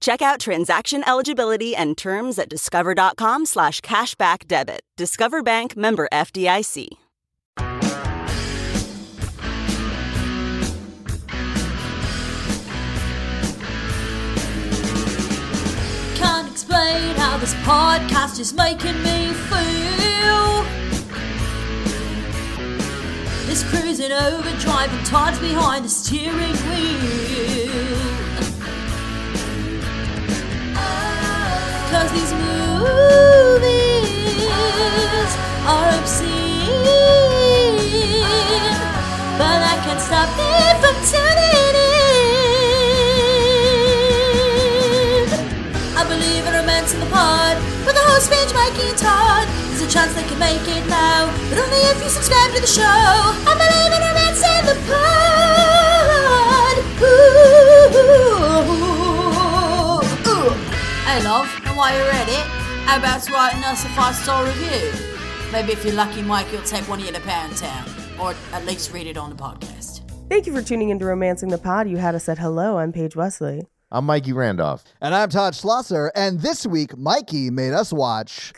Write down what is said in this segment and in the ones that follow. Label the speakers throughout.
Speaker 1: Check out transaction eligibility and terms at discover.com slash cashback debit. Discover Bank member FDIC.
Speaker 2: Can't explain how this podcast is making me feel. This cruising overdrive and tides behind the steering wheel. Cause these movies are obscene. But I can't stop me from tuning in. I believe in romance in the pod with the whole speech making Todd. There's a chance they can make it now, but only if you subscribe to the show. I believe in romance in the pod. Ooh, ooh. Hey love, and while you're at it, how about writing us a five star review? Maybe if you're lucky, Mike, you'll take one of you to Pound Town, or at least read it on the podcast.
Speaker 3: Thank you for tuning into Romancing the Pod. You had us at hello. I'm Paige Wesley.
Speaker 4: I'm Mikey Randolph.
Speaker 5: And I'm Todd Schlosser, and this week Mikey made us watch.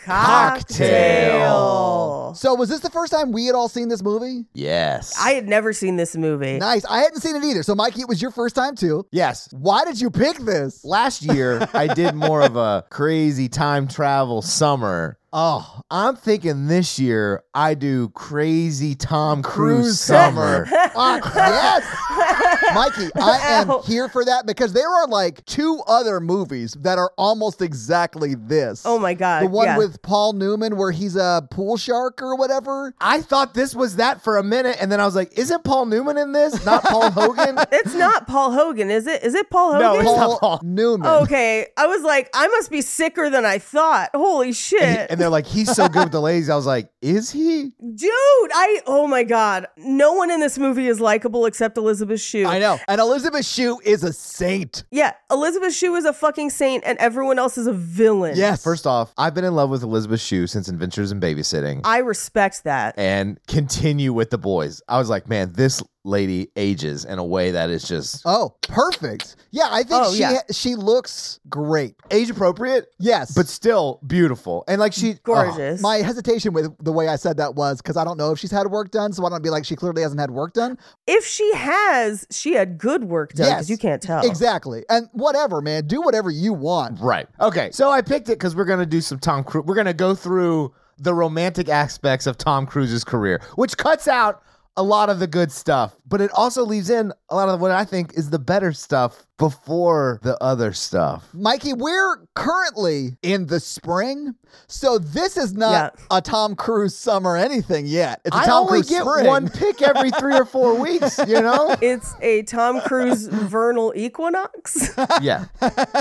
Speaker 4: Cocktail.
Speaker 5: So, was this the first time we had all seen this movie?
Speaker 4: Yes.
Speaker 3: I had never seen this movie.
Speaker 5: Nice. I hadn't seen it either. So, Mikey, it was your first time too.
Speaker 4: yes.
Speaker 5: Why did you pick this?
Speaker 4: Last year, I did more of a crazy time travel summer.
Speaker 5: Oh,
Speaker 4: I'm thinking this year I do crazy Tom Cruise, summer.
Speaker 5: fuck, Ah, yes. Mikey, I
Speaker 3: Ow.
Speaker 5: am here for that because there are like two other movies that are almost exactly this.
Speaker 3: Oh my God,
Speaker 5: The one
Speaker 3: yeah.
Speaker 5: with Paul Newman where he's a pool shark or whatever.
Speaker 4: I thought this was that for a minute, and then I was like, "Isn't Paul Newman in this? Not Paul Hogan?"
Speaker 3: It's not Paul Hogan, is it? Is it Paul
Speaker 4: No,
Speaker 3: Hogan? Oh,
Speaker 4: it's not
Speaker 5: Paul,
Speaker 4: Paul.
Speaker 5: Newman.
Speaker 3: Okay, I was like, I must be sicker than I thought. Holy shit,
Speaker 4: and they're like, "He's so good with the ladies." I was like, "Is he?"
Speaker 3: dude! I oh my god, no one in this movie is likable except Elizabeth Shue.
Speaker 5: I know. And Elizabeth Shue is a saint.
Speaker 3: Yeah, Elizabeth Shue is a fucking saint, and everyone else is a villain.
Speaker 5: Yes.
Speaker 4: First off, I've been in love with Elizabeth Shue since Adventures in Babysitting.
Speaker 3: I respect that.
Speaker 4: and continue with the boys. I was like, man, this lady ages in a way that is just
Speaker 5: Oh, perfect. Yeah, I think
Speaker 3: Oh,
Speaker 5: she
Speaker 3: yeah.
Speaker 5: she looks great.
Speaker 4: age appropriate,
Speaker 5: Yes. Uh,
Speaker 4: but still beautiful. And like she
Speaker 3: Gorgeous.
Speaker 5: my hesitation with the way I said that was because I don't know if she's had work done, so I don't be like she clearly hasn't had work done.
Speaker 3: if she has, she had good work done because
Speaker 5: Yes.
Speaker 3: you can't tell.
Speaker 5: Exactly. And whatever, man. Do whatever you want.
Speaker 4: oh, right. Okay. So I picked it because we're gonna do some Tom Cruise. We're gonna go through the romantic aspects of Tom Cruise's career, which cuts out a lot of the good stuff, but it also leaves in a lot of what I think is the better stuff before the other stuff.
Speaker 5: Mikey, we're currently in the spring, so this is not
Speaker 3: Yeah.
Speaker 5: a Tom Cruise summer anything yet. It's a
Speaker 4: I
Speaker 5: Tom
Speaker 4: only
Speaker 5: Cruise
Speaker 4: get
Speaker 5: spring.
Speaker 4: one pick every three or four weeks, you know?
Speaker 3: It's a Tom Cruise vernal equinox.
Speaker 4: Yeah.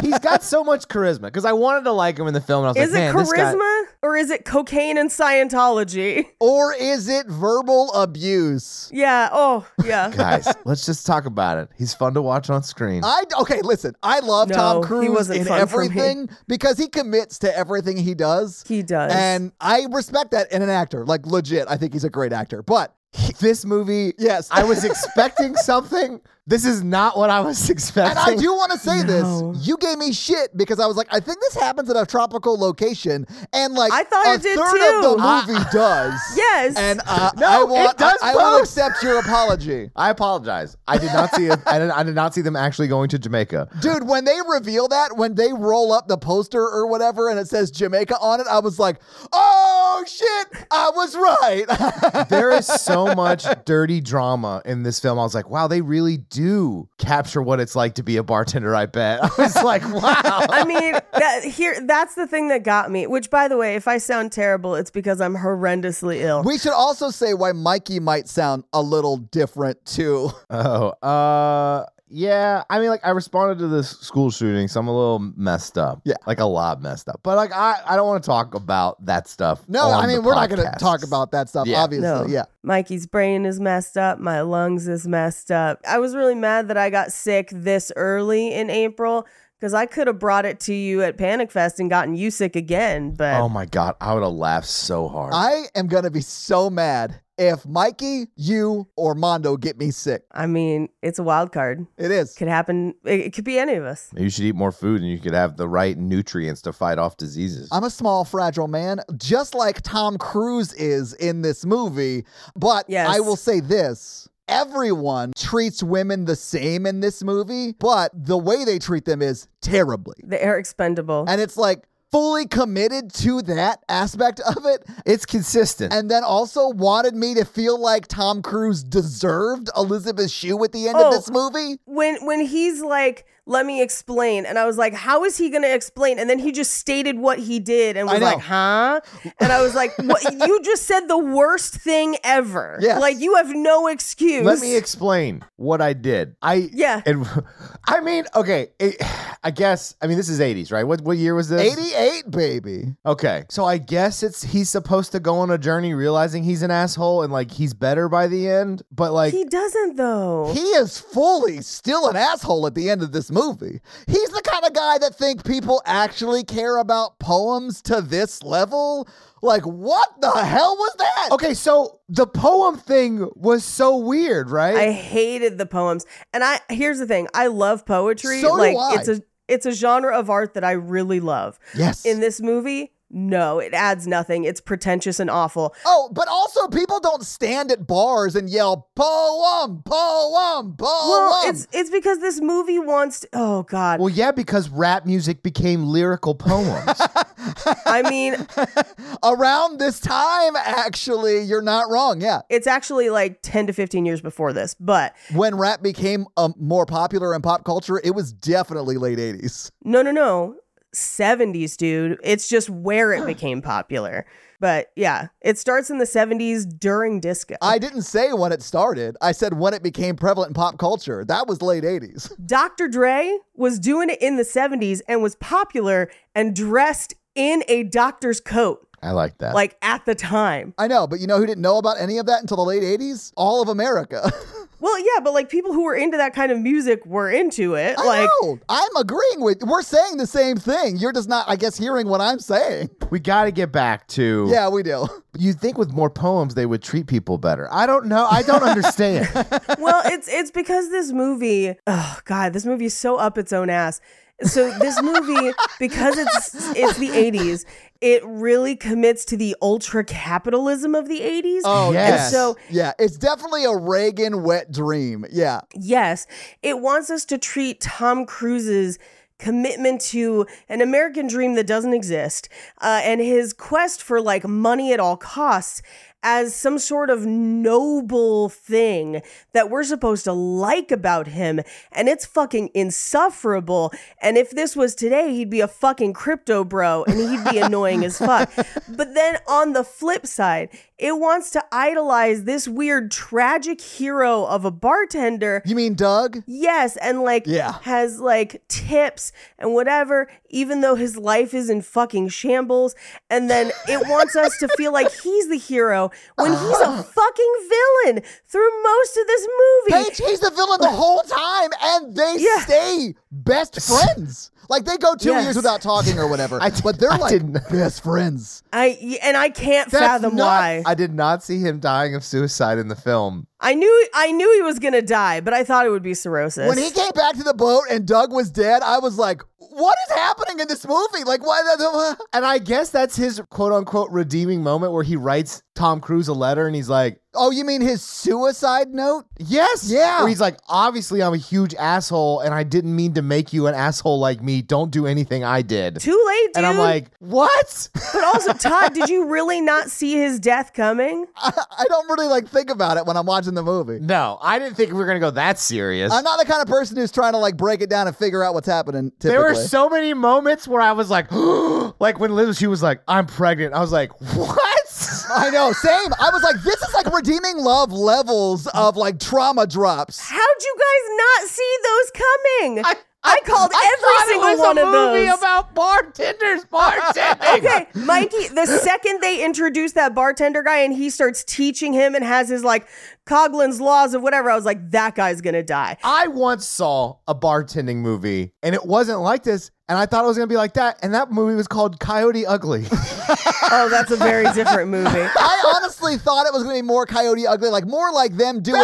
Speaker 4: He's got so much charisma because I wanted to like him in the film. And I was
Speaker 3: Is
Speaker 4: like,
Speaker 3: it
Speaker 4: man, this guy.
Speaker 3: charisma or is it cocaine and Scientology?
Speaker 5: Or is it verbal abuse?
Speaker 3: Yeah. Oh, yeah.
Speaker 4: Guys, let's just talk about it. He's fun to watch on screen.
Speaker 5: I okay, listen. I love
Speaker 3: No,
Speaker 5: Tom
Speaker 3: he
Speaker 5: Cruise
Speaker 3: wasn't
Speaker 5: in
Speaker 3: fun for me.
Speaker 5: everything because he commits to everything he does.
Speaker 3: He does.
Speaker 5: and I respect that in an actor. Like legit, I think he's a great actor. But
Speaker 4: this movie,
Speaker 5: Yes.
Speaker 4: I was expecting something, This is not what I was expecting.
Speaker 5: And I do want to say
Speaker 3: No.
Speaker 5: this. You gave me shit because I was like, I think this happens at a tropical location. And like,
Speaker 3: I thought
Speaker 5: a
Speaker 3: it did
Speaker 5: third of
Speaker 3: too.
Speaker 5: the movie does.
Speaker 3: Yes.
Speaker 5: And uh,
Speaker 4: No,
Speaker 5: I want,
Speaker 4: it does
Speaker 5: I, I will
Speaker 4: both.
Speaker 5: accept your apology.
Speaker 4: I apologize. I did not see. it. I did, I did not see them actually going to Jamaica.
Speaker 5: Dude, when they reveal that, when they roll up the poster or whatever and it says Jamaica on it, I was like, oh shit, I was right.
Speaker 4: There is so much dirty drama in this film. I was like, wow, they really do capture what it's like to be a bartender. I bet. I was like, wow.
Speaker 3: I mean, that, here that's the thing that got me. Which, by the way, if I sound terrible, it's because I'm horrendously ill.
Speaker 5: we should also say why Mikey might sound a little different too.
Speaker 4: Oh, uh, yeah. I mean, like, I responded to this school shooting, so I'm a little messed up.
Speaker 5: Yeah.
Speaker 4: like a lot messed up. But like, I, I don't want to talk about that stuff.
Speaker 5: No,
Speaker 4: on
Speaker 5: I
Speaker 4: the
Speaker 5: mean, we're not going to
Speaker 4: podcast.
Speaker 5: talk about that stuff,
Speaker 4: Yeah.
Speaker 5: obviously.
Speaker 3: no,
Speaker 5: Yeah.
Speaker 3: Mikey's brain is messed up. My lungs is messed up. I was really mad that I got sick this early in April because I could have brought it to you at Panic Fest and gotten you sick again. But
Speaker 4: Oh my god, I would have laughed so hard.
Speaker 5: I am going to be so mad if Mikey, you, or Mondo get me sick.
Speaker 3: I mean, it's a wild card.
Speaker 5: It is.
Speaker 3: Could happen. It, it could be any of us.
Speaker 4: you should eat more food, and you could have the right nutrients to fight off diseases.
Speaker 5: I'm a small, fragile man, just like Tom Cruise is in this movie. But
Speaker 3: Yes.
Speaker 5: I will say this. Everyone treats women the same in this movie, but the way they treat them is terribly.
Speaker 3: They are expendable.
Speaker 5: And it's like fully committed to that aspect of it.
Speaker 4: it's consistent.
Speaker 5: And then also wanted me to feel like Tom Cruise deserved Elizabeth Shue at the end
Speaker 3: Oh.
Speaker 5: of this movie.
Speaker 3: when when he's like let me explain and i was like how is he going to explain and then he just stated what he did and
Speaker 5: I
Speaker 3: was
Speaker 5: know.
Speaker 3: like huh and i was like what? you just said the worst thing ever
Speaker 5: Yes.
Speaker 3: like you have no excuse
Speaker 4: Let me explain what I did. I
Speaker 3: Yeah.
Speaker 4: And I mean, okay. It, I guess. I mean, this is '80s, right? What what year was this?
Speaker 5: 88, baby.
Speaker 4: Okay. So I guess it's he's supposed to go on a journey realizing he's an asshole and like he's better by the end, but like
Speaker 3: he doesn't though
Speaker 5: He is fully still an asshole at the end of this movie. He's the kind of guy that think people actually care about poems to this level. Like, what the hell was that?
Speaker 4: Okay, so the poem thing was so weird,
Speaker 3: i
Speaker 4: right?
Speaker 3: hated the poems and i here's the thing i love poetry
Speaker 5: So do
Speaker 3: like
Speaker 5: I.
Speaker 3: it's a it's a genre of art that i really love
Speaker 5: Yes.
Speaker 3: in this movie no it adds nothing it's pretentious and awful
Speaker 5: oh, but also people don't stand at bars and yell poem, poem, poem.
Speaker 3: well, it's it's because this movie wants to, oh god
Speaker 4: well, yeah, because rap music became lyrical poems.
Speaker 3: i mean
Speaker 5: Around this time, actually, you're not wrong. Yeah.
Speaker 3: it's actually like 10 to 15 years before this, but
Speaker 5: When rap became um, more popular in pop culture, it was definitely late 80s.
Speaker 3: no, no, no. 70s, dude. It's just where it became popular. But yeah, it starts in the 70s during disco.
Speaker 5: I didn't say when it started. I said when it became prevalent in pop culture. That was late 80s.
Speaker 3: Dr. Dre was doing it in the 70s and was popular and dressed in a doctor's coat,
Speaker 4: I like that.
Speaker 3: like at the time.
Speaker 5: I know, but you know who didn't know about any of that until the late 80s? All of America.
Speaker 3: Well, yeah, but like people who were into that kind of music were into it.
Speaker 5: I
Speaker 3: like,
Speaker 5: know. I'm agreeing with We're saying the same thing. You're just not, I guess, hearing what I'm saying.
Speaker 4: we got to get back to
Speaker 5: Yeah, we do.
Speaker 4: You'd think with more poems they would treat people better. I don't know. I don't understand.
Speaker 3: well, it's it's because this movie, oh god, this movie is so up its own ass. So this movie, because it's it's the '80s, it really commits to the ultra capitalism of the '80s.
Speaker 4: yes.
Speaker 3: And so
Speaker 5: Yeah, it's definitely a Reagan wet dream. Yeah.
Speaker 3: yes, it wants us to treat Tom Cruise's commitment to an American dream that doesn't exist uh, and his quest for like money at all costs as some sort of noble thing that we're supposed to like about him and it's fucking insufferable and if this was today he'd be a fucking crypto bro and he'd be annoying as fuck but then on the flip side it wants to idolize this weird tragic hero of a bartender
Speaker 5: You mean Doug?
Speaker 3: Yes, and like
Speaker 5: Yeah.
Speaker 3: has like tips and whatever, even though his life is in fucking shambles. And then it wants us to feel like he's the hero when he's a fucking villain through most of this movie.
Speaker 5: Paige, he's the villain the whole time, and they
Speaker 3: Yeah.
Speaker 5: stay best friends. Like they go two
Speaker 3: Yes.
Speaker 5: years without talking or whatever,
Speaker 4: I did-
Speaker 5: but they're
Speaker 4: I
Speaker 5: like
Speaker 4: didn't-
Speaker 5: best friends.
Speaker 3: I and I can't
Speaker 4: That's
Speaker 3: fathom
Speaker 4: not-
Speaker 3: why.
Speaker 4: I did not see him dying of suicide in the film.
Speaker 3: I knew I knew he was gonna die, but I thought it would be cirrhosis.
Speaker 5: When he came back to the boat and Doug was dead, I was like, "What is happening in this movie? Like, why?" That,
Speaker 4: And I guess that's his quote unquote redeeming moment where he writes Tom Cruise a letter and he's like,
Speaker 5: oh, you mean his suicide note?
Speaker 4: Yes.
Speaker 5: Yeah.
Speaker 4: Where he's like, obviously, I'm a huge asshole and I didn't mean to make you an asshole like me. Don't do anything I did.
Speaker 3: Too late, dude.
Speaker 4: and I'm like, what?
Speaker 3: but also, Todd, did you really not see his death coming?
Speaker 5: I, I don't really like think about it when I'm watching the movie.
Speaker 4: no, I didn't think we were going to go that serious.
Speaker 5: I'm not the kind of person who's trying to like break it down and figure out what's happening. Typically.
Speaker 4: there were so many moments where I was like, like when Liz, she was like, I'm pregnant. I was like, what?
Speaker 5: I know, same. I was like, this is like redeeming love levels of like trauma drops.
Speaker 3: How'd you guys not see those coming? I, called
Speaker 4: thought it
Speaker 3: every
Speaker 4: was
Speaker 3: single one
Speaker 4: a
Speaker 3: of
Speaker 4: movie
Speaker 3: those.
Speaker 4: about bartenders bartending.
Speaker 3: Okay, Mikey, the second they introduce that bartender guy and he starts teaching him and has his like Coglin's laws of whatever, I was like, that guy's gonna die.
Speaker 4: I once saw a bartending movie and it wasn't like this, and I thought it was gonna be like that, and that movie was called Coyote Ugly.
Speaker 3: Oh, that's a very different movie.
Speaker 5: I honestly thought it was going to be more Coyote Ugly, like more like them doing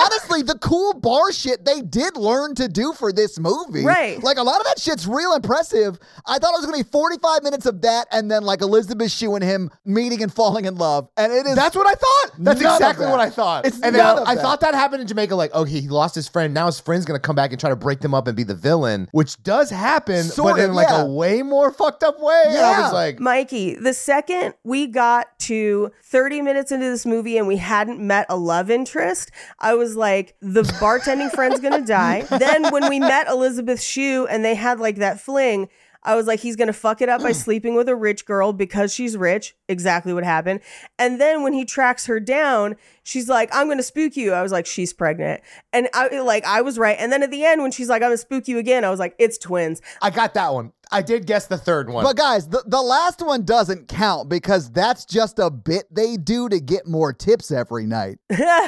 Speaker 5: honestly the cool bar shit they did learn to do for this movie.
Speaker 3: Right.
Speaker 5: Like a lot of that shit's real impressive. I thought it was going to be 45 minutes of that and then like Elizabeth Shue and him meeting and falling in love. And it is
Speaker 4: That's what I thought. That's
Speaker 5: None of
Speaker 4: exactly
Speaker 5: that.
Speaker 4: what I thought.
Speaker 5: It's
Speaker 4: and
Speaker 5: none
Speaker 4: then
Speaker 5: of
Speaker 4: I
Speaker 5: that.
Speaker 4: thought that happened in Jamaica. Like, okay, he lost his friend. Now his friend's gonna come back and try to break them up and be the villain, which does happen,
Speaker 5: Sort
Speaker 4: but in
Speaker 5: of,
Speaker 4: like
Speaker 5: yeah.
Speaker 4: a way more fucked up way. And I
Speaker 5: Yeah.
Speaker 4: was like,
Speaker 3: Mikey, the second we got to 30 minutes into this movie and we hadn't met a love interest, I was like, the bartending friend's gonna die. Then when we met Elizabeth Shue and they had like that fling, I was like, he's gonna fuck it up by sleeping with a rich girl because she's rich. Exactly what happened. And then when he tracks her down, she's like, I'm gonna spook you. I was like, she's pregnant. And I like I was right. And then at the end, when she's like, I'm gonna spook you again, I was like, it's twins.
Speaker 4: I got that one. I did guess the third one.
Speaker 5: But guys, the, the last one doesn't count because that's just a bit they do to get more tips every night.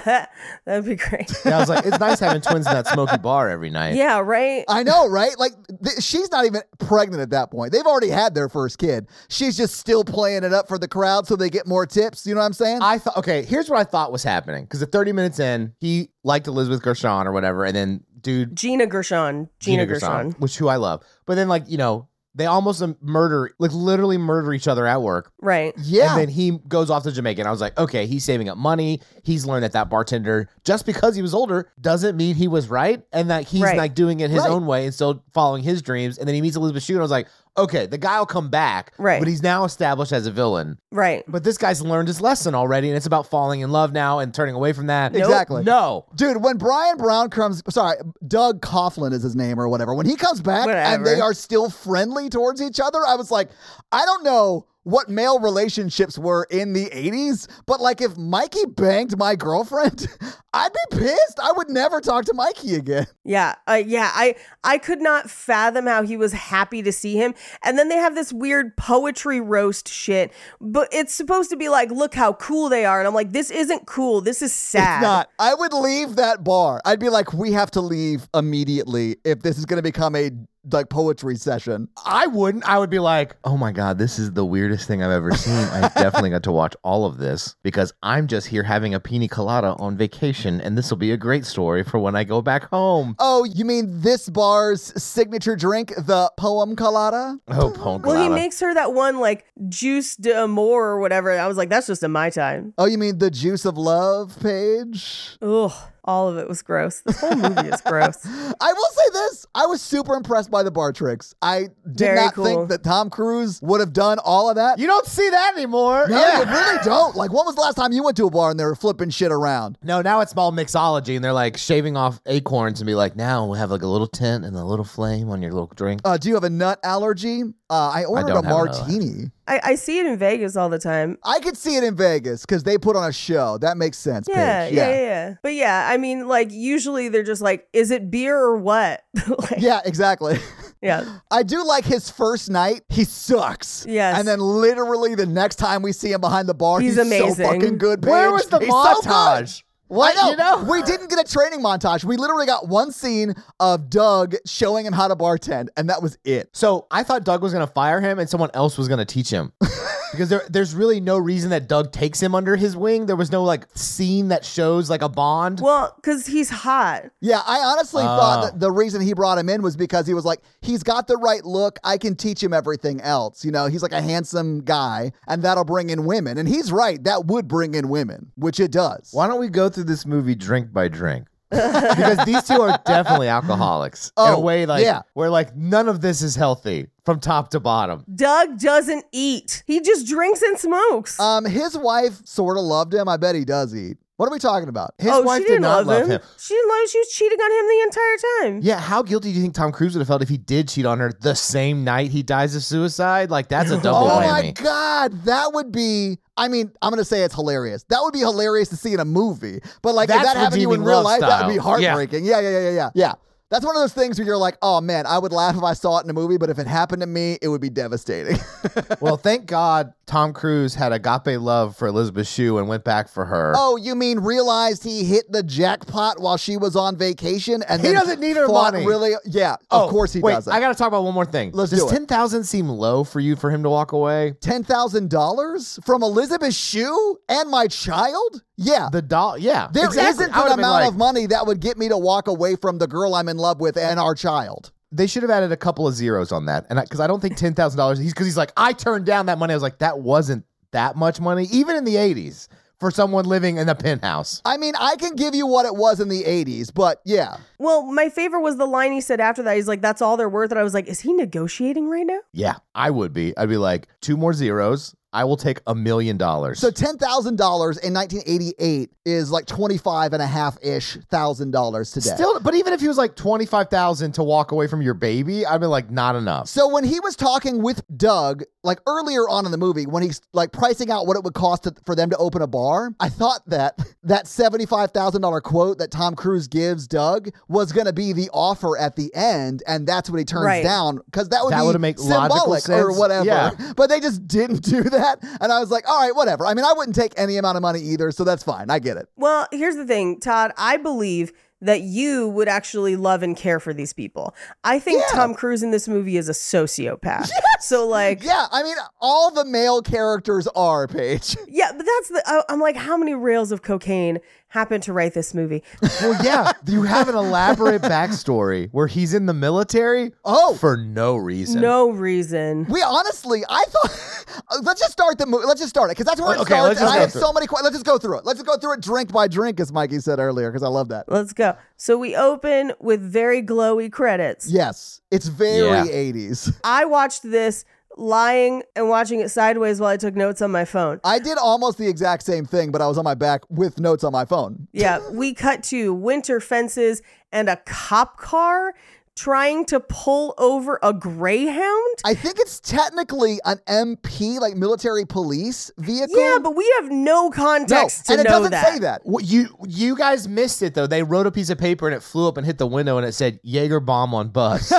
Speaker 3: That'd be great.
Speaker 4: And I was like, it's nice having twins in that smoky bar every night.
Speaker 3: Yeah, right.
Speaker 5: I know, right? Like th- she's not even pregnant at that point. They've already had their first kid. She's just still playing it up for the crowd so they get more tips. You know what I'm saying?
Speaker 4: I thought, okay, here's what I thought was happening. Because the 30 minutes in, he liked Elizabeth Gershon or whatever, and then dude
Speaker 3: Gina Gershon. Gina, Gershon.
Speaker 4: which who I love. But then like you know they almost um, murder, like literally murder each other at work.
Speaker 3: Right.
Speaker 5: yeah.
Speaker 4: And then he goes off to Jamaica, and I was like, okay, he's saving up money. He's learned that that bartender, just because he was older, doesn't mean he was right, and that he's
Speaker 3: Right.
Speaker 4: like doing it his
Speaker 5: Right.
Speaker 4: own way and still following his dreams. And then he meets Elizabeth Shue, and I was like, okay, the guy will come back,
Speaker 3: Right.
Speaker 4: But he's now established as a villain.
Speaker 3: Right.
Speaker 4: But this guy's learned his lesson already, and it's about falling in love now and turning away from that.
Speaker 5: Exactly.
Speaker 4: No.
Speaker 5: Dude, when Brian Brown comes, sorry, Doug Coughlin is his name or whatever. When he comes back
Speaker 3: Whatever.
Speaker 5: and they are still friendly towards each other, I was like, I don't know what male relationships were in the 80s, but like if Mikey banged my girlfriend, I'd be pissed. I would never talk to Mikey again.
Speaker 3: Yeah. Uh, yeah. I I could not fathom how he was happy to see him. And then they have this weird poetry roast shit. But it's supposed to be like, look how cool they are. And I'm like, this isn't cool. This is sad.
Speaker 5: It's not. I would leave that bar. I'd be like, we have to leave immediately if this is going to become a like poetry session.
Speaker 4: I wouldn't. I would be like, oh my God, this is the weirdest thing I've ever seen. I definitely got to watch all of this because I'm just here having a pina colada on vacation, and this will be a great story for when I go back home.
Speaker 5: Oh, you mean this bar's signature drink, the poem colada?
Speaker 4: Oh, pina
Speaker 3: Well, he
Speaker 4: colada.
Speaker 3: makes her that one like juice de amour or whatever. I was like, that's just in my time.
Speaker 5: Oh, you mean the juice of love page?
Speaker 3: Ugh, all of it was gross. This whole movie is gross.
Speaker 5: I will say this. I was super impressed by the bar tricks. I did
Speaker 3: Very
Speaker 5: not
Speaker 3: cool.
Speaker 5: think that Tom Cruise would have done all of that.
Speaker 4: you don't see that anymore.
Speaker 5: no, you really don't. Like, when was the last time you went to a bar and they were flipping shit around?
Speaker 4: No, now it's all mixology, and they're like shaving off acorns and be like, now we'll have like a little tent and a little flame on your little drink.
Speaker 3: Oh,
Speaker 5: Uh, do you have a nut allergy? Uh, I ordered
Speaker 4: don't
Speaker 5: a
Speaker 4: have a nut
Speaker 5: martini.
Speaker 3: I, I see it in Vegas all the time.
Speaker 5: I could see it in Vegas because they put on a show. That makes sense.
Speaker 3: Yeah,
Speaker 5: Paige.
Speaker 3: yeah, yeah, yeah. But yeah, I mean, like usually they're just like, is it beer or what? like,
Speaker 5: Yeah, exactly.
Speaker 3: Yeah.
Speaker 5: I do like his first night. He sucks.
Speaker 3: Yes.
Speaker 5: And then literally the next time we see him behind the bar,
Speaker 3: He's
Speaker 5: he's,
Speaker 3: amazing.
Speaker 5: so fucking good.
Speaker 4: Where
Speaker 5: Paige.
Speaker 4: was the
Speaker 5: He's so good.
Speaker 4: montage? What
Speaker 5: I know.
Speaker 4: you know?
Speaker 5: We didn't get a training montage. We literally got one scene of Doug showing him how to bartend, and that was it.
Speaker 4: So I thought Doug was gonna fire him and someone else was gonna teach him. because there, there's really no reason that Doug takes him under his wing. There was no like scene that shows like a bond.
Speaker 3: Well, because he's hot.
Speaker 5: Yeah, I honestly
Speaker 4: Oh.
Speaker 5: thought that the reason he brought him in was because he was like, he's got the right look. I can teach him everything else. You know, he's like a handsome guy, and that'll bring in women. And he's right. That would bring in women, which it does.
Speaker 4: Why don't we go through this movie drink by drink? because these two are definitely alcoholics in a
Speaker 5: Oh,
Speaker 4: way like
Speaker 5: yeah.
Speaker 4: where like none of this is healthy from top to bottom.
Speaker 3: Doug doesn't eat. He just drinks and smokes.
Speaker 5: Um, his wife sort of loved him. I bet he does eat. What are we talking about?
Speaker 4: His
Speaker 3: Oh,
Speaker 4: wife did not Oh, love him.
Speaker 3: She didn't love. She was cheating on him the entire time.
Speaker 4: Yeah, how guilty do you think Tom Cruise would have felt if he did cheat on her the same night he dies of suicide? Like that's a double
Speaker 5: Oh my
Speaker 4: whammy.
Speaker 5: god, that would be. I mean, I'm gonna say it's hilarious. That would be hilarious to see in a movie. But like,
Speaker 4: That's
Speaker 5: if that happened to you in
Speaker 4: redeeming
Speaker 5: real
Speaker 4: love
Speaker 5: life, that would be
Speaker 4: style. Yeah.
Speaker 5: heartbreaking. Yeah. yeah, yeah, yeah, yeah, yeah. That's one of those things where you're like, oh man, I would laugh if I saw it in a movie, but if it happened to me, it would be devastating.
Speaker 4: well, thank God Tom Cruise had agape love for Elizabeth Shue and went back for her.
Speaker 5: oh, you mean realized he hit the jackpot while she was on vacation, and
Speaker 4: He
Speaker 5: then
Speaker 4: doesn't need her
Speaker 5: fought
Speaker 4: money.
Speaker 5: Really? Yeah,
Speaker 4: Oh,
Speaker 5: of course he
Speaker 4: wait,
Speaker 5: doesn't.
Speaker 4: I gotta talk about one more thing.
Speaker 5: Let's
Speaker 4: Does
Speaker 5: do it.
Speaker 4: ten thousand seem low for you for him to walk away?
Speaker 5: ten thousand dollars from Elizabeth Shue and my child? Yeah,
Speaker 4: The doll, yeah.
Speaker 5: There
Speaker 4: exactly. I
Speaker 5: not
Speaker 4: would've
Speaker 5: an
Speaker 4: been
Speaker 5: amount
Speaker 4: like-
Speaker 5: of money that would get me to walk away from the girl I'm in love with and our child.
Speaker 4: They should have added a couple of zeros on that, and because I, don't think ten thousand dollars. He's because he's like, I turned down that money. I was like, that wasn't that much money, even in the eighties, for someone living in a penthouse.
Speaker 5: I mean, I can give you what it was in the 80s, but yeah.
Speaker 3: Well, my favorite was the line he said after that. He's like, "That's all they're worth," and I was like, "Is he negotiating right now?"
Speaker 4: Yeah, I would be. I'd be like, two more zeros. I will take a million dollars.
Speaker 5: So $10,000 in 1988 is like 25 and a half ish thousand dollars today.
Speaker 4: Still, but even if he was like twenty five thousand to walk away from your baby, I'd be like, not enough.
Speaker 5: So when he was talking with Doug, like earlier on in the movie, when he's like pricing out what it would cost to, for them to open a bar, I thought that that seventy-five thousand dollar quote that Tom Cruise gives Doug was going to be the offer at the end, and that's what he turns
Speaker 3: Right.
Speaker 5: down because that would
Speaker 4: That
Speaker 5: be
Speaker 4: would make logical
Speaker 5: symbolic or
Speaker 4: sense.
Speaker 5: whatever.
Speaker 4: Yeah.
Speaker 5: But they just didn't do that, and I was like, all right, whatever. I mean, I wouldn't take any amount of money either, so that's fine. I get it.
Speaker 3: Well, here's the thing, Todd. I believe that you would actually love and care for these people. I think Tom Cruise in this movie is a sociopath. So like, yeah.
Speaker 5: Yeah, I mean, all the male characters are Paige.
Speaker 3: but that's the. I, I'm like, how many rails of cocaine happened to write this movie?
Speaker 4: Well, yeah, you have an elaborate backstory where he's in the military.
Speaker 5: Oh.
Speaker 4: for no reason.
Speaker 3: No reason.
Speaker 5: We honestly, I thought. uh, let's just start the movie. Let's just start it because that's where it
Speaker 4: Okay, let's
Speaker 5: starts. And
Speaker 4: just
Speaker 5: I
Speaker 4: go
Speaker 5: have
Speaker 4: through
Speaker 5: so
Speaker 4: it.
Speaker 5: many. Qu- let's just go through it. Let's just go through it drink by drink, as Mikey said earlier, because I love that.
Speaker 3: Let's go. So we open with very glowy credits.
Speaker 5: Yes, it's very
Speaker 4: Yeah.
Speaker 5: 80s.
Speaker 3: I watched this lying and watching it sideways while I took notes on my phone.
Speaker 5: I did almost the exact same thing, but I was on my back with notes on my phone.
Speaker 3: Yeah, we cut to winter fences and a cop car trying to pull over a greyhound.
Speaker 5: I think it's technically an MP, like military police vehicle.
Speaker 3: Yeah, but we have no
Speaker 5: no,
Speaker 3: context
Speaker 5: and
Speaker 3: to
Speaker 5: it
Speaker 3: know
Speaker 5: doesn't
Speaker 3: that.
Speaker 5: say that.
Speaker 4: What you you guys missed it though. They wrote a piece of paper and it flew up and hit the window and it said Jaeger bomb on bus.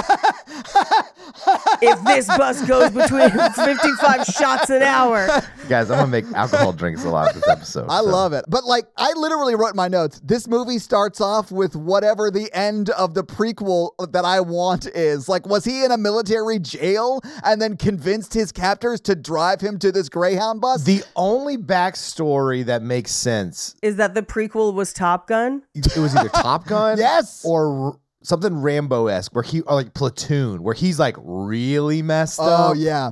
Speaker 3: If this bus goes between 55 shots an hour.
Speaker 4: guys, I'm gonna make alcohol drinks a lot this episode.
Speaker 5: I love it. But like I literally wrote in my notes, this movie starts off with whatever the end of the prequel that I want is. Like was he in a military jail and then convinced his captors to drive him to this Greyhound bus?
Speaker 4: The only backstory that makes sense
Speaker 3: Is that the prequel was Top Gun?
Speaker 4: it was either Top Gun,
Speaker 5: Yes.
Speaker 4: or r- something Rambo esque where he or like Platoon, where he's like really messed
Speaker 5: oh
Speaker 4: up.
Speaker 5: yeah.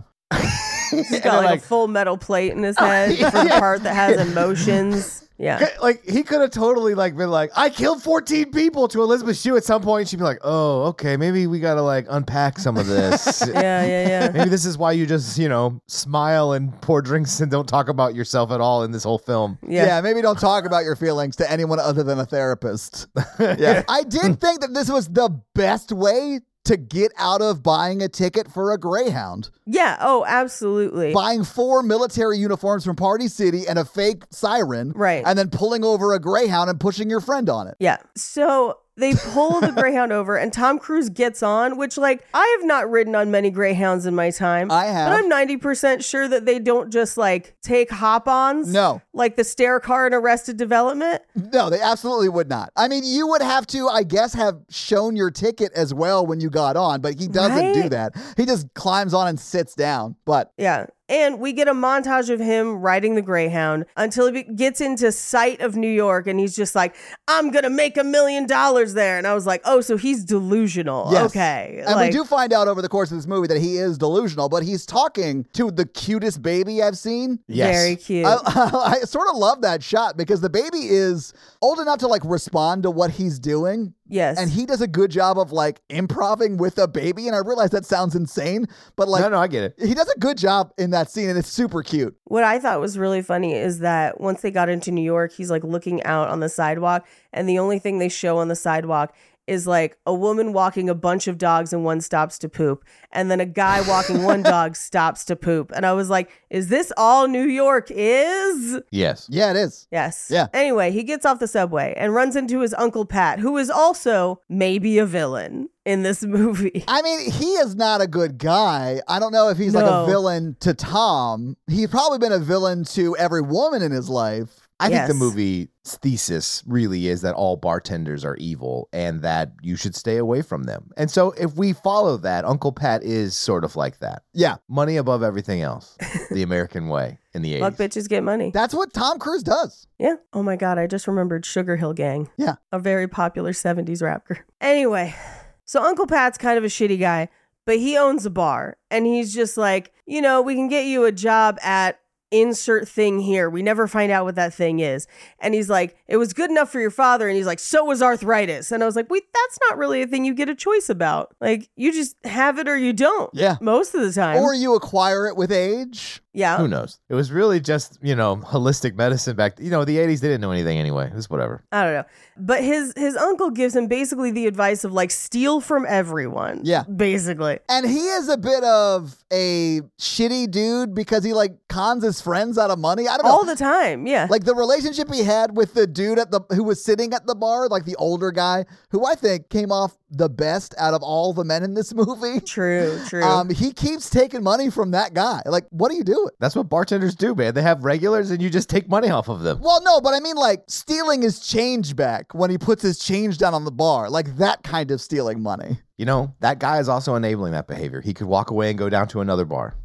Speaker 3: He's got like,
Speaker 4: like-
Speaker 3: a full metal plate in his head for the part that has emotions. Yeah.
Speaker 4: C- Like he could have totally like been like, I killed 14 people to Elizabeth Shue at some point. She'd be like, Oh, okay, maybe we gotta like unpack some of this.
Speaker 3: Yeah, yeah, yeah.
Speaker 4: Maybe this is why you just, you know, smile and pour drinks and don't talk about yourself at all in this whole film.
Speaker 3: Yeah.
Speaker 5: Yeah. maybe don't talk about your feelings to anyone other than a therapist. Yeah. I did think that this was the best way to get out of buying a ticket for a Greyhound.
Speaker 3: Yeah, oh, absolutely.
Speaker 5: buying four military uniforms from Party City and a fake siren,
Speaker 3: Right.
Speaker 5: And then pulling over a Greyhound and pushing your friend on it.
Speaker 3: Yeah. So They pull the Greyhound over and Tom Cruise gets on, which, like, I have not ridden on many Greyhounds in my time.
Speaker 5: I have.
Speaker 3: But I'm 90% sure that they don't just, like, take hop ons.
Speaker 5: No.
Speaker 3: Like the stair car in Arrested Development.
Speaker 5: No, they absolutely would not. I mean, you would have to, I guess, have shown your ticket as well when you got on, but he doesn't do
Speaker 3: Right?
Speaker 5: that. He just climbs on and sits down. But
Speaker 3: Yeah. And we get a montage of him riding the Greyhound until he be- gets into sight of New York and he's just like, I'm going to make a million dollars there. And I was like, oh, so he's delusional.
Speaker 5: yes.
Speaker 3: Okay.
Speaker 5: And
Speaker 3: like,
Speaker 5: we do find out over the course of this movie that he is delusional, but he's talking to the cutest baby I've seen.
Speaker 4: Yes.
Speaker 3: Very cute.
Speaker 5: I, I sort of love that shot because the baby is old enough to like respond to what he's doing.
Speaker 3: yes.
Speaker 5: And he does a good job of like improving with a baby. And I realize that sounds insane, but like,
Speaker 4: no, no, I get it.
Speaker 5: he does a good job in that scene and it's super cute.
Speaker 3: What I thought was really funny is that once they got into New York, he's like looking out on the sidewalk, and the only thing they show on the sidewalk is like a woman walking a bunch of dogs and one stops to poop, and then a guy walking one dog stops to poop. And I was like, is this all New York is?
Speaker 4: Yes.
Speaker 5: Yeah, it is.
Speaker 3: Yes.
Speaker 5: Yeah.
Speaker 3: Anyway, he gets off the subway and runs into his Uncle Pat, who is also maybe a villain in this movie.
Speaker 5: I mean, he is not a good guy. I don't know if he's like
Speaker 3: No.
Speaker 5: a villain to Tom. He's probably been a villain to every woman in his life.
Speaker 4: I think
Speaker 3: Yes.
Speaker 4: the movie's thesis really is that all bartenders are evil and that you should stay away from them. And so if we follow that, Uncle Pat is sort of like that.
Speaker 5: Yeah,
Speaker 4: Money above everything else. the American way in the 80s.
Speaker 3: Fuck bitches get money.
Speaker 5: that's what Tom Cruise does.
Speaker 3: Yeah. Oh my God, I just remembered Sugar Hill Gang.
Speaker 5: Yeah.
Speaker 3: A very popular 70s rap group. Anyway, so Uncle Pat's kind of a shitty guy, but he owns a bar and he's just like, you know, we can get you a job at insert thing here. We never find out what that thing is. And he's like, it was good enough for your father. And he's like, so was arthritis. And I was like, wait, that's not really a thing you get a choice about. Like, you just have it or you don't.
Speaker 5: Yeah.
Speaker 3: Most of the time.
Speaker 5: Or you acquire it with age.
Speaker 3: yeah.
Speaker 4: Who knows? It was really just, you know, holistic medicine back, you know, the 80s, they didn't know anything anyway. It was whatever.
Speaker 3: I don't know. But his his uncle gives him basically the advice of like steal from everyone.
Speaker 5: Yeah.
Speaker 3: Basically.
Speaker 5: And he is a bit of a shitty dude because he like cons his friends out of money. I don't know.
Speaker 3: All the time. Yeah.
Speaker 5: oh, like the relationship he had with the dude at the who was sitting at the bar, like the older guy, who I think came off the best out of all the men in this movie.
Speaker 3: true, true.
Speaker 5: Um, he keeps taking money from that guy. Like, what are you doing?
Speaker 4: That's what bartenders do, man. They have regulars and you just take money off of them.
Speaker 5: Well, no, but I mean, like, stealing his change back when he puts his change down on the bar. Like, that kind of stealing money.
Speaker 4: You know, that guy is also enabling that behavior. He could walk away and go down to another bar.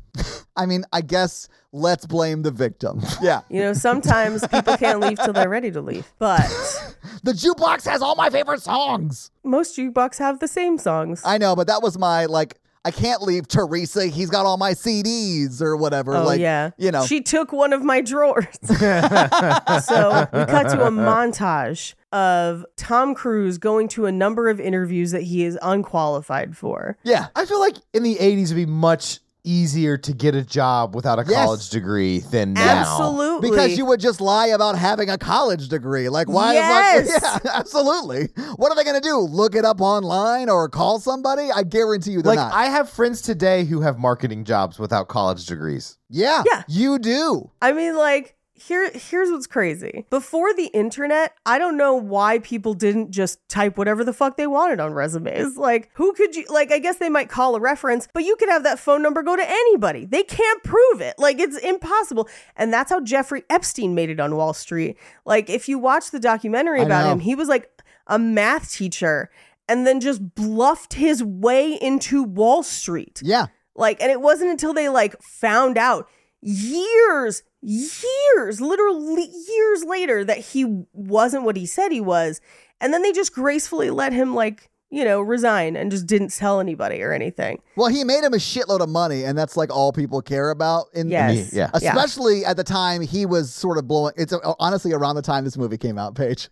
Speaker 5: I mean, I guess let's blame the victim. Yeah.
Speaker 3: you know, sometimes people can't leave till they're ready to leave. But
Speaker 5: the jukebox has all my favorite songs.
Speaker 3: most jukebox have the same songs.
Speaker 5: I know, but that was my, like, I can't leave Teresa. He's got all my CDs or whatever.
Speaker 3: Oh
Speaker 5: like,
Speaker 3: yeah.
Speaker 5: You know,
Speaker 3: She took one of my drawers. so we cut to a montage of Tom Cruise going to a number of interviews that he is unqualified for.
Speaker 5: yeah.
Speaker 4: I feel like in the 80s it'd be much easier to get a job without a
Speaker 5: Yes.
Speaker 4: college degree than now.
Speaker 3: Absolutely.
Speaker 5: Because you would just lie about having a college degree. Like, why? Is
Speaker 3: Yes.
Speaker 5: yeah, absolutely. What are they going to do? Look it up online or call somebody? I guarantee you they're
Speaker 4: Like
Speaker 5: not.
Speaker 4: I have friends today who have marketing jobs without college degrees.
Speaker 5: yeah,
Speaker 3: Yeah.
Speaker 5: you do.
Speaker 3: I mean, like, here here's what's crazy. Before the internet, I don't know why people didn't just type whatever the fuck they wanted on resumes. Like, who could you like I guess they might call a reference, but you could have that phone number go to anybody. They can't prove it. Like it's impossible. And that's how Jeffrey Epstein made it on Wall Street. Like if you watch the documentary
Speaker 5: I
Speaker 3: about
Speaker 5: know.
Speaker 3: him, he was like a math teacher and then just bluffed his way into Wall Street.
Speaker 5: Yeah.
Speaker 3: Like, and it wasn't until they like found out years, years, literally years later that he wasn't what he said he was. And then they just gracefully let him like, you know, resign and just didn't tell anybody or anything.
Speaker 5: Well, he made him a shitload of money, and that's like all people care about. In
Speaker 3: Yes.
Speaker 4: Yeah.
Speaker 5: Especially at the time he was sort of blowing. It's uh, honestly around the time this movie came out, Paige.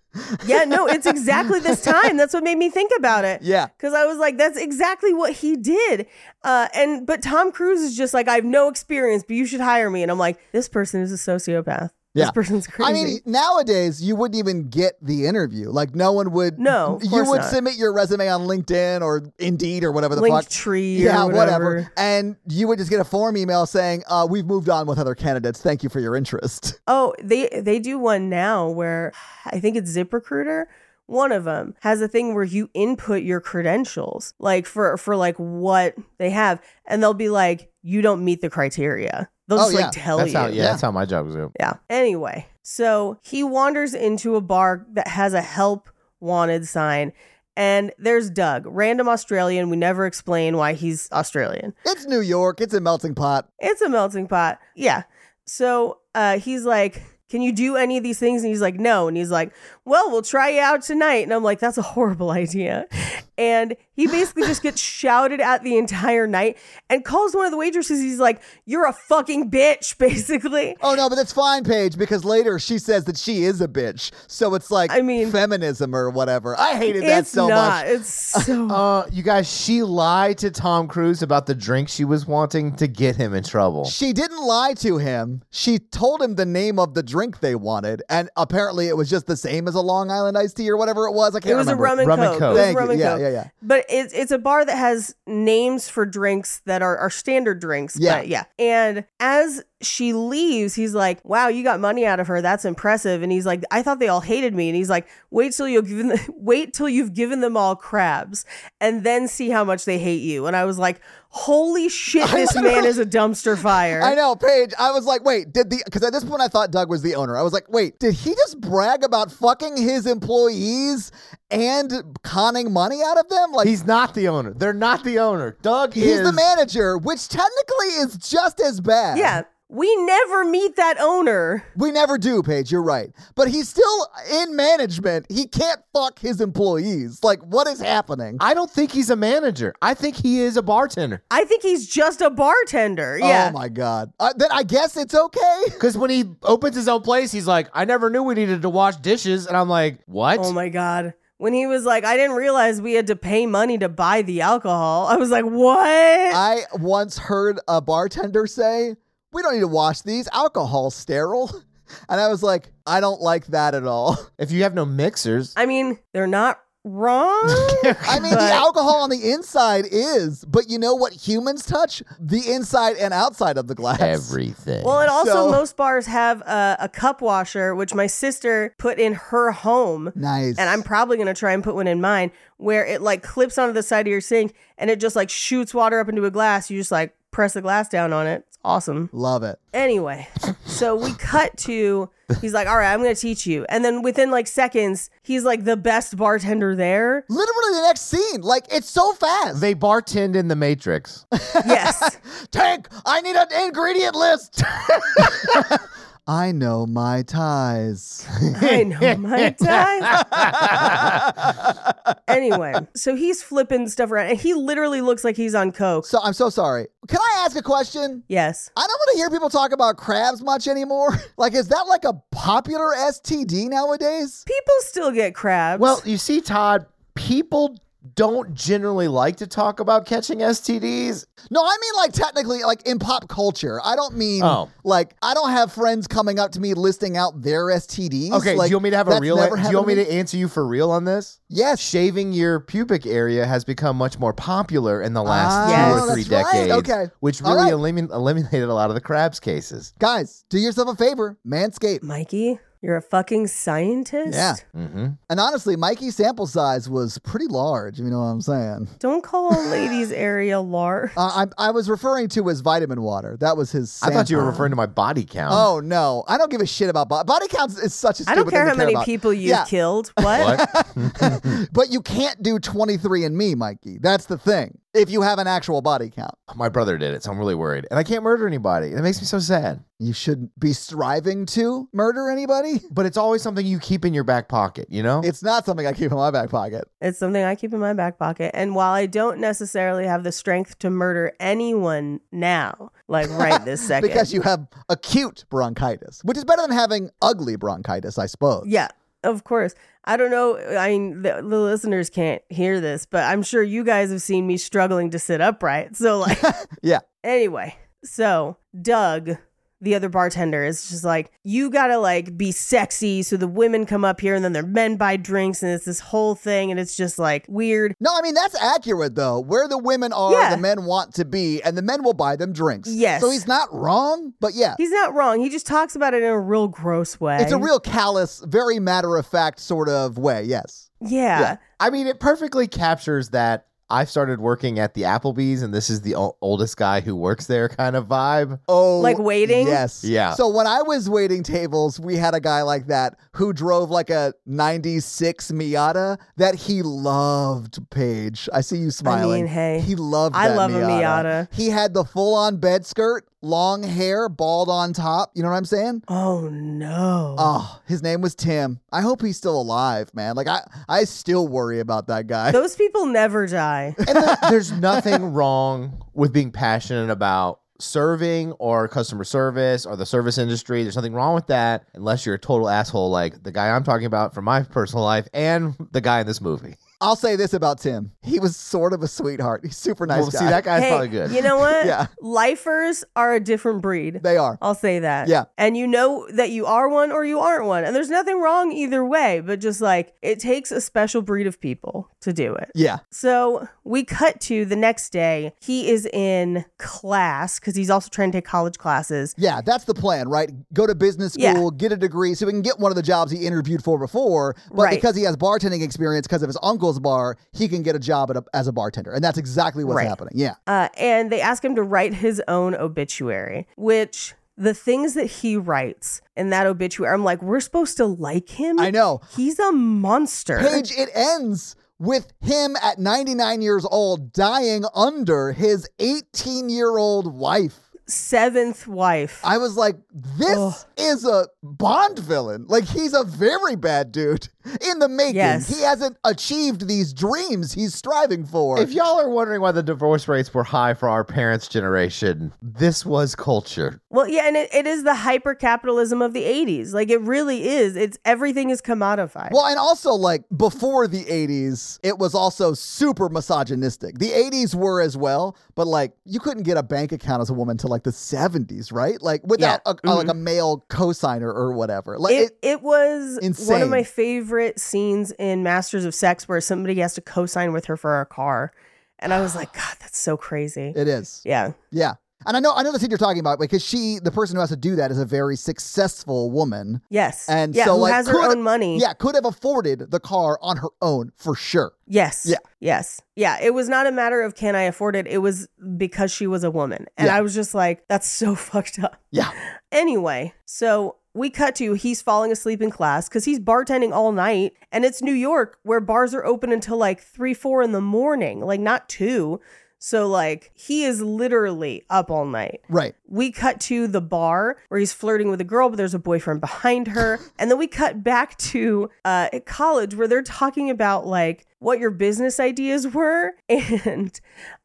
Speaker 3: Yeah, no, it's exactly this time. That's what made me think about it.
Speaker 5: Yeah.
Speaker 3: Cause I was like, that's exactly what he did. Uh, and but Tom Cruise is just like, I have no experience, but you should hire me. And I'm like, this person is a sociopath.
Speaker 5: Yeah.
Speaker 3: This person's crazy.
Speaker 5: I mean, nowadays you wouldn't even get the interview. Like no one would.
Speaker 3: No, of
Speaker 5: you
Speaker 3: course
Speaker 5: would
Speaker 3: not.
Speaker 5: submit your resume on LinkedIn or Indeed or whatever the fuck.
Speaker 3: Linktree or
Speaker 5: yeah,
Speaker 3: whatever.
Speaker 5: And you would just get a form email saying, uh, "We've moved on with other candidates. Thank you for your interest."
Speaker 3: Oh, they they do one now where I think it's ZipRecruiter One of them has a thing where you input your credentials, like for for like what they have, and they'll be like, you don't meet the criteria. They'll
Speaker 5: Oh,
Speaker 3: just
Speaker 5: yeah.
Speaker 3: like tell
Speaker 4: That's
Speaker 3: you.
Speaker 4: how. Yeah, that's how my job was. Doing.
Speaker 3: Yeah. Anyway, so he wanders into a bar that has a help wanted sign. And there's Doug, random Australian. We never explain why he's Australian.
Speaker 5: It's New York. It's a melting pot.
Speaker 3: It's a melting pot. Yeah. So uh, he's like, Can you do any of these things? And he's like, No. And he's like, Well, we'll try you out tonight. And I'm like, That's a horrible idea. And he basically just gets shouted at the entire night and calls one of the waitresses. He's like, You're a fucking bitch, basically.
Speaker 5: Oh no, but that's fine, Paige, because later she says that she is a bitch. So it's like
Speaker 3: I mean-
Speaker 5: feminism or whatever. I hated that
Speaker 3: It's
Speaker 5: so
Speaker 3: not.
Speaker 5: much.
Speaker 3: It's so
Speaker 4: Uh, you guys, she lied to Tom Cruise about the drink she was wanting to get him in trouble.
Speaker 5: She didn't lie to him. She told him the name of the drink they wanted, and apparently it was just the same as a Long Island iced tea or whatever it was. I can't
Speaker 3: It was
Speaker 5: remember.
Speaker 3: a rum and
Speaker 4: Rum and
Speaker 3: coke.
Speaker 4: Coke.
Speaker 3: It was
Speaker 5: Thank
Speaker 3: rum
Speaker 5: you.
Speaker 3: and
Speaker 5: Yeah,
Speaker 3: coke.
Speaker 5: yeah, yeah.
Speaker 3: But it's it's a bar that has names for drinks that are, are standard drinks.
Speaker 5: Yeah.
Speaker 3: But yeah. And as she leaves, he's like, "Wow, you got money out of her. That's impressive." And he's like, "I thought they all hated me." And he's like, "Wait till you've given them, wait till you've given them all crabs, and then see how much they hate you." And I was like, "Holy shit, this man is a dumpster fire."
Speaker 5: I know, Paige. I was like, wait, did the because at this point I thought Doug was the owner. I was like, wait, did he just brag about fucking his employees and conning money out of them? Like
Speaker 4: He's not the owner. They're not the owner. Doug
Speaker 5: he's
Speaker 4: is
Speaker 5: the manager, which technically is just as bad.
Speaker 3: Yeah, we never meet that owner.
Speaker 5: We never do, Paige. You're right. But he's still in management. He can't fuck his employees. Like, what is happening?
Speaker 4: I don't think he's a manager. I think he is a bartender.
Speaker 3: I think he's just a bartender. Yeah.
Speaker 5: Oh my god. Uh, then I guess it's okay.
Speaker 4: Because when he opens his own place, he's like, I never knew we needed to wash dishes. And I'm like, what?
Speaker 3: Oh my god. When he was like, I didn't realize we had to pay money to buy the alcohol. I was like, what?
Speaker 5: I once heard a bartender say, "We don't need to wash these. Alcohol's sterile." And I was like, "I don't like that at all."
Speaker 4: if you have no mixers,
Speaker 3: I mean, they're not wrong.
Speaker 5: I mean, the
Speaker 3: But-
Speaker 5: alcohol on the inside is, but you know what humans touch? The inside and outside of the glass.
Speaker 4: everything.
Speaker 3: well, and also
Speaker 5: So-
Speaker 3: most bars have a, a cup washer, which my sister put in her home.
Speaker 5: Nice.
Speaker 3: And I'm probably gonna try and put one in mine where it like clips onto the side of your sink and it just like shoots water up into a glass. You just like press the glass down on it. It's awesome.
Speaker 5: love it.
Speaker 3: Anyway, so we cut to he's like, "All right, I'm going to teach you." And then within like seconds, he's like the best bartender there.
Speaker 5: Literally the next scene, like it's so fast.
Speaker 4: they bartend in the Matrix.
Speaker 3: Yes.
Speaker 5: Tank, I need an ingredient list. I know my ties.
Speaker 3: I know my time. anyway, so he's flipping stuff around and he literally looks like he's on coke.
Speaker 5: So I'm so sorry. Can I ask a question?
Speaker 3: Yes.
Speaker 5: I don't want to hear people talk about crabs much anymore. Like, is that like a popular STD nowadays?
Speaker 3: People still get crabs.
Speaker 4: Well, you see, Todd, people don't generally like to talk about catching STDs.
Speaker 5: No, I mean like technically, like in pop culture. I don't mean
Speaker 4: Oh.
Speaker 5: like I don't have friends coming up to me listing out their STDs.
Speaker 4: Okay,
Speaker 5: like,
Speaker 4: do you want me to have a
Speaker 5: that's
Speaker 4: real?
Speaker 5: never
Speaker 4: Do you want me
Speaker 5: happened
Speaker 4: to answer you for real on this?
Speaker 5: Yes.
Speaker 4: Shaving your pubic area has become much more popular in the last
Speaker 3: Ah,
Speaker 4: two or
Speaker 3: Yes.
Speaker 4: three
Speaker 5: that's right.
Speaker 4: decades,
Speaker 5: Okay.
Speaker 4: which
Speaker 5: All
Speaker 4: really
Speaker 5: right.
Speaker 4: elimin- eliminated a lot of the crabs cases.
Speaker 5: Guys, do yourself a favor, manscape.
Speaker 3: Mikey, you're a fucking scientist?
Speaker 5: Yeah.
Speaker 4: Mm-hmm.
Speaker 5: And honestly, Mikey's sample size was pretty large. if You know what I'm saying?
Speaker 3: Don't call a ladies area lar.
Speaker 5: Uh, I, I was referring to his vitamin water. That was his.
Speaker 4: I
Speaker 5: Sample.
Speaker 4: thought you were referring to my body count.
Speaker 5: Oh no, I don't give a shit about body, body counts. Is such a stupid
Speaker 3: I don't
Speaker 5: thing
Speaker 3: care
Speaker 5: to
Speaker 3: how many
Speaker 5: about.
Speaker 3: people you've
Speaker 5: Yeah.
Speaker 3: killed. What?
Speaker 4: What?
Speaker 5: But you can't do 23 and me, Mikey. That's the thing. If you have an actual body count,
Speaker 4: my brother did it, so I'm really worried, and I can't murder anybody. It makes me so sad.
Speaker 5: you shouldn't be striving to murder anybody.
Speaker 4: But it's always something you keep in your back pocket, you know.
Speaker 5: It's not something I keep in my back pocket.
Speaker 3: It's something I keep in my back pocket. And while I don't necessarily have the strength to murder anyone now, like right this second.
Speaker 5: Because you have acute bronchitis, which is better than having ugly bronchitis, I suppose.
Speaker 3: Yeah, of course. I don't know. I mean, the, the listeners can't hear this, but I'm sure you guys have seen me struggling to sit upright. So, like,
Speaker 5: Yeah.
Speaker 3: Anyway, so Doug, the other bartender, is just like, you gotta like be sexy so the women come up here and then their men buy drinks and it's this whole thing and it's just like weird.
Speaker 5: No, I mean, that's accurate, though. Where the women are,
Speaker 3: Yeah.
Speaker 5: the men want to be, and the men will buy them drinks.
Speaker 3: Yes.
Speaker 5: So he's not wrong, but yeah.
Speaker 3: He's not wrong. He just talks about it in a real gross way.
Speaker 5: It's a real callous, very matter of fact sort of way, yes.
Speaker 3: Yeah.
Speaker 4: I mean, it perfectly captures that I've started working at the Applebee's and this is the o- oldest guy who works there kind of vibe.
Speaker 5: Oh,
Speaker 3: Like waiting?
Speaker 5: Yes.
Speaker 4: Yeah.
Speaker 5: So when I was waiting tables, we had a guy like that who drove like a '96 Miata that he loved. Paige, I see you smiling.
Speaker 3: hey,
Speaker 5: he loved.
Speaker 3: I
Speaker 5: that
Speaker 3: love a
Speaker 5: Miata.
Speaker 3: Miata.
Speaker 5: He had the full-on bed skirt, long hair, bald on top. You know what I'm saying?
Speaker 3: Oh no.
Speaker 5: Oh, his name was Tim. I hope he's still alive, man. Like I, I still worry about that guy.
Speaker 3: Those people never die.
Speaker 4: And there- there's nothing wrong with being passionate about serving or customer service or the service industry. There's nothing wrong with that unless you're a total asshole like the guy I'm talking about from my personal life and the guy in this movie.
Speaker 5: I'll say this about Tim: he was sort of a sweetheart. He's super nice
Speaker 4: well,
Speaker 5: guy.
Speaker 4: see, that guy's
Speaker 3: hey,
Speaker 4: probably good.
Speaker 3: You know what?
Speaker 5: Yeah.
Speaker 3: Lifers are a different breed.
Speaker 5: they are.
Speaker 3: I'll say that.
Speaker 5: Yeah.
Speaker 3: And you know that you are one or you aren't one. And there's nothing wrong either way, but just like it takes a special breed of people to do it.
Speaker 5: Yeah.
Speaker 3: So we cut to the next day. He is in class because he's also trying to take college classes.
Speaker 5: Yeah, that's the plan, right? Go to business
Speaker 3: Yeah.
Speaker 5: school, get a degree so he can get one of the jobs he interviewed for before. But
Speaker 3: Right.
Speaker 5: because he has bartending experience because of his uncle's bar, he can get a job at a, as a bartender. And that's exactly what's
Speaker 3: Right.
Speaker 5: happening. Yeah.
Speaker 3: Uh, and they ask him to write his own obituary, which the things that he writes in that obituary, I'm like, we're supposed to like him?
Speaker 5: I know.
Speaker 3: He's a monster.
Speaker 5: Paige, it ends with him at 99 years old dying under his 18 year old wife.
Speaker 3: Seventh wife.
Speaker 5: I was like, this
Speaker 3: Ugh.
Speaker 5: is a Bond villain. Like, he's a very bad dude in the making.
Speaker 3: Yes.
Speaker 5: He hasn't achieved these dreams he's striving for.
Speaker 4: If y'all are wondering why the divorce rates were high for our parents' generation, this was culture.
Speaker 3: Well, yeah, and it, it is the hyper capitalism of the 80s. Like it really is. It's everything is commodified.
Speaker 5: Well, and also like before the 80s, it was also super misogynistic. The 80s were as well, but like you couldn't get a bank account as a woman till like the 70s, right? Like without a, a- like a male cosigner or whatever. Like
Speaker 3: Mm-hmm. it,
Speaker 5: it,
Speaker 3: it was one
Speaker 5: Insane.
Speaker 3: of my favorite scenes in Masters of Sex where somebody has to co sign with her for a car. And I was like, God, that's so crazy.
Speaker 5: it is.
Speaker 3: yeah.
Speaker 5: Yeah. And I know I know the scene you're talking about because she the person who has to do that is a very successful woman.
Speaker 3: Yes.
Speaker 5: And
Speaker 3: yeah,
Speaker 5: so
Speaker 3: who
Speaker 5: like
Speaker 3: has her
Speaker 5: could-
Speaker 3: own money.
Speaker 5: Yeah, could have afforded the car on her own for sure.
Speaker 3: Yes.
Speaker 5: Yeah.
Speaker 3: Yes. Yeah. It was not a matter of can I afford it? It was because she was a woman. And
Speaker 5: Yeah.
Speaker 3: I was just like, that's so fucked up.
Speaker 5: Yeah.
Speaker 3: Anyway, so we cut to he's falling asleep in class because he's bartending all night. And it's New York where bars are open until like three, four in the morning, like not two. So, like, he is literally up all night.
Speaker 5: Right.
Speaker 3: We cut to the bar where he's flirting with a girl, but there's a boyfriend behind her. and then we cut back to uh, college where they're talking about like what your business ideas were.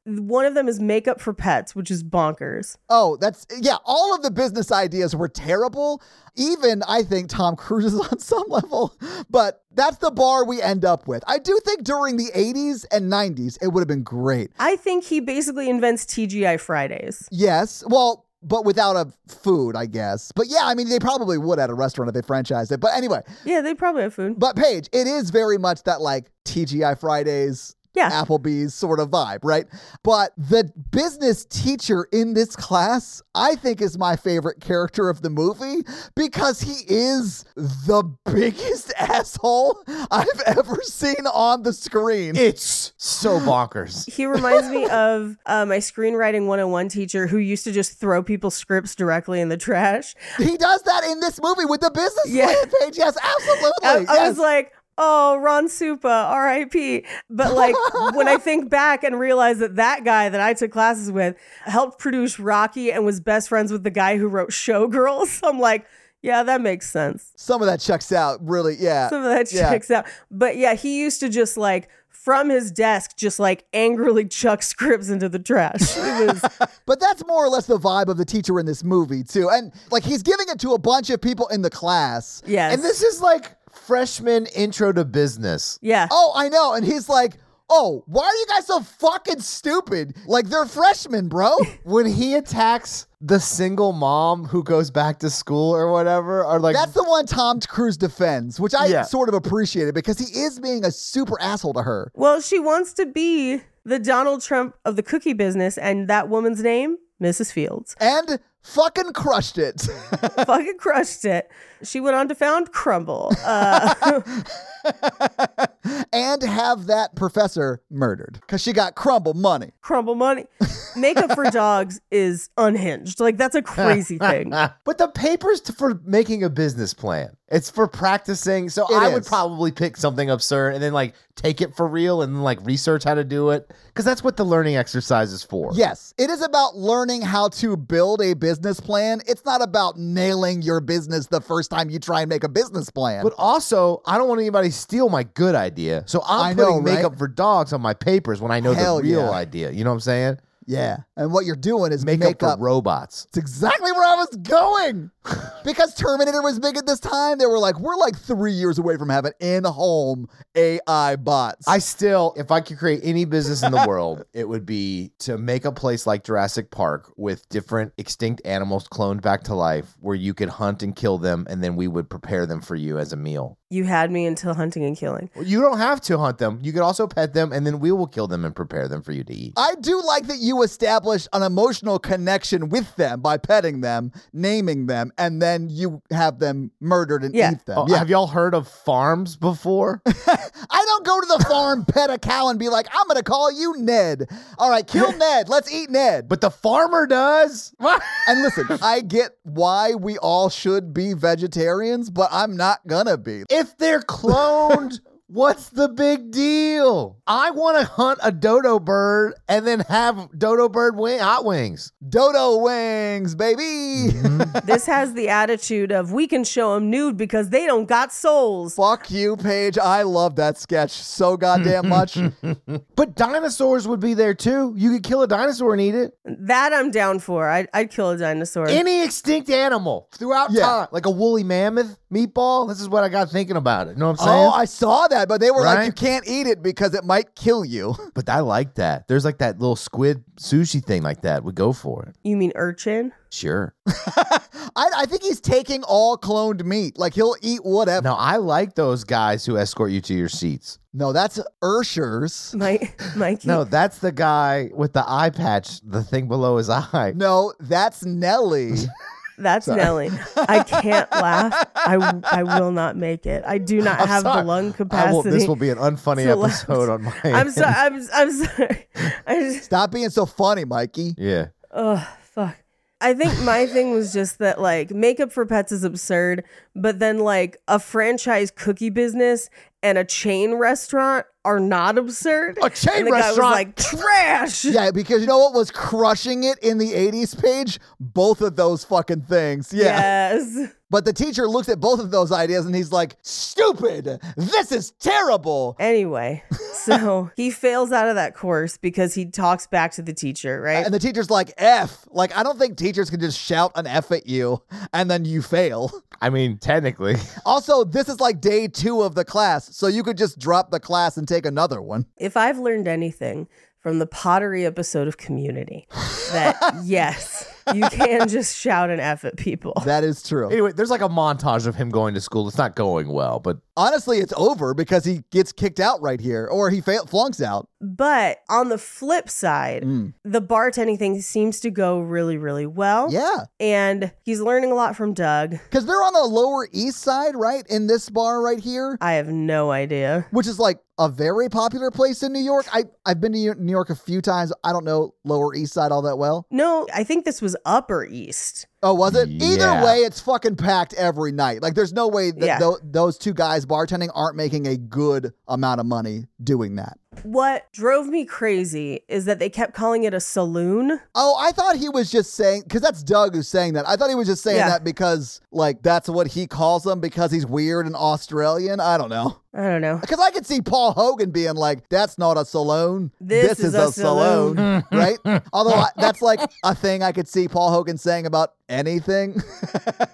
Speaker 3: And one of them is makeup for pets, which is bonkers.
Speaker 5: Oh, that's yeah. All of the business ideas were terrible. Even I think Tom Cruise is on some level, but that's the bar we end up with. I do think during the 80s and 90s, it would have been great.
Speaker 3: I think he basically invents TGI Fridays.
Speaker 5: Yes, well, but without a food, I guess. But yeah, I mean, they probably would at a restaurant if they franchised it. But anyway,
Speaker 3: Yeah, they probably have food.
Speaker 5: but Paige, it is very much that like TGI Fridays,
Speaker 3: Yeah.
Speaker 5: Applebee's sort of vibe, right? But the business teacher in this class, I think, is my favorite character of the movie because he is the biggest asshole I've ever seen on the screen.
Speaker 4: It's so bonkers.
Speaker 3: He reminds me of uh, my screenwriting 101 teacher who used to just throw people's scripts directly in the trash.
Speaker 5: he does that in this movie with the business
Speaker 3: Yeah.
Speaker 5: plan, Paige. Yes, absolutely.
Speaker 3: I, I
Speaker 5: yes.
Speaker 3: was like, oh, Ron Supa, RIP. But like when I think back and realize that that guy that I took classes with helped produce Rocky and was best friends with the guy who wrote Showgirls, I'm like, yeah, that makes sense.
Speaker 5: Some of that checks out, really. Yeah.
Speaker 3: Some of that
Speaker 5: Uh, yeah.
Speaker 3: checks out. But yeah, he used to just like from his desk, just like angrily chuck scripts into the trash. It was
Speaker 5: But that's more or less the vibe of the teacher in this movie too. And like he's giving it to a bunch of people in the class.
Speaker 3: yes.
Speaker 4: And this is like freshman intro to business.
Speaker 3: yeah.
Speaker 5: Oh, I know. And he's like, "Oh, why are you guys so fucking stupid? Like they're freshmen, bro."
Speaker 4: When he attacks the single mom who goes back to school or whatever, or like
Speaker 5: That's the one Tom Cruise defends, which I
Speaker 4: Yeah.
Speaker 5: sort of appreciated because he is being a super asshole to her.
Speaker 3: Well, she wants to be the Donald Trump of the cookie business, and that woman's name, Mrs. Fields.
Speaker 5: And fucking crushed it.
Speaker 3: fucking crushed it. She went on to found Crumble. Uh,
Speaker 5: and have that professor murdered because she got crumble money.
Speaker 3: Crumble money. Makeup for dogs is unhinged. Like that's a crazy thing.
Speaker 4: but the paper's t- for making a business plan. It's for practicing. So
Speaker 5: It
Speaker 4: I would
Speaker 5: is.
Speaker 4: probably pick something absurd and then like take it for real and like research how to do it because that's what the learning exercise is for.
Speaker 5: Yes, it is about learning how to build a business plan. It's not about nailing your business the first time you try and make a business plan.
Speaker 4: But also, I don't want anybody to steal my good idea. So I'm
Speaker 5: I know,
Speaker 4: putting
Speaker 5: right?
Speaker 4: makeup for dogs on my papers when I know
Speaker 5: Hell
Speaker 4: the real
Speaker 5: yeah.
Speaker 4: idea. You know what I'm saying?
Speaker 5: yeah, and what you're doing is
Speaker 4: Makeup,
Speaker 5: make up.
Speaker 4: for robots.
Speaker 5: It's exactly where I was going. because Terminator was big at this time, they were like, we're like three years away from having in home AI bots.
Speaker 4: I still, if I could create any business in the world, it would be to make a place like Jurassic Park with different extinct animals cloned back to life where you could hunt and kill them and then we would prepare them for you as a meal.
Speaker 3: You had me until hunting and killing.
Speaker 4: You don't have to hunt them. You could also pet them and then we will kill them and prepare them for you to eat.
Speaker 5: I do like that you established an emotional connection with them by petting them, naming them, and then you have them murdered and
Speaker 3: Yeah.
Speaker 5: eat them.
Speaker 4: Oh,
Speaker 5: yeah.
Speaker 4: Have y'all heard of farms before?
Speaker 5: I don't go to the farm, pet a cow, and be like, I'm going to call you Ned. All right, kill Ned. Let's eat Ned. But
Speaker 4: but the farmer does.
Speaker 5: and listen, I get why we all should be vegetarians, but I'm not going to be.
Speaker 4: If they're cloned, what's the big deal? I want to hunt a dodo bird and then have dodo bird wing hot wings.
Speaker 5: Dodo wings, baby.
Speaker 3: This has the attitude of we can show them nude because they don't got souls.
Speaker 5: Fuck you, Paige. I love that sketch so goddamn much.
Speaker 4: But dinosaurs would be there too. You could kill a dinosaur and eat it.
Speaker 3: That I'm down for. I'd, I'd kill a dinosaur.
Speaker 4: Any extinct animal throughout
Speaker 5: Yeah.
Speaker 4: time, like a woolly mammoth, meatball. This is what I got thinking about it. You know what I'm saying?
Speaker 5: Oh, I saw that, but they were like,
Speaker 4: Right?
Speaker 5: you can't eat it because it might kill you.
Speaker 4: but I like that. There's like that little squid sushi thing like that. We go for it.
Speaker 3: you mean urchin?
Speaker 4: Sure.
Speaker 5: I, I think he's taking all cloned meat. Like he'll eat whatever.
Speaker 4: now I like those guys who escort you to your seats.
Speaker 5: No, that's Ursher's.
Speaker 3: Mike, Mikey.
Speaker 4: No, that's the guy with the eye patch, the thing below his eye.
Speaker 5: No, that's Nelly.
Speaker 3: That's Nelly. I can't laugh. I, I will not make it. I do not
Speaker 4: I'm
Speaker 3: have
Speaker 4: sorry.
Speaker 3: the lung
Speaker 4: I
Speaker 3: capacity.
Speaker 4: will, this will be an unfunny
Speaker 3: to laugh.
Speaker 4: episode on my.
Speaker 3: I'm
Speaker 4: end.
Speaker 3: sorry. I'm, I'm sorry. I just,
Speaker 5: Stop being so funny, Mikey.
Speaker 4: Yeah.
Speaker 3: oh, fuck. I think my thing was just that like makeup for pets is absurd, but then like a franchise cookie business and a chain restaurant are not absurd.
Speaker 4: A chain
Speaker 3: and the
Speaker 4: restaurant?
Speaker 3: guy was like trash.
Speaker 5: Yeah, because you know what was crushing it in the 80s, Paige? Both of those fucking things. Yeah.
Speaker 3: Yes.
Speaker 5: But the teacher looks at both of those ideas and he's like, stupid. This is terrible.
Speaker 3: Anyway, so he fails out of that course because he talks back to the teacher, right?
Speaker 5: And the teacher's like, F. Like, I don't think teachers can just shout an F at you and then you fail.
Speaker 4: I mean, technically.
Speaker 5: Also, this is like day two of the class, so you could just drop the class and take another one.
Speaker 3: if I've learned anything from the pottery episode of Community, that yes, you can just shout an F at people.
Speaker 5: That is true.
Speaker 4: Anyway, there's like a montage of him going to school. It's not going well, but
Speaker 5: Honestly, it's over because he gets kicked out right here, or he fail- flunks out.
Speaker 3: But on the flip side,
Speaker 5: Mm.
Speaker 3: the bartending thing seems to go really, really well.
Speaker 5: Yeah,
Speaker 3: And he's learning a lot from Doug.
Speaker 5: because they're on the Lower East Side, right? In this bar right here,
Speaker 3: I have no idea.
Speaker 5: which is like a very popular place in New York. I I've been to New- New York a few times. I don't know Lower East Side all that well.
Speaker 3: No, I think this was Upper East.
Speaker 5: Oh, was it? Either
Speaker 4: Yeah.
Speaker 5: way, it's fucking packed every night. Like, there's no way that
Speaker 3: Yeah.
Speaker 5: tho- those two guys bartending aren't making a good amount of money doing that.
Speaker 3: What drove me crazy is that they kept calling it a saloon.
Speaker 5: Oh, I thought he was just saying because that's Doug who's saying that. I thought he was just saying
Speaker 3: Yeah.
Speaker 5: that because like that's what he calls them because he's weird and Australian. I don't know.
Speaker 3: I don't know.
Speaker 5: Because I could see Paul Hogan being like, "That's not a saloon.
Speaker 3: This is a
Speaker 5: saloon," right? Although I, that's like a thing I could see Paul Hogan saying about anything.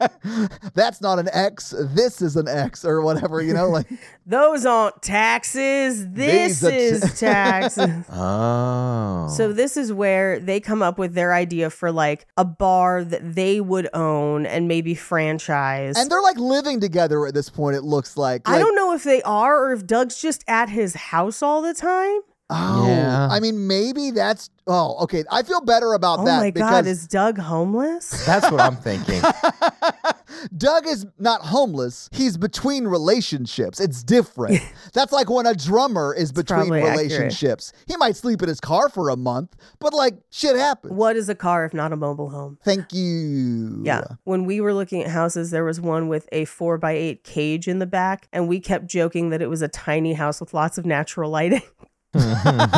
Speaker 5: that's not an X. This is an X or whatever. You know, like
Speaker 3: Those aren't taxes. This
Speaker 5: These are t-
Speaker 3: is taxes.
Speaker 4: oh.
Speaker 3: So this is where they come up with their idea for like a bar that they would own and maybe franchise.
Speaker 5: and they're like living together at this point. It looks like.
Speaker 3: I
Speaker 5: Like,
Speaker 3: don't know if they are or if Doug's just at his house all the time.
Speaker 5: Oh,
Speaker 4: Yeah.
Speaker 5: I mean, maybe that's. Oh, okay. I feel better about
Speaker 3: Oh
Speaker 5: that
Speaker 3: my
Speaker 5: because
Speaker 3: god, is Doug homeless?
Speaker 4: that's what I'm thinking.
Speaker 5: Doug is not homeless. He's between relationships. It's different. That's like when a drummer is between
Speaker 3: probably accurate.
Speaker 5: relationships. He might sleep in his car for a month, but like shit happens.
Speaker 3: What is a car if not a mobile home?
Speaker 5: Thank you.
Speaker 3: Yeah. When we were looking at houses, there was one with a four by eight cage in the back, and we kept joking that it was a tiny house with lots of natural lighting.
Speaker 5: Uh,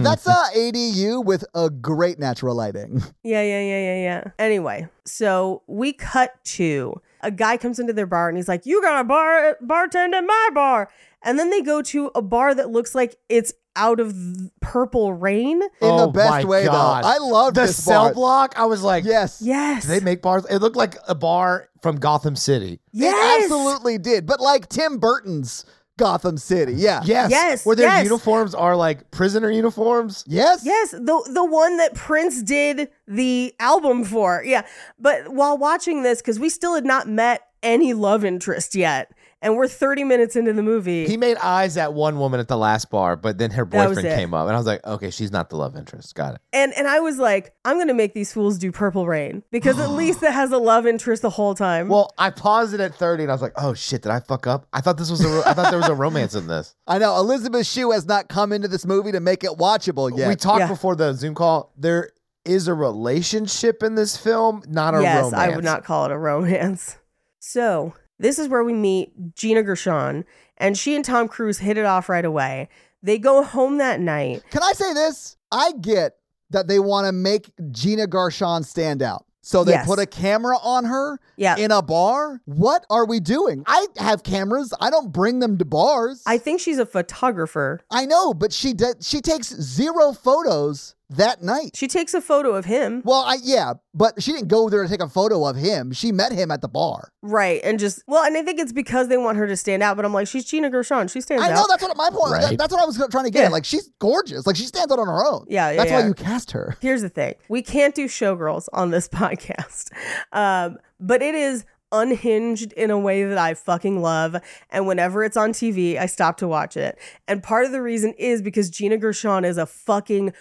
Speaker 5: that's a ADU with a great natural lighting.
Speaker 3: yeah, yeah, yeah, yeah, yeah. Anyway, so we cut to a guy comes into their bar and he's like, You gotta bar bartend at my bar. And then they go to a bar that looks like it's out of th- purple rain.
Speaker 5: In the
Speaker 4: Oh my
Speaker 5: best way,
Speaker 4: God.
Speaker 5: though. I love
Speaker 4: the
Speaker 5: this
Speaker 4: cell
Speaker 5: bar.
Speaker 4: block. I was like,
Speaker 5: Yes.
Speaker 3: Yes.
Speaker 4: do they make bars. It looked like a bar from Gotham City.
Speaker 3: yes.
Speaker 5: It absolutely did. But like Tim Burton's Gotham City. Yeah.
Speaker 4: Yes,
Speaker 3: Yes,
Speaker 4: Where their
Speaker 3: yes.
Speaker 4: uniforms are like prisoner uniforms.
Speaker 5: Yes.
Speaker 3: Yes, the the one that Prince did the album for. Yeah. But while watching this cuz we still had not met any love interest yet and we're 30 minutes into the movie.
Speaker 4: He made eyes at one woman at the last bar, but then her
Speaker 3: That was
Speaker 4: boyfriend
Speaker 3: it.
Speaker 4: came up, and I was like, okay, she's not the love interest. Got it.
Speaker 3: and and I was like, I'm going to make these fools do Purple Rain because at least it has a love interest the whole time.
Speaker 4: Well, I paused it at thirty, and I was like, oh shit, did I fuck up? I thought this was a ro- I thought there was a romance in this.
Speaker 5: I know. Elizabeth Shue has not come into this movie to make it watchable yet.
Speaker 4: We talked
Speaker 3: Yeah.
Speaker 4: before the Zoom call. There is a relationship in this film, not a
Speaker 3: yes,
Speaker 4: romance.
Speaker 3: I would not call it a romance. So, this is where we meet Gina Gershon and she and Tom Cruise hit it off right away. They go home that night.
Speaker 5: Can I say this? I get that they want to make Gina Garshon stand out. So they
Speaker 3: Yes.
Speaker 5: put a camera on her
Speaker 3: Yeah.
Speaker 5: in a bar. What are we doing? I have cameras. I don't bring them to bars.
Speaker 3: I think she's a photographer.
Speaker 5: I know, but she does. she takes zero photos that night.
Speaker 3: She takes a photo of him.
Speaker 5: Well, I yeah, but she didn't go there to take a photo of him. She met him at the bar.
Speaker 3: Right. And just, well, and I think it's because they want her to stand out, but I'm like, she's Gina Gershon. She stands
Speaker 5: I
Speaker 3: out.
Speaker 5: know that's what my point. that-
Speaker 4: Right.
Speaker 5: that's what I was trying to get.
Speaker 3: Yeah.
Speaker 5: at. Like she's gorgeous. Like she stands out on her own.
Speaker 3: Yeah, yeah,
Speaker 5: That's
Speaker 3: yeah.
Speaker 5: why you cast her.
Speaker 3: Here's the thing we can't do showgirls on this podcast, um, but it is unhinged in a way that I fucking love. And whenever it's on TV, I stop to watch it. And part of the reason is because Gina Gershon is a fucking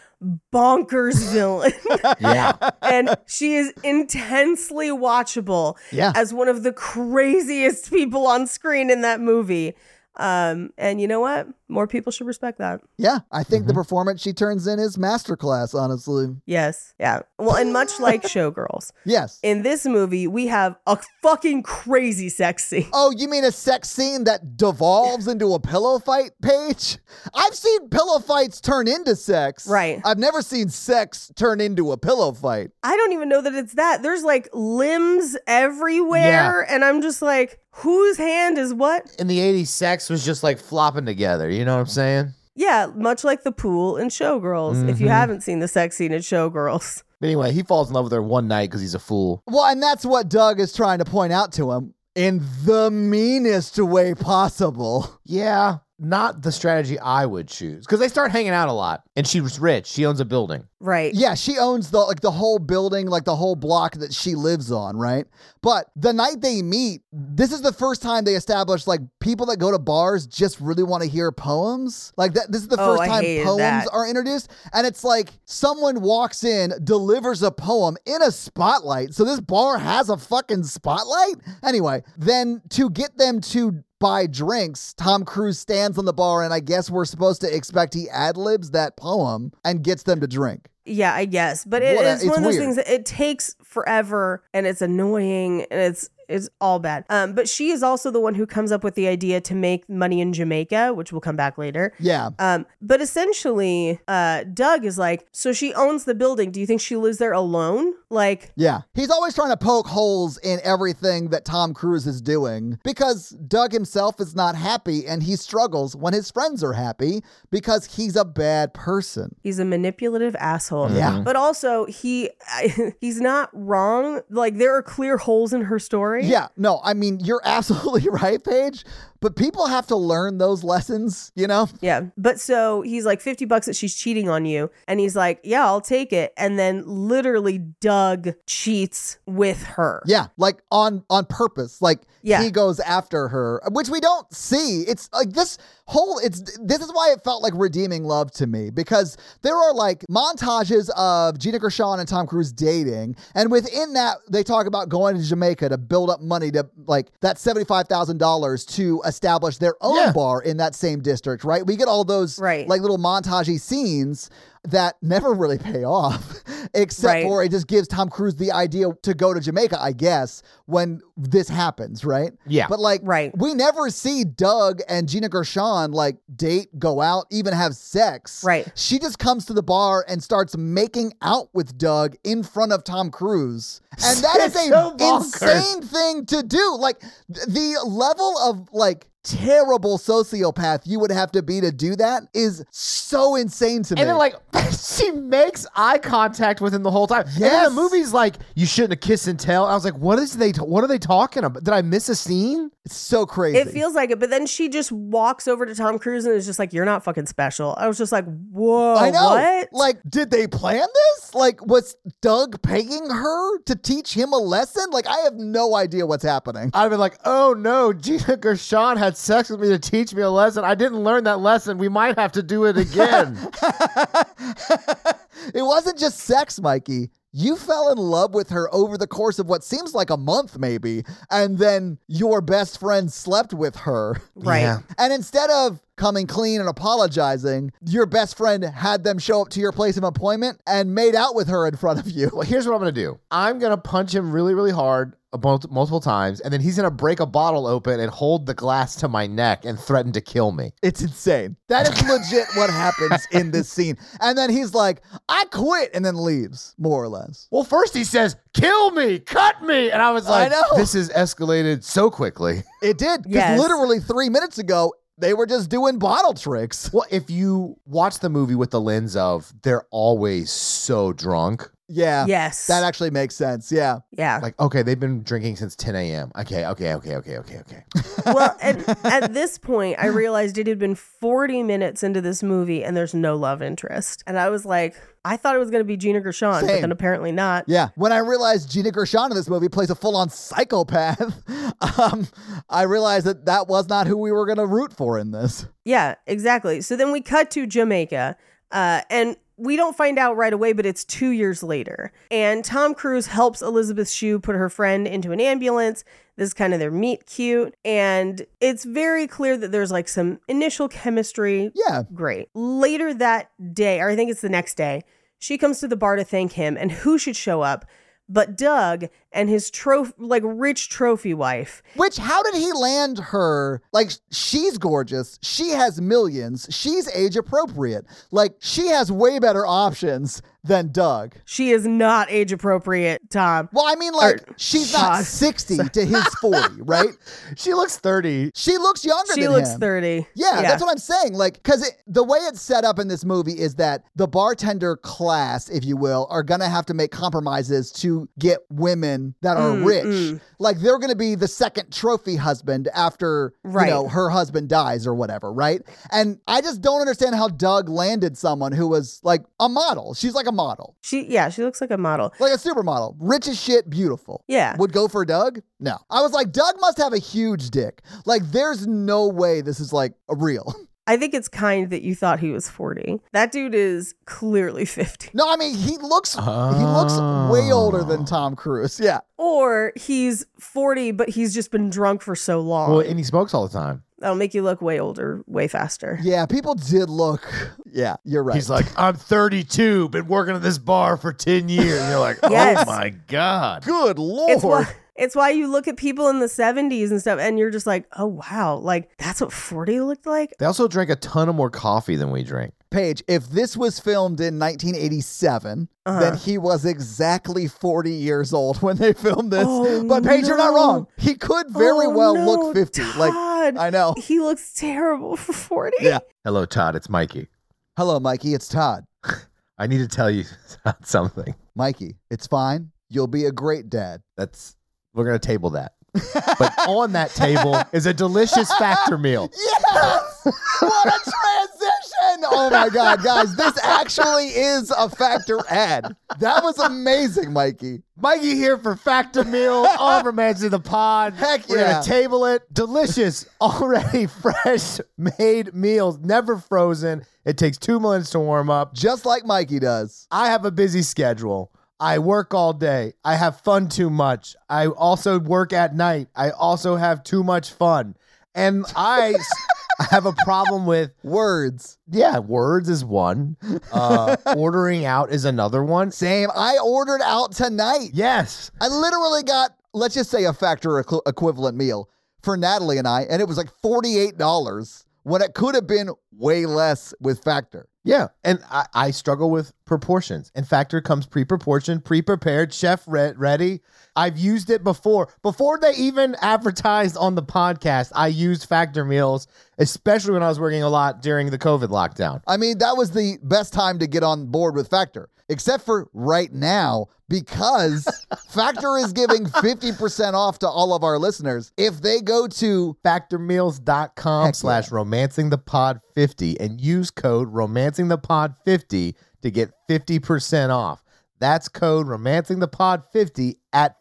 Speaker 3: bonkers villain.
Speaker 4: Yeah.
Speaker 3: and she is intensely watchable
Speaker 5: Yeah.
Speaker 3: as one of the craziest people on screen in that movie. Um, and you know what? More people should respect that.
Speaker 5: Yeah, I think the performance she turns in is masterclass. Honestly,
Speaker 3: Yes. Yeah. Well, and much like Showgirls,
Speaker 5: yes.
Speaker 3: in this movie, we have a fucking crazy sex scene.
Speaker 5: Oh, you mean a sex scene that devolves into a pillow fight, Paige? I've seen pillow fights turn into sex.
Speaker 3: Right.
Speaker 5: I've never seen sex turn into a pillow fight.
Speaker 3: I don't even know that it's that. There's like limbs everywhere. And I'm just like, whose hand is what?
Speaker 4: In the '80s, sex was just like flopping together. You know what I'm saying?
Speaker 3: Yeah. Much like the pool in Showgirls, if
Speaker 5: Mm-hmm.
Speaker 3: you haven't seen the sex scene in Showgirls.
Speaker 4: But anyway, he falls in love with her one night because he's a fool.
Speaker 5: Well, and that's what Doug is trying to point out to him in the meanest way possible.
Speaker 4: Yeah, not the strategy I would choose because they start hanging out a lot, and she was rich. She owns a building.
Speaker 3: Right.
Speaker 5: Yeah, she owns the like the whole building, like the whole block that she lives on, right? But the night they meet, this is the first time they establish like people that go to bars just really want to hear poems. Like that this is the
Speaker 3: Oh,
Speaker 5: first
Speaker 3: I
Speaker 5: time
Speaker 3: hated
Speaker 5: poems
Speaker 3: that.
Speaker 5: are introduced and it's like someone walks in, delivers a poem in a spotlight. So this bar has a fucking spotlight. Anyway, then to get them to buy drinks, Tom Cruise stands on the bar and I guess we're supposed to expect he ad-libs that poem and gets them to drink.
Speaker 3: Yeah, I guess, but it is
Speaker 5: What a- it's
Speaker 3: one of those
Speaker 5: weird.
Speaker 3: things that it takes forever, and it's annoying, and it's it's all bad. Um, but she is also the one who comes up with the idea to make money in Jamaica, which we'll come back later.
Speaker 5: Yeah.
Speaker 3: Um, but essentially, uh, Doug is like, so she owns the building. Do you think she lives there alone? Like,
Speaker 5: Yeah. He's always trying to poke holes in everything that Tom Cruise is doing because Doug himself is not happy and he struggles when his friends are happy because he's a bad person.
Speaker 3: he's a manipulative asshole.
Speaker 5: Yeah.
Speaker 3: But also, he he's not wrong. Like, there are clear holes in her story.
Speaker 5: Yeah, no, I mean, you're absolutely right, Paige, but people have to learn those lessons, you know?
Speaker 3: Yeah. But so he's like, 50 bucks that she's cheating on you. And he's like, yeah, I'll take it. And then literally, Doug cheats with her.
Speaker 5: Yeah, like on on purpose. Like
Speaker 3: Yeah.
Speaker 5: he goes after her, which we don't see. It's like this whole it's this is why it felt like redeeming love to me because there are like montages of Gina Gershon and Tom Cruise dating, and within that they talk about going to Jamaica to build build up money to like that $75,000 to establish their own
Speaker 4: Yeah.
Speaker 5: bar in that same district, right? We get all those
Speaker 3: Right.
Speaker 5: like little montagey scenes that never really pay off except
Speaker 3: Right.
Speaker 5: for it just gives Tom Cruise the idea to go to Jamaica, I guess, when this happens, right?
Speaker 4: Yeah.
Speaker 5: But like
Speaker 3: Right.
Speaker 5: we never see Doug and Gina Gershon like date, go out, even have sex.
Speaker 3: Right.
Speaker 5: She just comes to the bar and starts making out with Doug in front of Tom Cruise. And that is a
Speaker 4: It's so bonkers.
Speaker 5: insane thing to do. Like th- the level of like terrible sociopath you would have to be to do that is so insane to me.
Speaker 4: And then like she makes eye contact with him the whole time. And then
Speaker 5: Yes.
Speaker 4: the movie's like, you shouldn't have kissed and tell. I was like, what is they what are they talking about? Did I miss a scene?
Speaker 5: it's so crazy.
Speaker 3: It feels like it, but then she just walks over to Tom Cruise and is just like, "You're not fucking special." I was just like, "Whoa,
Speaker 5: I know.
Speaker 3: what?"
Speaker 5: Like, did they plan this? Like, was Doug paying her to teach him a lesson? Like, I have no idea what's happening.
Speaker 4: I'd been like, oh no, Gina Gershon had sex with me to teach me a lesson. I didn't learn that lesson. We might have to do it again.
Speaker 5: it wasn't just sex, Mikey. You fell in love with her over the course of what seems like a month, maybe, and then your best friend slept with her.
Speaker 3: right?
Speaker 4: Yeah.
Speaker 5: And instead of coming clean and apologizing, your best friend had them show up to your place of employment and made out with her in front of you.
Speaker 4: Well, here's what I'm gonna do. I'm gonna punch him really, really hard a mul- multiple times, and then he's gonna break a bottle open and hold the glass to my neck and threaten to kill me.
Speaker 5: It's insane. That is legit what happens in this scene. And then he's like, I quit, and then leaves, more or less.
Speaker 4: Well, first he says, "Kill me, cut me," and I was
Speaker 5: I
Speaker 4: like,
Speaker 5: know.
Speaker 4: "This is escalated so quickly."
Speaker 5: It did. Because
Speaker 3: Yes.
Speaker 5: literally three minutes ago, they were just doing bottle tricks.
Speaker 4: Well, if you watch the movie with the lens of they're always so drunk,
Speaker 5: Yeah.
Speaker 3: Yes.
Speaker 5: That actually makes sense. Yeah.
Speaker 3: yeah.
Speaker 4: like, okay, they've been drinking since 10 a.m. Okay, okay, okay, okay, okay, okay.
Speaker 3: well, and at this point, I realized it had been 40 minutes into this movie and there's no love interest. And I was like, I thought it was going to be Gina Gershon, but
Speaker 5: Same.
Speaker 3: then apparently not.
Speaker 5: Yeah. When I realized Gina Gershon in this movie plays a full on psychopath, um, I realized that that was not who we were going to root for in this.
Speaker 3: Yeah, exactly. So then we cut to Jamaica, uh, and we don't find out right away, but it's two years later. And Tom Cruise helps Elizabeth Shue put her friend into an ambulance. This is kind of their meet cute. And it's very clear that there's like some initial chemistry.
Speaker 5: Yeah.
Speaker 3: Great. Later that day, or I think it's the next day, she comes to the bar to thank him, and who should show up? But Doug and his trophy, like rich trophy wife.
Speaker 5: Which, how did he land her? Like, she's gorgeous. She has millions. She's age appropriate. Like, she has way better options than Doug.
Speaker 3: She is not age appropriate, Tom.
Speaker 5: Well, I mean, like,
Speaker 3: Or-
Speaker 5: she's not
Speaker 3: God.
Speaker 5: 60 to his 40, right?
Speaker 4: She looks 30.
Speaker 5: She looks younger
Speaker 3: She
Speaker 5: than
Speaker 3: looks
Speaker 5: him.
Speaker 3: 30.
Speaker 5: Yeah, that's what I'm saying. Like, because the way it's set up in this movie is that the bartender class, if you will, are going to have to make compromises to get women that are rich. Like, they're going to be the second trophy husband after,
Speaker 3: Right.
Speaker 5: you know, her husband dies or whatever, right? And I just don't understand how Doug landed someone who was like a model. She's like a model,
Speaker 3: She yeah, she looks like a model.
Speaker 5: like a supermodel, rich as shit, beautiful.
Speaker 3: Yeah.
Speaker 5: Would go for Doug? No. I was like, Doug must have a huge dick. Like, there's no way this is like real.
Speaker 3: I think it's kind that you thought he was 40. That dude is clearly 50.
Speaker 5: No, I mean he looks he looks way older
Speaker 3: Oh.
Speaker 5: than Tom Cruise. Yeah.
Speaker 3: Or he's 40 but he's just been drunk for so long.
Speaker 4: Well, and he smokes all the time.
Speaker 3: That'll make you look way older, way faster.
Speaker 5: Yeah, people did look. Yeah, you're right.
Speaker 4: He's like, I'm 32, been working at this bar for 10 years. And you're like,
Speaker 3: Yes.
Speaker 4: oh my God.
Speaker 5: good lord.
Speaker 3: It's why it's why you look at people in the 70s and stuff and you're just like, "Oh wow, like that's what 40 looked like?"
Speaker 4: They also drink a ton of more coffee than we drink.
Speaker 5: Paige, if this was filmed in 1987,
Speaker 3: Uh-huh.
Speaker 5: then he was exactly 40 years old when they filmed this.
Speaker 3: Oh,
Speaker 5: but Paige, you're not
Speaker 3: no.
Speaker 5: wrong. He could very
Speaker 3: Oh,
Speaker 5: well
Speaker 3: no,
Speaker 5: look 50.
Speaker 3: Todd.
Speaker 5: Like I know.
Speaker 3: He looks terrible for 40.
Speaker 5: Yeah.
Speaker 4: Hello, Todd. It's Mikey.
Speaker 5: Hello, Mikey. It's Todd.
Speaker 4: I need to tell you something.
Speaker 5: Mikey, it's fine. You'll be a great dad.
Speaker 4: That's, we're going to table that. but on that table is a delicious factor meal.
Speaker 5: Yes! What a transition! Oh my God, guys, this actually is a factor ad. That was amazing, Mikey.
Speaker 4: Mikey here for Factor Meal on Romance of the Pod.
Speaker 5: Heck
Speaker 4: We're
Speaker 5: yeah.
Speaker 4: gonna table it. Delicious, already fresh made meals, never frozen. It takes two minutes to warm up.
Speaker 5: Just like Mikey does.
Speaker 4: I have a busy schedule. I work all day. I have fun too much. I also work at night. I also have too much fun. And I s- have a problem with
Speaker 5: Words.
Speaker 4: yeah, words is one. Uh, ordering out is another one.
Speaker 5: Same. I ordered out tonight.
Speaker 4: Yes.
Speaker 5: I literally got, let's just say, a factor equ- equivalent meal for Natalie and I, and it was like $48 when it could have been way less with factor.
Speaker 4: Yeah. And I, I struggle with proportions. In factor comes pre proportioned, pre prepared, chef re- ready. I've used it before. Before they even advertised on the podcast, I used factor meals, especially when I was working a lot during the COVID lockdown.
Speaker 5: I mean, that was the best time to get on board with Factor, except for right now, because Factor is giving 50% off to all of our listeners. If they go to
Speaker 4: factormeals.com
Speaker 5: Heck
Speaker 4: slash
Speaker 5: yeah.
Speaker 4: romancing the pod 50 and use code romancing the pod 50 to get 50% off that's code romancing the pod 50 at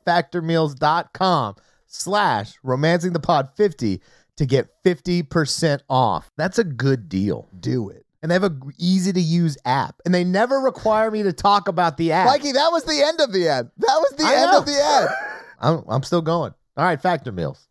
Speaker 4: factormeals.com slash romancing the pod 50 to get 50% off that's a good deal
Speaker 5: do it.
Speaker 4: and they have a easy to use app and they never require me to talk about the app
Speaker 5: Mikey, that was the end of the ad. That was the
Speaker 4: I
Speaker 5: end
Speaker 4: know.
Speaker 5: of the ad.
Speaker 4: I'm, I'm still going all right factor meals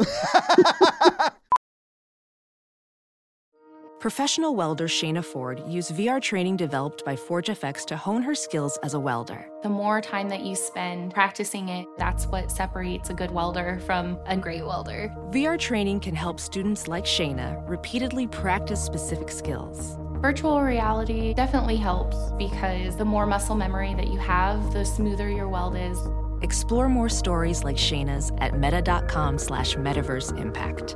Speaker 6: Professional welder Shayna Ford used VR training developed by ForgeFX to hone her skills as a welder.
Speaker 7: The more time that you spend practicing it, that's what separates a good welder from a great welder.
Speaker 6: VR training can help students like Shayna repeatedly practice specific skills.
Speaker 7: Virtual reality definitely helps because the more muscle memory that you have, the smoother your weld is.
Speaker 6: Explore more stories like Shayna's at meta.com slash metaverse impact.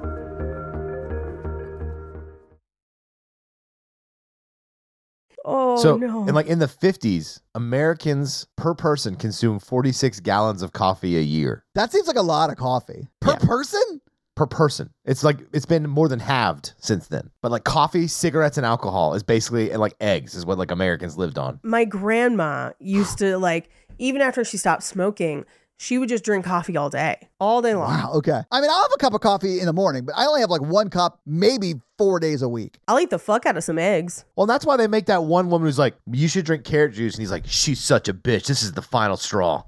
Speaker 3: Oh
Speaker 4: so
Speaker 3: no.
Speaker 4: and like in the 50s americans per person consume 46 gallons of coffee a year
Speaker 5: That seems like a lot of coffee per
Speaker 4: Yeah.
Speaker 5: person.
Speaker 4: per person it's like it's been more than halved since then but like coffee cigarettes and alcohol is basically and like eggs is what like americans lived on
Speaker 3: my grandma used to like even after she stopped smoking she would just drink coffee all day all day long
Speaker 5: Wow. Okay. I mean, I'll have a cup of coffee in the morning, but I only have like one cup, maybe four days a week.
Speaker 3: i'll eat the fuck out of some eggs
Speaker 4: well that's why they make that one woman who's like you should drink carrot juice and he's like she's such a bitch this is the final straw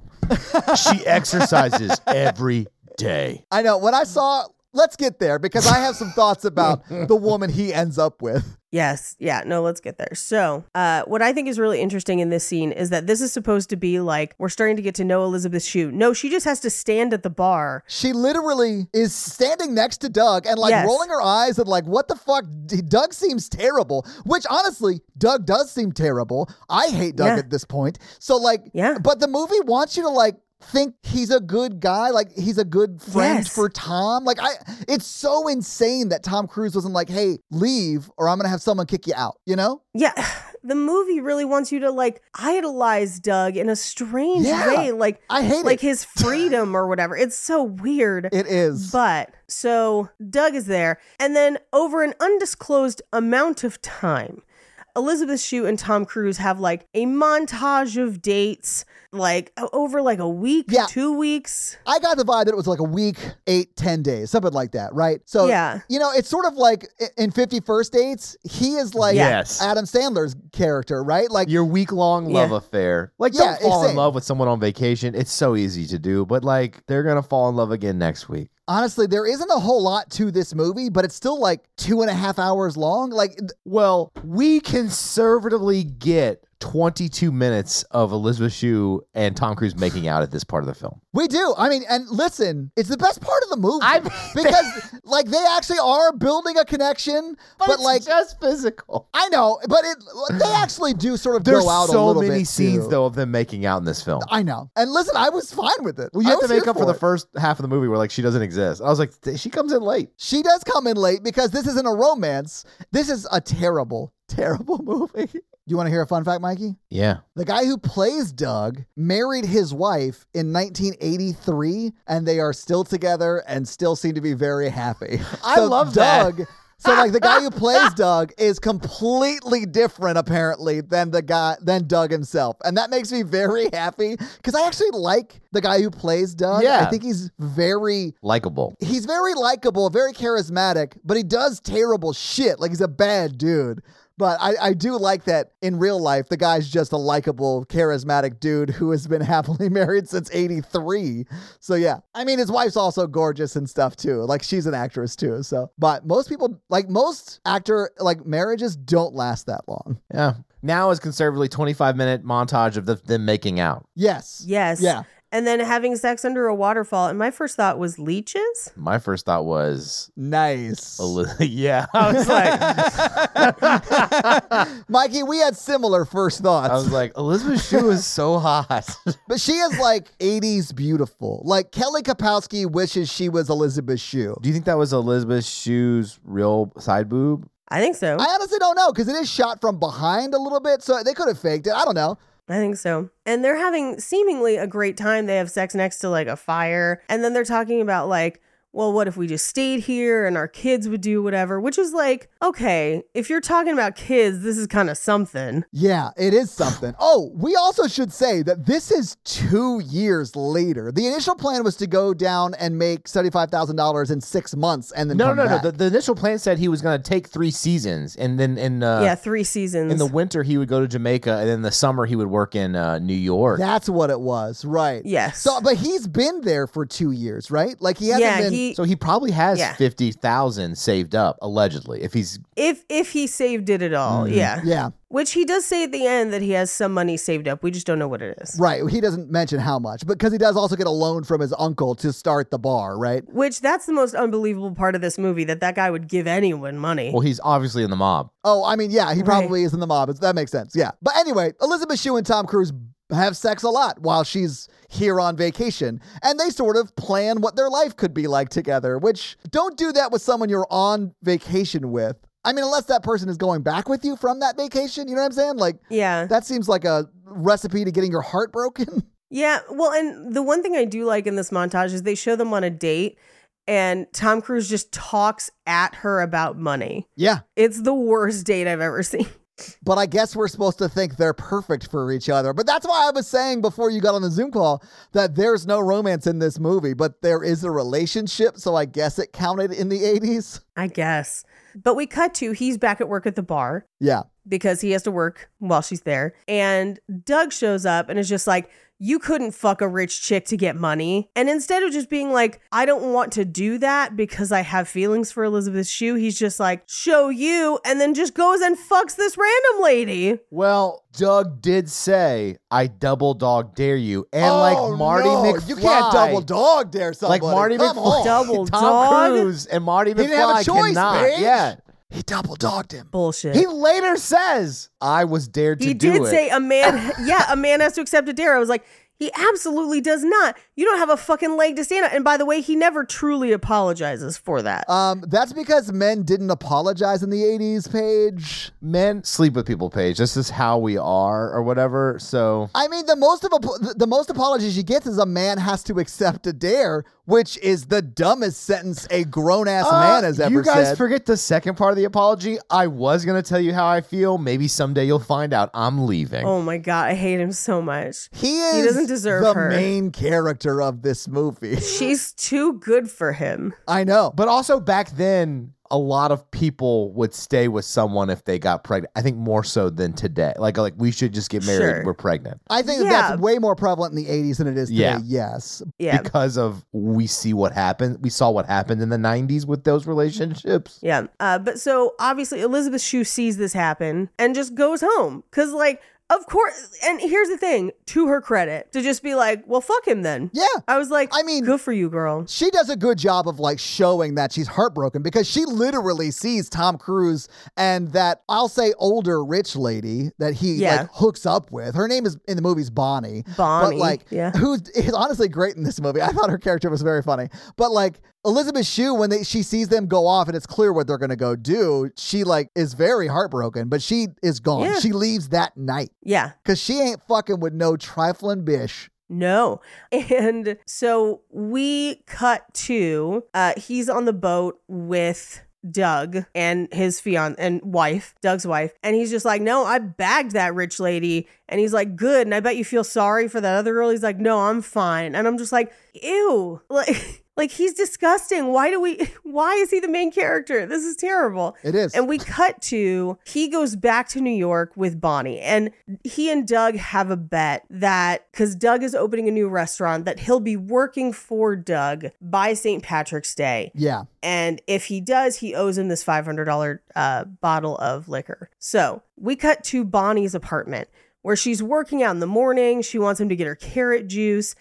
Speaker 4: she exercises every day
Speaker 5: I know. When I saw, let's get there because I have some thoughts about the woman he ends up with.
Speaker 3: yes yeah no let's get there so uh, what i think is really interesting in this scene is that this is supposed to be like we're starting to get to know elizabeth shue no she just has to stand at the bar
Speaker 5: She literally is standing next to Doug and like
Speaker 3: Yes.
Speaker 5: rolling her eyes and like, what the fuck? D- Doug seems terrible, which honestly, Doug does seem terrible. I hate Doug
Speaker 3: Yeah.
Speaker 5: at this point. So, like,
Speaker 3: Yeah.
Speaker 5: but the movie wants you to like, think he's a good guy like he's a good friend
Speaker 3: Yes.
Speaker 5: for Tom like I it's so insane that Tom Cruise wasn't like hey leave or I'm going to have someone kick you out you know
Speaker 3: yeah the movie really wants you to like idolize doug in a strange
Speaker 5: Yeah.
Speaker 3: way like
Speaker 5: I hate
Speaker 3: like
Speaker 5: it.
Speaker 3: his freedom or whatever it's so weird
Speaker 5: it is
Speaker 3: But so Doug is there, and then over an undisclosed amount of time, Elizabeth Shue and Tom Cruise have like a montage of dates, like o- over like a week,
Speaker 5: Yeah.
Speaker 3: two weeks.
Speaker 5: I got the vibe that it was like a week, eight, ten days, something like that, right? So,
Speaker 3: Yeah.
Speaker 5: you know, it's sort of like i- in 51st Dates, he is like
Speaker 4: Yes.
Speaker 5: Adam Sandler's character, right? Like,
Speaker 4: your week-long love
Speaker 3: Yeah.
Speaker 4: affair like
Speaker 5: Yeah,
Speaker 4: don't fall in
Speaker 5: insane.
Speaker 4: love with someone on vacation it's so easy to do but like they're gonna fall in love again next week
Speaker 5: honestly, there isn't a whole lot to this movie, but it's still like two and a half hours long. Like, th-
Speaker 4: Well, we conservatively get 22 minutes of Elizabeth Shue and Tom Cruise making out at this part of the film.
Speaker 5: we do. I mean, and listen, it's the best part of the movie
Speaker 4: I mean,
Speaker 5: because, like, they actually are building a connection, but, like,
Speaker 4: just physical.
Speaker 5: I know, but it they actually do sort of
Speaker 4: There's
Speaker 5: go out a
Speaker 4: so
Speaker 5: little
Speaker 4: many
Speaker 5: bit,
Speaker 4: scenes
Speaker 5: too.
Speaker 4: though of them making out in this film.
Speaker 5: I know, and listen, I was fine with it.
Speaker 4: well, you
Speaker 5: I
Speaker 4: have to
Speaker 5: was
Speaker 4: make
Speaker 5: here
Speaker 4: up for the
Speaker 5: it.
Speaker 4: first half of the movie where like she doesn't exist. I was like, "Th- she comes in late.
Speaker 5: She does come in late because this isn't a romance. This is a terrible, terrible movie. You want to hear a fun fact, Mikey?
Speaker 4: Yeah.
Speaker 5: The guy who plays Doug married his wife in 1983, and they are still together and still seem to be very happy.
Speaker 4: I love that.
Speaker 5: Doug. So like the guy who plays Doug is completely different apparently than the guy than Doug himself, and that makes me very happy because I actually like the guy who plays Doug.
Speaker 4: Yeah.
Speaker 5: I think he's very
Speaker 4: Likeable.
Speaker 5: he's very likable, very charismatic, but he does terrible shit. Like he's a bad dude. But I, I do like that in real life, the guy's just a likable, charismatic dude who has been happily married since 83. So, yeah. I mean, his wife's also gorgeous and stuff, too. Like, she's an actress, too. So, but most people, like, most actor, like, marriages don't last that long.
Speaker 4: Yeah. Now is conservatively 25 minute montage of the, them making out.
Speaker 5: Yes.
Speaker 3: Yes.
Speaker 5: Yeah.
Speaker 3: And then having sex under a waterfall. And my first thought was leeches.
Speaker 4: My first thought was,
Speaker 5: Nice.
Speaker 4: a li- yeah. I was like,
Speaker 5: Mikey, we had similar first thoughts.
Speaker 4: I was like, Elizabeth Shue is so hot.
Speaker 5: But she is like 80s beautiful. Like Kelly Kapowski wishes she was Elizabeth Shue.
Speaker 4: Do you think that was Elizabeth Shue's real side boob?
Speaker 3: I think so.
Speaker 5: I
Speaker 3: I,
Speaker 5: honestly don't know because it is shot from behind a little bit, so they could have faked it. I don't know.
Speaker 3: think so. And they're having seemingly a great time. They have sex next to like a fire. And then they're talking about like, well, what if we just stayed here and our kids would do whatever? Which is like, okay, if you're talking about kids, this is kind of something.
Speaker 5: Yeah, it is something. Oh, we also should say that this is two years later. The initial plan was to go down and make $75,000 in six months and then
Speaker 4: No,
Speaker 5: come
Speaker 4: no,
Speaker 5: back.
Speaker 4: no. The, the initial plan said he was going to take three seasons, and then in uh,
Speaker 3: yeah, three seasons.
Speaker 4: in the winter he would go to Jamaica, and then the summer he would work in uh, New York.
Speaker 5: That's what it was, right?
Speaker 3: Yes.
Speaker 5: So, but he's been there for two years, right? Like he hasn't
Speaker 3: yeah,
Speaker 5: been.
Speaker 3: he,
Speaker 4: so he probably has
Speaker 3: Yeah.
Speaker 4: fifty thousand saved up allegedly. If he's
Speaker 3: if if he saved it at all,
Speaker 4: Mm-hmm.
Speaker 3: yeah.
Speaker 5: yeah,
Speaker 3: Which he does say at the end that he has some money saved up. We just don't know what it is.
Speaker 5: right. He doesn't mention how much, because he does also get a loan from his uncle to start the bar, right?
Speaker 3: Which that's the most unbelievable part of this movie that that guy would give anyone money.
Speaker 4: well, he's obviously in the mob.
Speaker 5: Oh, I mean, yeah, he
Speaker 3: Right.
Speaker 5: probably is in the mob. It's- That makes sense. Yeah. But anyway, Elizabeth Shue and Tom Cruise have sex a lot while she's here on vacation. And they sort of plan what their life could be like together, which don't do that with someone you're on vacation with. I mean, unless that person is going back with you from that vacation. You know what I'm saying? Like,
Speaker 3: yeah.
Speaker 5: that seems like a recipe to getting your heart broken.
Speaker 3: yeah. Well, and the one thing I do like in this montage is they show them on a date and Tom Cruise just talks at her about money.
Speaker 5: yeah.
Speaker 3: It's the worst date I've ever seen.
Speaker 5: But I guess we're supposed to think they're perfect for each other. But that's why I was saying before you got on the Zoom call that there's no romance in this movie, but there is a relationship. So I guess it counted in the 80s.
Speaker 3: I guess. But we cut to he's back at work at the bar.
Speaker 5: Yeah.
Speaker 3: because he has to work while she's there. And Doug shows up and is just like, You couldn't fuck a rich chick to get money. And instead of just being like, I don't want to do that because I have feelings for Elizabeth Shue, he's just like, Show you. And then just goes and fucks this random lady.
Speaker 4: Well, Doug did say, "I double dog dare you," and
Speaker 5: Oh,
Speaker 4: like Marty
Speaker 5: no,
Speaker 4: McFly,
Speaker 5: You can't double dog dare somebody.
Speaker 4: like Marty
Speaker 5: Come
Speaker 4: McFly,
Speaker 5: on.
Speaker 3: Double
Speaker 4: Tom
Speaker 3: dog?
Speaker 4: Cruise and Marty
Speaker 5: He
Speaker 4: McFly
Speaker 5: didn't have a choice,
Speaker 4: cannot.
Speaker 5: Paige.
Speaker 4: Yeah,
Speaker 5: He double dogged him.
Speaker 3: Bullshit.
Speaker 4: he later says, "I was dared to
Speaker 3: He
Speaker 4: do
Speaker 3: did
Speaker 4: it."
Speaker 3: say a man, yeah, a man has to accept a dare. I was like, he absolutely does not. You don't have a fucking leg to stand on. And by the way, he never truly apologizes for that.
Speaker 5: Um, that's because men didn't apologize in the 80s, Paige.
Speaker 4: men sleep with people Paige. this is how we are or whatever so
Speaker 5: I mean, the most of a, the most apologies she gets is a man has to accept a dare, which is the dumbest sentence a grown ass man has
Speaker 4: Uh,
Speaker 5: ever
Speaker 4: you guys
Speaker 5: said.
Speaker 4: forget the second part of the apology i was going to tell you how i feel maybe someday you'll find out i'm leaving
Speaker 3: oh my God, I hate him so much.
Speaker 5: he is
Speaker 3: doesn't deserve
Speaker 5: the
Speaker 3: her.
Speaker 5: main character of this movie.
Speaker 3: She's too good for him.
Speaker 5: I know, but
Speaker 4: but also back then a lot of people would stay with someone if they got pregnant i think more so than today like like we should just get married
Speaker 3: Sure.
Speaker 4: we're pregnant
Speaker 5: I think that
Speaker 3: Yeah.
Speaker 5: that's way more prevalent in the '80s than it is today.
Speaker 4: Yeah.
Speaker 5: Yes,
Speaker 3: Yeah.
Speaker 4: because of we see what happened we saw what happened in the 90s with those relationships
Speaker 3: yeah. Uh, but so obviously Elizabeth Shue sees this happen and just goes home. Cause like, of course, and here's the thing to her credit, to just be like, well, fuck him then.
Speaker 5: Yeah.
Speaker 3: I was like,
Speaker 5: I mean-
Speaker 3: good for you, girl.
Speaker 5: she does a good job of like showing that she's heartbroken because she literally sees Tom Cruise and that I'll say older rich lady that he
Speaker 3: Yeah.
Speaker 5: like hooks up with. Her name is in the movies Bonnie.
Speaker 3: Bonnie,
Speaker 5: But like
Speaker 3: yeah.
Speaker 5: who is honestly great in this movie. I thought her character was very funny. But like Elizabeth Shue, when they she sees them go off and it's clear what they're gonna go do, she like is very heartbroken, but she is gone.
Speaker 3: Yeah.
Speaker 5: She leaves that night.
Speaker 3: Yeah.
Speaker 5: Cause she ain't fucking with no trifling bish.
Speaker 3: No. And so we cut to uh he's on the boat with Doug and his fiance and wife, Doug's wife, and he's just like, "No, I bagged that rich lady." And he's like, "Good." And I bet you feel sorry for that other girl. He's like, "No, I'm fine." And I'm just like, "Ew." Like Like he's disgusting. Why do we why is he the main character? This is terrible.
Speaker 5: It is.
Speaker 3: And we cut to he goes back to New York with Bonnie and he and Doug have a bet that cuz Doug is opening a new restaurant that he'll be working for Doug by St. Patrick's Day.
Speaker 5: Yeah.
Speaker 3: And if he does, he owes him this $500 uh, bottle of liquor. So we cut to Bonnie's apartment where she's working out in the morning. She wants him to get her carrot juice.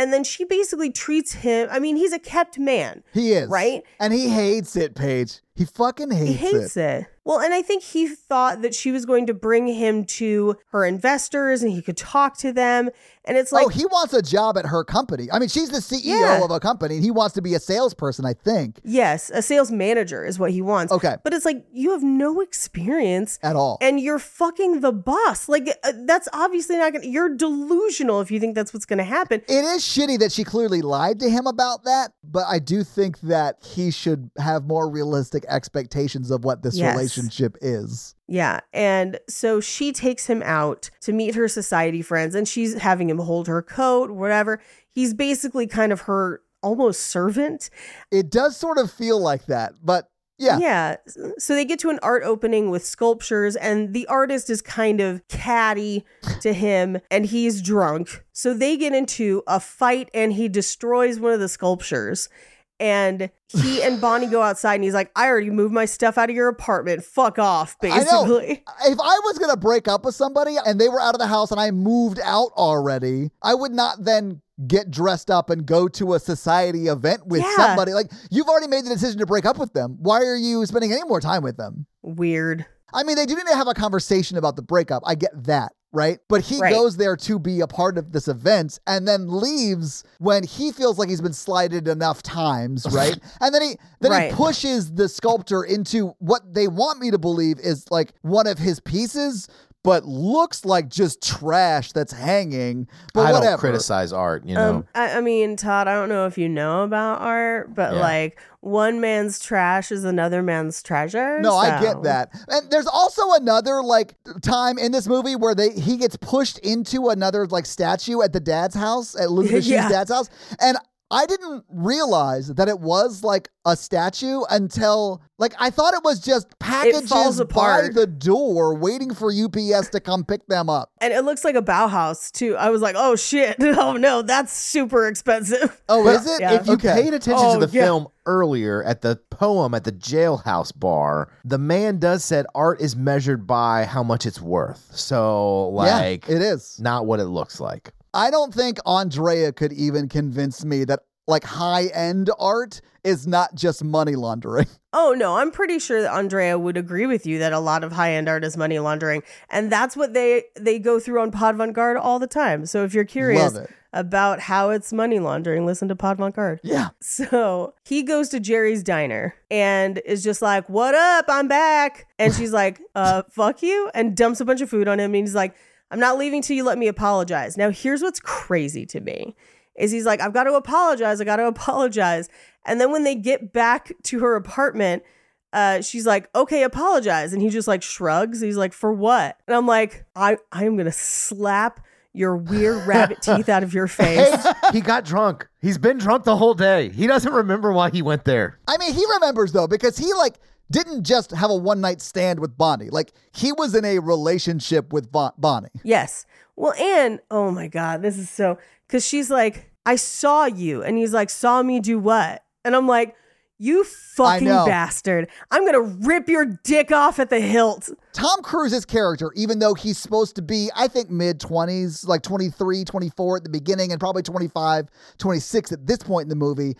Speaker 3: And then she basically treats him. I mean, he's a kept man.
Speaker 5: He is.
Speaker 3: Right?
Speaker 5: And he hates it, Paige. He fucking hates,
Speaker 3: He hates
Speaker 5: it.
Speaker 3: it. Well, and I think he thought that she was going to bring him to her investors and he could talk to them. And it's like,
Speaker 5: oh, he wants a job at her company. I mean, she's the CEO
Speaker 3: Yeah.
Speaker 5: of a company. and He wants to be a salesperson, I think,
Speaker 3: yes, a sales manager is what he wants.
Speaker 5: Okay.
Speaker 3: But it's like, you have no experience
Speaker 5: at all.
Speaker 3: and you're fucking the boss. Like uh, that's obviously not gonna. You're delusional if you think that's what's gonna happen.
Speaker 5: it is shitty that she clearly lied to him about that, but I do think that he should have more realistic expectations of what this
Speaker 3: Yes.
Speaker 5: relationship is.
Speaker 3: Yeah, and so she takes him out to meet her society friends, and she's having him hold her coat, whatever. He's basically kind of her almost servant.
Speaker 5: It does sort of feel like that, but yeah.
Speaker 3: Yeah. So they get to an art opening with sculptures, and the artist is kind of catty to him, and he's drunk. So they get into a fight, and he destroys one of the sculptures. And he and Bonnie go outside, and he's like, I already moved my stuff out of your apartment. Fuck off,
Speaker 5: I know.
Speaker 3: basically.
Speaker 5: If I was going to break up with somebody and they were out of the house and I moved out already, I would not then get dressed up and go to a society event with
Speaker 3: Yeah.
Speaker 5: somebody. Like, you've already made the decision to break up with them. Why are you spending any more time with them?
Speaker 3: Weird.
Speaker 5: I mean, they do need to have a conversation about the breakup. I get that, right? But he
Speaker 3: Right.
Speaker 5: goes there to be a part of this event and then leaves when he feels like he's been slighted enough times, right? and then he then
Speaker 3: Right.
Speaker 5: he pushes the sculptor into what they want me to believe is like one of his pieces, but looks like just trash that's hanging. But
Speaker 4: I
Speaker 5: whatever.
Speaker 4: don't criticize art, you know.
Speaker 5: Oh.
Speaker 3: Um, I, I mean, Todd, I don't know if you know about art, but
Speaker 4: Yeah.
Speaker 3: like one man's trash is another man's treasure.
Speaker 5: No, I
Speaker 3: so-
Speaker 5: get that. And there's also another like time in this movie where they he gets pushed into another like statue at the dad's house at Elizabeth Shue's
Speaker 3: Yeah.
Speaker 5: dad's house, and I didn't realize that it was like a statue until like I thought it was just packages by
Speaker 3: apart.
Speaker 5: the door waiting for UPS to come pick them up.
Speaker 3: And it looks like a Bauhaus too. I was like, oh shit. Oh no, that's super expensive.
Speaker 5: Oh,
Speaker 4: But
Speaker 5: is it?
Speaker 3: Yeah.
Speaker 4: If you
Speaker 5: okay.
Speaker 4: paid attention
Speaker 3: Oh,
Speaker 4: to the
Speaker 3: yeah.
Speaker 4: film earlier at the poem at the jailhouse bar, the man does said art is measured by how much it's worth. So like
Speaker 5: yeah, it is.
Speaker 4: not what it looks like.
Speaker 5: I don't think Andrea could even convince me that like high end art is not just money laundering.
Speaker 3: Oh no, I'm pretty sure that Andrea would agree with you that a lot of high end art is money laundering, and that's what they they go through on Pod Vanguard all the time. So if you're curious
Speaker 5: Love it.
Speaker 3: about how it's money laundering, listen to Pod Vanguard.
Speaker 5: Yeah.
Speaker 3: So he goes to Jerry's diner and is just like, What up? I'm back. And she's like, Uh, fuck you. And dumps a bunch of food on him. And he's like, I'm not leaving till you let me apologize. Now, here's what's crazy to me is he's like, I've got to apologize. I got to apologize. And then when they get back to her apartment, uh, she's like, okay, apologize. And he just like shrugs. He's like, for what? And I'm like, I, I am going to slap your weird rabbit teeth out of your face.
Speaker 4: he got drunk. He's been drunk the whole day. He doesn't remember why he went there.
Speaker 5: I mean, he remembers though because he like didn't just have a one night stand with Bonnie. Like he was in a relationship with Bon- Bonnie.
Speaker 3: Yes. Well, and oh my God, this is so because she's like, I saw you. And he's like, Saw me do what? And I'm like, You fucking
Speaker 5: know.
Speaker 3: bastard. I'm going to rip your dick off at the hilt.
Speaker 5: Tom Cruise's character, even though he's supposed to be, I think, mid 20s, like 23, 24 at the beginning, and probably 25, 26 at this point in the movie,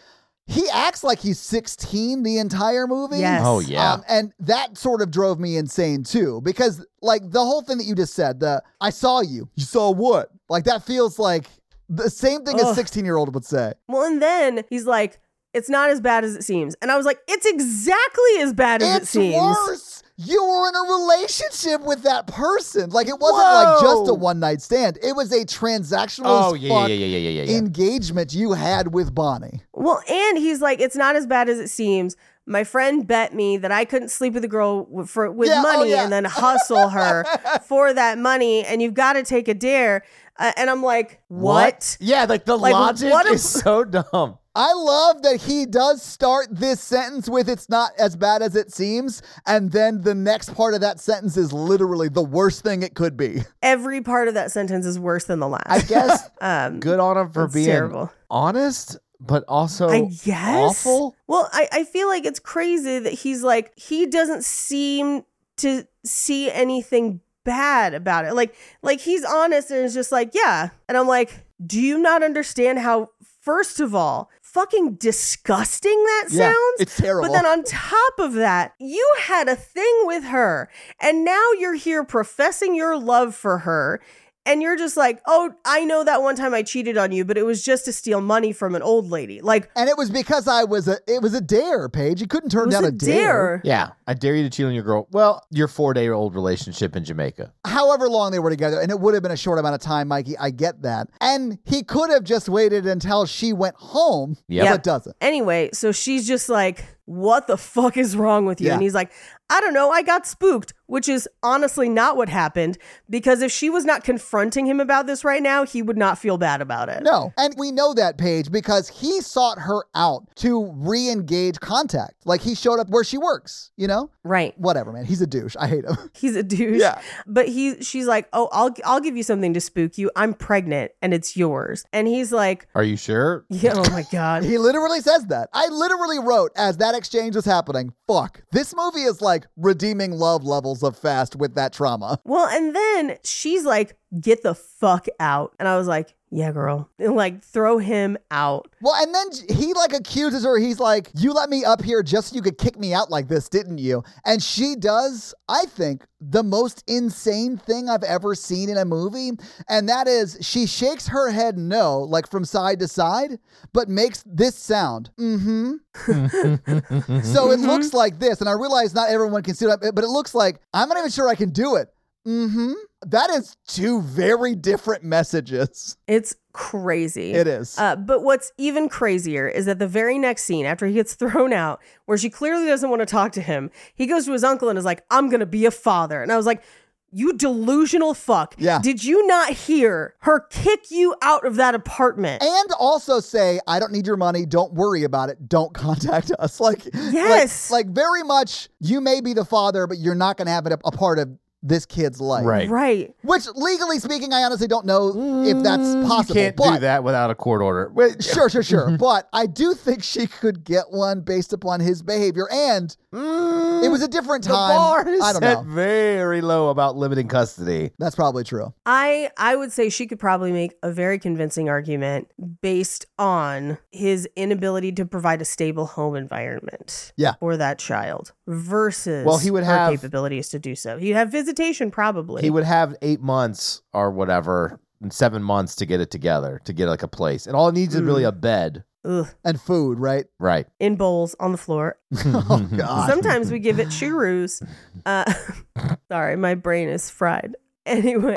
Speaker 5: he acts like he's 16 the entire movie.
Speaker 3: Yes. Oh,
Speaker 4: yeah.
Speaker 5: Um, and that sort of drove me insane too, because like the whole thing that you just said, the I saw you, you saw what? Like that feels like the same thing a
Speaker 3: Ugh.
Speaker 5: 16 year old would say.
Speaker 3: Well, and then he's like, It's not as bad as it seems. And I was like, It's exactly as bad as it
Speaker 5: it's
Speaker 3: seems.
Speaker 5: worse. You were in a relationship with that person. Like it wasn't
Speaker 4: Whoa.
Speaker 5: like just a one night stand. It was a transactional
Speaker 4: Oh
Speaker 5: as
Speaker 4: yeah, yeah,
Speaker 5: fuck
Speaker 4: yeah, yeah, yeah, yeah, yeah.
Speaker 5: engagement you had with Bonnie.
Speaker 3: Well, and he's like, It's not as bad as it seems. My friend bet me that I couldn't sleep with a girl w- for with
Speaker 5: Yeah, oh,
Speaker 3: money
Speaker 5: yeah.
Speaker 3: and then hustle her for that money, and you've got to take a dare. Uh, and I'm like, what?
Speaker 4: Yeah, like the
Speaker 3: Like,
Speaker 4: logic
Speaker 3: what
Speaker 4: is
Speaker 3: if-
Speaker 4: so dumb.
Speaker 5: I love that he does start this sentence with it's not as bad as it seems, and then the next part of that sentence is literally the worst thing it could be.
Speaker 3: Every part of that sentence is worse than the last.
Speaker 4: I guess
Speaker 3: um,
Speaker 4: good on him for
Speaker 3: That's
Speaker 4: being
Speaker 3: terrible.
Speaker 4: honest, but also
Speaker 3: I guess.
Speaker 4: awful.
Speaker 3: Well, I, I feel like it's crazy that he's like, he doesn't seem to see anything bad about it. Like, like he's honest and is just like, yeah. And I'm like, do you not understand how, first of all, fucking disgusting that
Speaker 5: Yeah,
Speaker 3: sounds?
Speaker 5: it's terrible.
Speaker 3: But then on top of that, you had a thing with her, and now you're here professing your love for her. And you're just like, oh, I know that one time I cheated on you, but it was just to steal money from an old lady. Like,
Speaker 5: And it was because I was a it was a dare, Paige. You couldn't turn
Speaker 3: it was
Speaker 5: down
Speaker 3: a dare.
Speaker 4: Yeah, I dare you to cheat on your girl. Well, your four day old relationship in Jamaica.
Speaker 5: however long they were together, and it would have been a short amount of time, Mikey. I get that. And he could have just waited until she went home,
Speaker 4: Yep.
Speaker 5: but doesn't.
Speaker 3: Anyway, so she's just like, what the fuck is wrong with you?
Speaker 5: Yeah.
Speaker 3: And he's like, I don't know. I got spooked, which is honestly not what happened because if she was not confronting him about this right now, he would not feel bad about it.
Speaker 5: No. And we know that, Paige, because he sought her out to re engage contact. Like he showed up where she works, you know?
Speaker 3: Right.
Speaker 5: Whatever, man. He's a douche. I hate him.
Speaker 3: He's a douche.
Speaker 5: Yeah.
Speaker 3: But he she's like, "Oh, I'll I'll give you something to spook you. I'm pregnant and it's yours." And he's like,
Speaker 4: Are you sure?
Speaker 3: "Yeah, oh my god."
Speaker 5: He literally says that. I literally wrote as that exchange was happening, fuck, this movie is like redeeming love levels of fast with that trauma.
Speaker 3: well, and then she's like, "Get the fuck out." And I was like, "Yeah, girl." And like throw him out.
Speaker 5: Well, and then j- he like accuses her. He's like, You let me up here just so you could kick me out like this, didn't you? And she does, I think, the most insane thing I've ever seen in a movie. And that is she shakes her head no, like from side to side, but makes this sound. Mm hmm. so it looks like this. And I realize not everyone can see it, but it looks like I'm not even sure I can do it. Mm hmm. That is two very different messages.
Speaker 3: It's crazy.
Speaker 5: It is.
Speaker 3: Uh, but what's even crazier is that the very next scene, after he gets thrown out, where she clearly doesn't want to talk to him, he goes to his uncle and is like, I'm going to be a father. And I was like, you delusional fuck.
Speaker 5: Yeah.
Speaker 3: Did you not hear her kick you out of that apartment?
Speaker 5: and also say, I don't need your money. Don't worry about it. Don't contact us. Like, like-
Speaker 3: Yes.
Speaker 5: like, very much, you may be the father, but you're not going to have it a, a part of this kid's life.
Speaker 4: Right.
Speaker 3: right.
Speaker 5: Which, legally speaking, I honestly don't know if that's
Speaker 4: Mm, You
Speaker 5: possible.
Speaker 4: can't
Speaker 5: but
Speaker 4: do that without a court order. Wait,
Speaker 5: Sure, sure, sure. but I do think she could get one based upon his behavior. And it was a different
Speaker 4: mm, the
Speaker 5: time.
Speaker 4: bar is
Speaker 5: I don't
Speaker 4: set
Speaker 5: know.
Speaker 4: very low about limiting custody.
Speaker 5: That's probably true.
Speaker 3: I I would say she could probably make a very convincing argument based on his inability to provide a stable home environment
Speaker 5: Yeah.
Speaker 3: for that child versus
Speaker 4: Well, he would
Speaker 3: her
Speaker 4: have-
Speaker 3: capabilities to do so. He'd have visitation probably.
Speaker 4: He would have eight months or whatever, and seven months to get it together, to get like a place. And all it needs is really
Speaker 5: Hmm.
Speaker 4: a bed.
Speaker 3: Ugh,
Speaker 5: And food, right?
Speaker 4: Right.
Speaker 3: in bowls on the floor.
Speaker 4: Mm-hmm.
Speaker 5: oh, God.
Speaker 3: Sometimes we give it churros. Uh, sorry, my brain is fried. Anyway,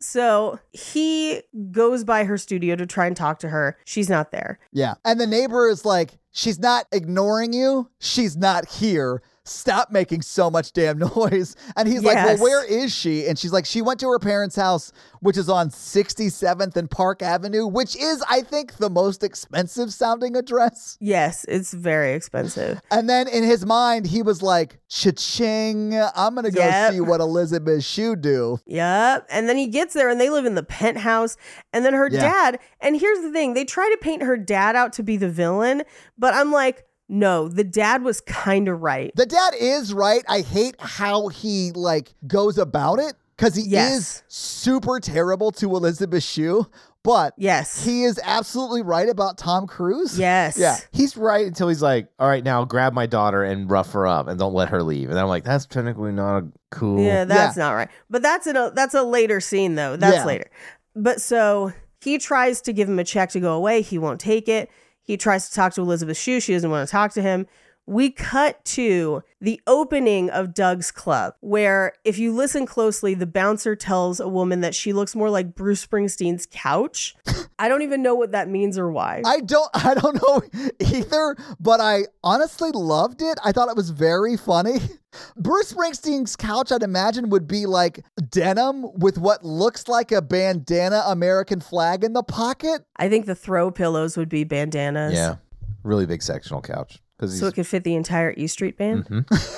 Speaker 3: so he goes by her studio to try and talk to her. She's not there.
Speaker 5: Yeah. And the neighbor is like, she's not ignoring you. She's not here. Stop making so much damn noise. And he's like, well,
Speaker 3: Yes.
Speaker 5: where is she? And she's like, she went to her parents' house, which is on 67th and Park Avenue, which is, I think, the most expensive sounding address.
Speaker 3: Yes, it's very expensive.
Speaker 5: And then in his mind, he was like, cha-ching, I'm going to go
Speaker 3: Yep.
Speaker 5: see what Elizabeth Shue do.
Speaker 3: Yep. And then he gets there and they live in the penthouse. And then her
Speaker 5: Yeah.
Speaker 3: dad, and here's the thing they try to paint her dad out to be the villain, but I'm like, no, the dad was kind of right.
Speaker 5: The dad is right. I hate how he like goes about it because he
Speaker 3: Yes.
Speaker 5: is super terrible to Elizabeth Shue, but
Speaker 3: Yes.
Speaker 5: he is absolutely right about Tom Cruise.
Speaker 3: yes.
Speaker 5: Yeah.
Speaker 4: He's right until he's like, all right, now grab my daughter and rough her up and don't let her leave. And I'm like, that's technically not a cool.
Speaker 3: Yeah, that's not right. But that's in a that's a later scene though. That's
Speaker 5: Yeah.
Speaker 3: later. But so he tries to give him a check to go away. He won't take it. He tries to talk to Elizabeth Shue. She doesn't want to talk to him. we cut to the opening of Doug's club, where if you listen closely, the bouncer tells a woman that she looks more like Bruce Springsteen's couch. I don't even know what that means or why.
Speaker 5: I don't I don't know either, but I honestly loved it. I thought it was very funny. Bruce Springsteen's couch I'd imagine would be like denim with what looks like a bandana American flag in the pocket.
Speaker 3: I think the throw pillows would be bandanas.
Speaker 4: Yeah, really big sectional couch because
Speaker 3: So it could fit the entire E Street band.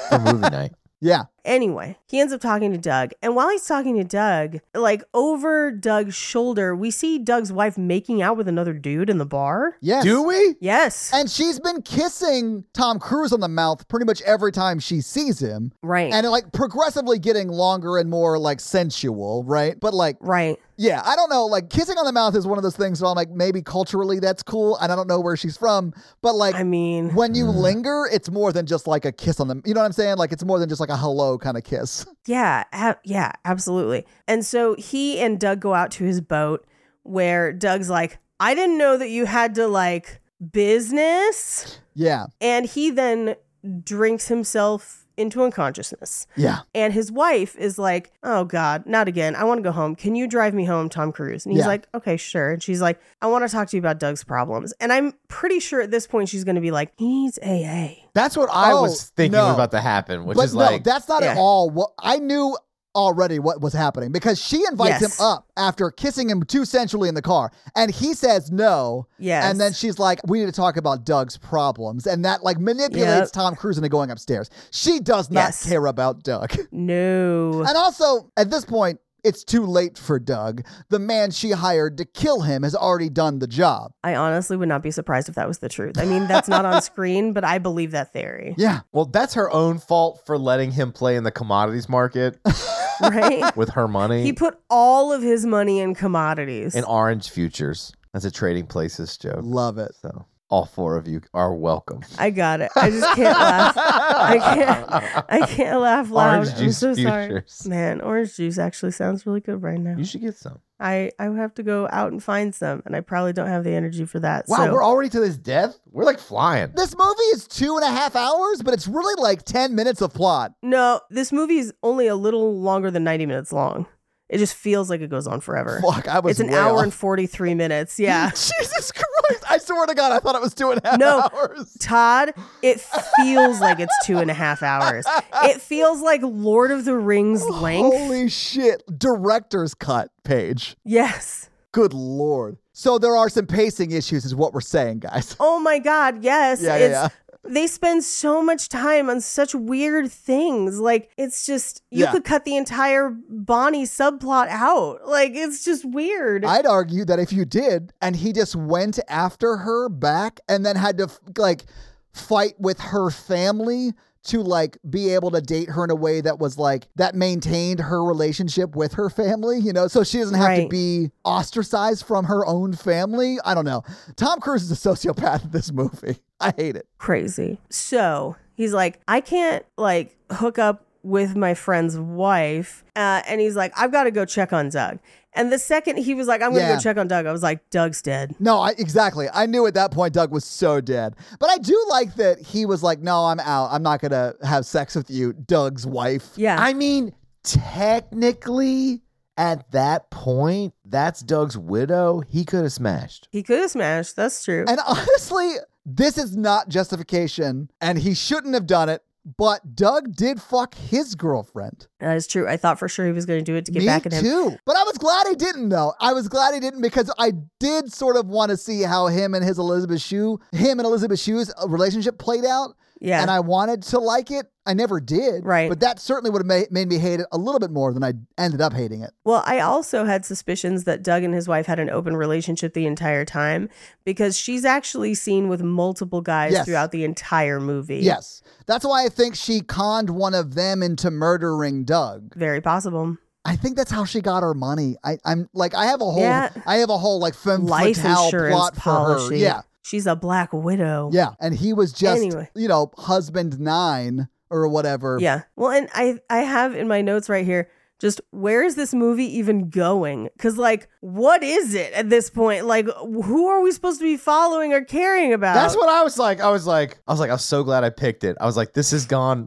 Speaker 4: for movie night.
Speaker 5: Yeah.
Speaker 3: Anyway, he ends up talking to Doug. And while he's talking to Doug, like over Doug's shoulder, we see Doug's wife making out with another dude in the bar.
Speaker 5: Yes.
Speaker 4: Do we?
Speaker 3: Yes.
Speaker 5: And she's been kissing Tom Cruise on the mouth pretty much every time she sees him.
Speaker 3: right.
Speaker 5: And like progressively getting longer and more like sensual, right? But like
Speaker 3: right.
Speaker 5: Yeah, I don't know. Like kissing on the mouth is one of those things where I'm like, maybe culturally that's cool, and I don't know where she's from, but like,
Speaker 3: I mean, mm.
Speaker 5: when you linger, it's more than just like a kiss on the. You know what I'm saying? Like it's more than just like a hello kind of kiss.
Speaker 3: Yeah, a- yeah, absolutely. And so he and Doug go out to his boat where Doug's like, "I didn't know that you had to like business."
Speaker 5: Yeah,
Speaker 3: And he then drinks himself into unconsciousness.
Speaker 5: yeah,
Speaker 3: And his wife is like, "Oh god, not again. I want to go home. Can you drive me home, Tom Cruise?" And he's
Speaker 5: Yeah.
Speaker 3: like, "Okay, sure." And she's like, "I want to talk to you about Doug's problems." And I'm pretty sure at this point she's going to be like, "He needs AA."
Speaker 4: That's what I
Speaker 5: Oh,
Speaker 4: was thinking
Speaker 5: no.
Speaker 4: was about to happen, which
Speaker 5: but
Speaker 4: is
Speaker 5: no,
Speaker 4: like
Speaker 5: that's not at
Speaker 3: Yeah.
Speaker 5: all what I knew already. What was happening because she invites
Speaker 3: Yes.
Speaker 5: him up after kissing him too sensually in the car, and he says no.
Speaker 3: Yes.
Speaker 5: And then she's like, "We need to talk about Doug's problems," and that like manipulates
Speaker 3: Yep.
Speaker 5: Tom Cruise into going upstairs. She does not
Speaker 3: Yes.
Speaker 5: care about Doug.
Speaker 3: No.
Speaker 5: And also, at this point, it's too late for Doug. The man she hired to kill him has already done the job.
Speaker 3: I honestly would not be surprised if that was the truth. I mean, that's not on screen, but I believe that theory,
Speaker 5: Yeah.
Speaker 4: well, that's her own fault for letting him play in the commodities market
Speaker 3: right?
Speaker 4: with her money
Speaker 3: he put all of his money in commodities.
Speaker 4: and orange futures. That's a trading places joke.
Speaker 5: Love it.
Speaker 4: So all four of you are welcome.
Speaker 3: I got it. I just can't laugh. I can't. I can't laugh loud.
Speaker 4: Orange juice
Speaker 3: I'm so
Speaker 4: futures.
Speaker 3: sorry, man. Orange juice actually sounds really good right now.
Speaker 4: You should get some.
Speaker 3: I I would have to go out and find some, and I probably don't have the energy for that.
Speaker 4: Wow,
Speaker 3: so
Speaker 4: we're already to this death. We're like flying.
Speaker 5: This movie is two and a half hours, but it's really like 10 minutes of plot.
Speaker 3: no, this movie is only a little longer than ninety minutes long. It just feels like it goes on forever.
Speaker 5: Fuck, I
Speaker 3: it's
Speaker 5: was
Speaker 3: an
Speaker 5: way
Speaker 3: hour
Speaker 5: off.
Speaker 3: and forty three minutes. Yeah.
Speaker 5: Jesus Christ. I swear to God, I thought it was two and a half
Speaker 3: No.
Speaker 5: hours.
Speaker 3: Todd, it feels like it's two and a half hours. It feels like Lord of the Rings length.
Speaker 5: Holy shit. Director's cut page.
Speaker 3: yes.
Speaker 5: Good lord. So there are some pacing issues, is what we're saying, guys.
Speaker 3: Oh my God. Yes.
Speaker 5: Yeah, yeah,
Speaker 3: it's they spend so much time on such weird things. Like it's just you
Speaker 5: Yeah.
Speaker 3: could cut the entire Bonnie subplot out. Like it's just weird.
Speaker 5: I'd argue that if you did, and he just went after her back, and then had to f- like fight with her family to like be able to date her in a way that was like that maintained her relationship with her family, you know, so she doesn't have to
Speaker 3: Right.
Speaker 5: be ostracized from her own family. I don't know. Tom Cruise is a sociopath in this movie. I hate it.
Speaker 3: Crazy. So he's like, I can't like hook up with my friend's wife. Uh, and he's like, I've got to go check on Doug. And the second he was like, I'm going to
Speaker 5: Yeah.
Speaker 3: go check on Doug, I was like, Doug's dead.
Speaker 5: No, I, exactly. I knew at that point Doug was so dead. But I do like that he was like, "No, I'm out. I'm not going to have sex with you, Doug's wife."
Speaker 3: Yeah.
Speaker 4: I mean, technically, at that point, that's Doug's widow. He could have smashed.
Speaker 3: he could have smashed. That's true.
Speaker 5: And honestly, this is not justification, and he shouldn't have done it. But Doug did fuck his girlfriend.
Speaker 3: that is true. I thought for sure he was going to do it to get
Speaker 5: Me
Speaker 3: back at him.
Speaker 5: too. But I was glad he didn't, though. I was glad he didn't because I did sort of want to see how him and his Elizabeth Shue, him and Elizabeth Shue's uh, relationship played out.
Speaker 3: Yeah.
Speaker 5: And I wanted to like it. I never did.
Speaker 3: Right.
Speaker 5: But that certainly would have made, made me hate it a little bit more than I ended up hating it.
Speaker 3: Well, I also had suspicions that Doug and his wife had an open relationship the entire time because she's actually seen with multiple guys
Speaker 5: Yes.
Speaker 3: throughout the entire movie.
Speaker 5: Yes. That's why I think she conned one of them into murdering Doug.
Speaker 3: Very possible.
Speaker 5: I think that's how she got her money. I, I'm like I have a whole
Speaker 3: Yeah.
Speaker 5: I have a whole like femme
Speaker 3: Life
Speaker 5: fatale
Speaker 3: insurance
Speaker 5: plot
Speaker 3: policy.
Speaker 5: for her. Yeah.
Speaker 3: She's a black widow.
Speaker 5: Yeah. And he was just
Speaker 3: Anyway.
Speaker 5: you know, husband nine or whatever.
Speaker 3: Yeah. Well, and I I have in my notes right here just where is this movie even going? Because, like, what is it at this point? Like, who are we supposed to be following or caring about?
Speaker 4: That's what I was like. I was like, I was like, I'm so glad I picked it. I was like, this has gone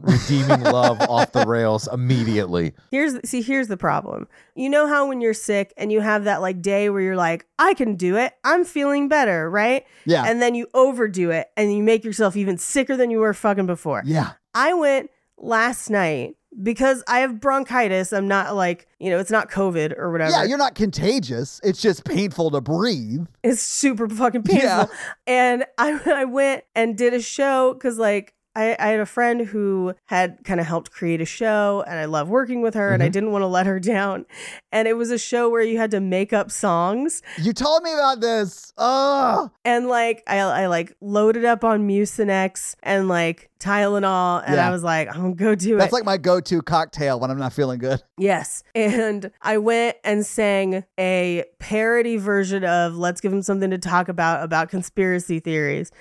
Speaker 4: redeeming love off the rails immediately.
Speaker 3: Here's see here's the problem. You know how when you're sick and you have that like day where you're like, I can do it. I'm feeling better, right?
Speaker 5: Yeah.
Speaker 3: And then you overdo it and you make yourself even sicker than you were fucking before.
Speaker 5: yeah.
Speaker 3: I went last night because I have bronchitis. I'm not like, you know, it's not COVID or whatever.
Speaker 5: Yeah, you're not contagious. It's just painful to breathe.
Speaker 3: it's super fucking painful.
Speaker 5: Yeah.
Speaker 3: And I, I went and did a show because, like, I, I had a friend who had kind of helped create a show, and I love working with her, and
Speaker 5: Mm-hmm.
Speaker 3: I didn't want to let her down. And it was a show where you had to make up songs,
Speaker 5: You told me about this. Ugh.
Speaker 3: and like I, I like loaded up on Mucinex and like Tylenol, and
Speaker 5: Yeah.
Speaker 3: I was like, I'm gonna go do it.
Speaker 5: That's like my go-to cocktail when I'm not feeling good.
Speaker 3: Yes. And I went and sang a parody version of Let's Give Him Something to Talk About about conspiracy theories.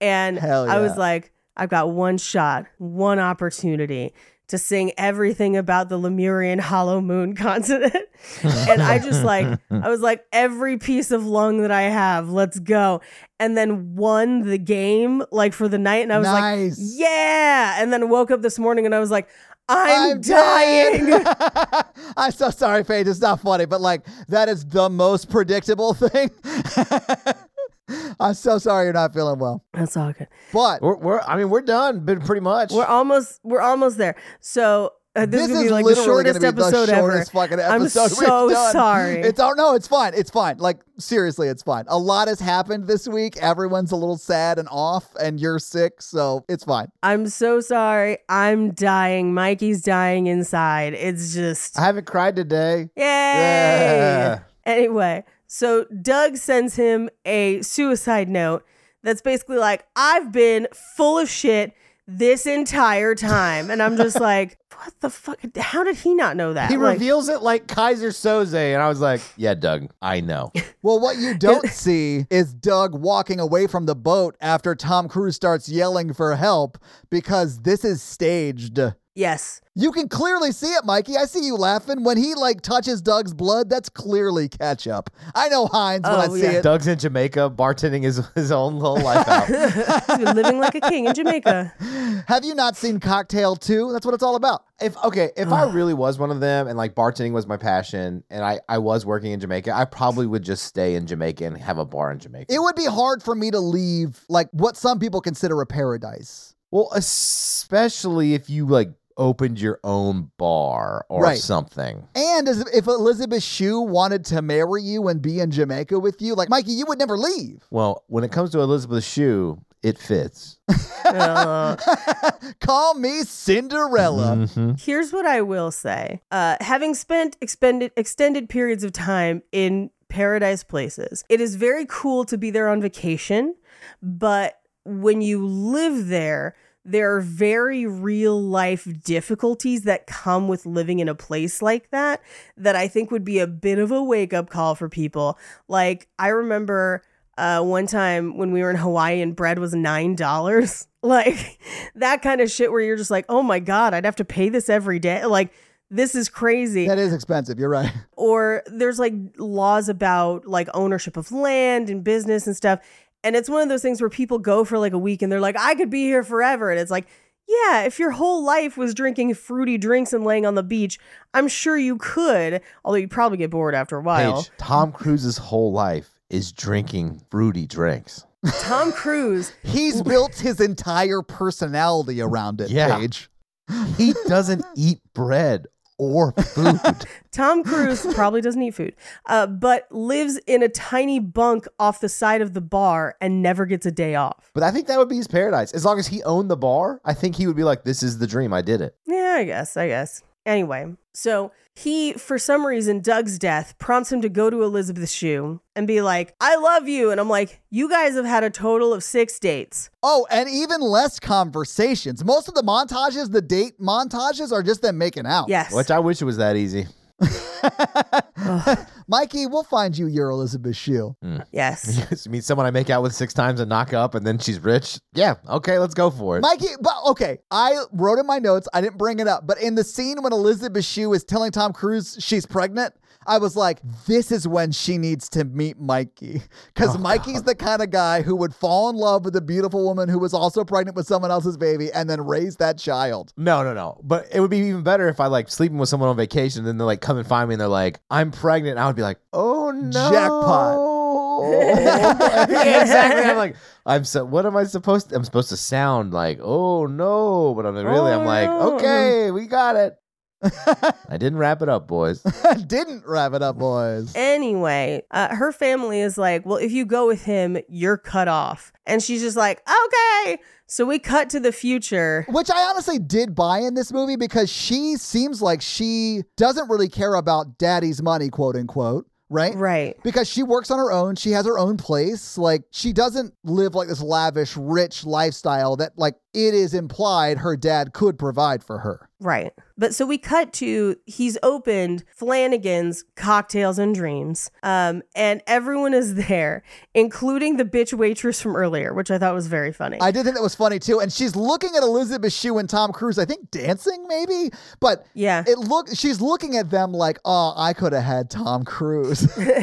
Speaker 3: And
Speaker 5: Hell
Speaker 3: I
Speaker 5: yeah.
Speaker 3: was like, I've got one shot, one opportunity to sing everything about the Lemurian hollow moon continent. and I just like, I was like, every piece of lung that I have, let's go. And then won the game like for the night. And I was
Speaker 5: Nice.
Speaker 3: like, yeah. And then woke up this morning and I was like, I'm, dying.
Speaker 5: dead. I'm so sorry, Paige. It's not funny, but like that is the most predictable thing. I'm so sorry you're not feeling well.
Speaker 3: That's all good.
Speaker 5: But
Speaker 4: We're, we're I mean, we're done. Been pretty much.
Speaker 3: We're almost we're almost there. So uh, this,
Speaker 5: this,
Speaker 3: is gonna
Speaker 5: is
Speaker 3: be like the
Speaker 5: literally
Speaker 3: shortest
Speaker 5: gonna be
Speaker 3: episode
Speaker 5: the shortest
Speaker 3: ever.
Speaker 5: fucking
Speaker 3: I'm
Speaker 5: episode. we've
Speaker 3: so
Speaker 5: done.
Speaker 3: sorry.
Speaker 5: It's oh no, it's fine. It's fine. Like seriously, it's fine. A lot has happened this week. Everyone's a little sad and off, and you're sick, so it's fine.
Speaker 3: I'm so sorry. I'm dying. Mikey's dying inside. It's just
Speaker 5: Ah,
Speaker 4: I haven't cried today.
Speaker 3: yay.
Speaker 4: Yeah.
Speaker 3: Anyway, so Doug sends him a suicide note that's basically like, I've been full of shit this entire time. And I'm just like, what the fuck? How did he not know that?
Speaker 4: He
Speaker 3: Like-
Speaker 4: reveals it like Kaiser Soze, and I was like, "Yeah, Doug, I know."
Speaker 5: Well, what you don't see is Doug walking away from the boat after Tom Cruise starts yelling for help because this is staged.
Speaker 3: yes.
Speaker 5: You can clearly see it, Mikey. I see you laughing. When he like touches Doug's blood, that's clearly ketchup. I know Heinz when I
Speaker 3: Oh,
Speaker 5: see
Speaker 3: yeah.
Speaker 5: it.
Speaker 4: Doug's in Jamaica, bartending his his own little life out.
Speaker 3: Dude, living like a king in Jamaica.
Speaker 5: Have you not seen Cocktail 2? That's what it's all about.
Speaker 4: If okay, if I really was one of them, and like bartending was my passion, and I I was working in Jamaica, I probably would just stay in Jamaica and have a bar in Jamaica.
Speaker 5: It would be hard for me to leave like what some people consider a paradise.
Speaker 4: well, especially if you like opened your own bar or
Speaker 5: Right.
Speaker 4: something.
Speaker 5: And as, if Elizabeth Shue wanted to marry you and be in Jamaica with you, like Mikey, you would never leave.
Speaker 4: Well, when it comes to Elizabeth Shue, it fits.
Speaker 3: Uh,
Speaker 5: Call me Cinderella.
Speaker 4: Mm-hmm.
Speaker 3: Here's what I will say. Uh, having spent expended, extended periods of time in paradise places, it is very cool to be there on vacation, but when you live there, there are very real life difficulties that come with living in a place like that that I think would be a bit of a wake up call for people. Like, I remember uh, one time when we were in Hawaii and bread was nine dollars. Like that kind of shit where you're just like, oh my god, I'd have to pay this every day. Like this is crazy.
Speaker 5: That is expensive. You're right.
Speaker 3: or there's like laws about like ownership of land and business and stuff. And it's one of those things where people go for like a week and they're like, I could be here forever. And it's like, yeah, if your whole life was drinking fruity drinks and laying on the beach, I'm sure you could. Although you probably get bored after a while.
Speaker 4: Paige, Tom Cruise's whole life is drinking fruity drinks.
Speaker 3: Tom Cruise
Speaker 5: He's built his entire personality around it,
Speaker 4: Yeah.
Speaker 5: Paige.
Speaker 4: He doesn't eat bread or food.
Speaker 3: Tom Cruise probably doesn't eat food, uh, but lives in a tiny bunk off the side of the bar and never gets a day off.
Speaker 4: But I think that would be his paradise. As long as he owned the bar, I think he would be like, "This is the dream. I did it."
Speaker 3: Yeah, I guess, I guess. Anyway, so he, for some reason, Doug's death prompts him to go to Elizabeth's shoe and be like, I love you. And I'm like, you guys have had a total of six dates.
Speaker 5: Oh, and even less conversations. Most of the montages, the date Oh, montages, are just them making out.
Speaker 3: Yes.
Speaker 4: Which I wish it was that easy.
Speaker 5: Mikey, we'll find you your Elizabeth Shue.
Speaker 3: Yes.
Speaker 4: you mean someone I make out with six times and knock up, and then she's rich? Yeah, okay, let's go for it.
Speaker 5: Mikey, but okay, I wrote in my notes, I didn't bring it up, but in the scene when Elizabeth Shue is telling Tom Cruise she's pregnant, I was like, this is when she needs to meet Mikey. Because Mikey's the kind of guy who would fall in love with a beautiful woman who was also pregnant with someone else's baby and then raise that child.
Speaker 4: No, no, no. But it would be even better if I like sleeping with someone on vacation, then they like come and find me, and they're like, "I'm pregnant." And I would be like, "Oh no,
Speaker 5: Jackpot.
Speaker 4: Yeah, exactly. I'm like, I'm so. What am I supposed? to I'm supposed to sound like, "Oh no," but I'm really, I'm like,
Speaker 3: no.
Speaker 4: "Okay, we got it." I didn't wrap it up, boys.
Speaker 5: didn't wrap it up, boys.
Speaker 3: Anyway, uh, her family is like, well, if you go with him, you're cut off. And she's just like, okay. So we cut to the future.
Speaker 5: Which I honestly did buy in this movie because she seems like she doesn't really care about daddy's money, quote unquote, right?
Speaker 3: Right.
Speaker 5: Because she works on her own, she has her own place. Like she doesn't live like this lavish, rich lifestyle that like it is implied her dad could provide for her.
Speaker 3: Right. But so we cut to he's opened Flanagan's Cocktails and Dreams. Um, and everyone is there, including the bitch waitress from earlier, which I thought was very funny.
Speaker 5: I did think that was funny too. And she's looking at Elizabeth Shue and Tom Cruise, I think dancing maybe, but
Speaker 3: yeah.
Speaker 5: it look she's looking at them like, oh, I could have had Tom Cruise.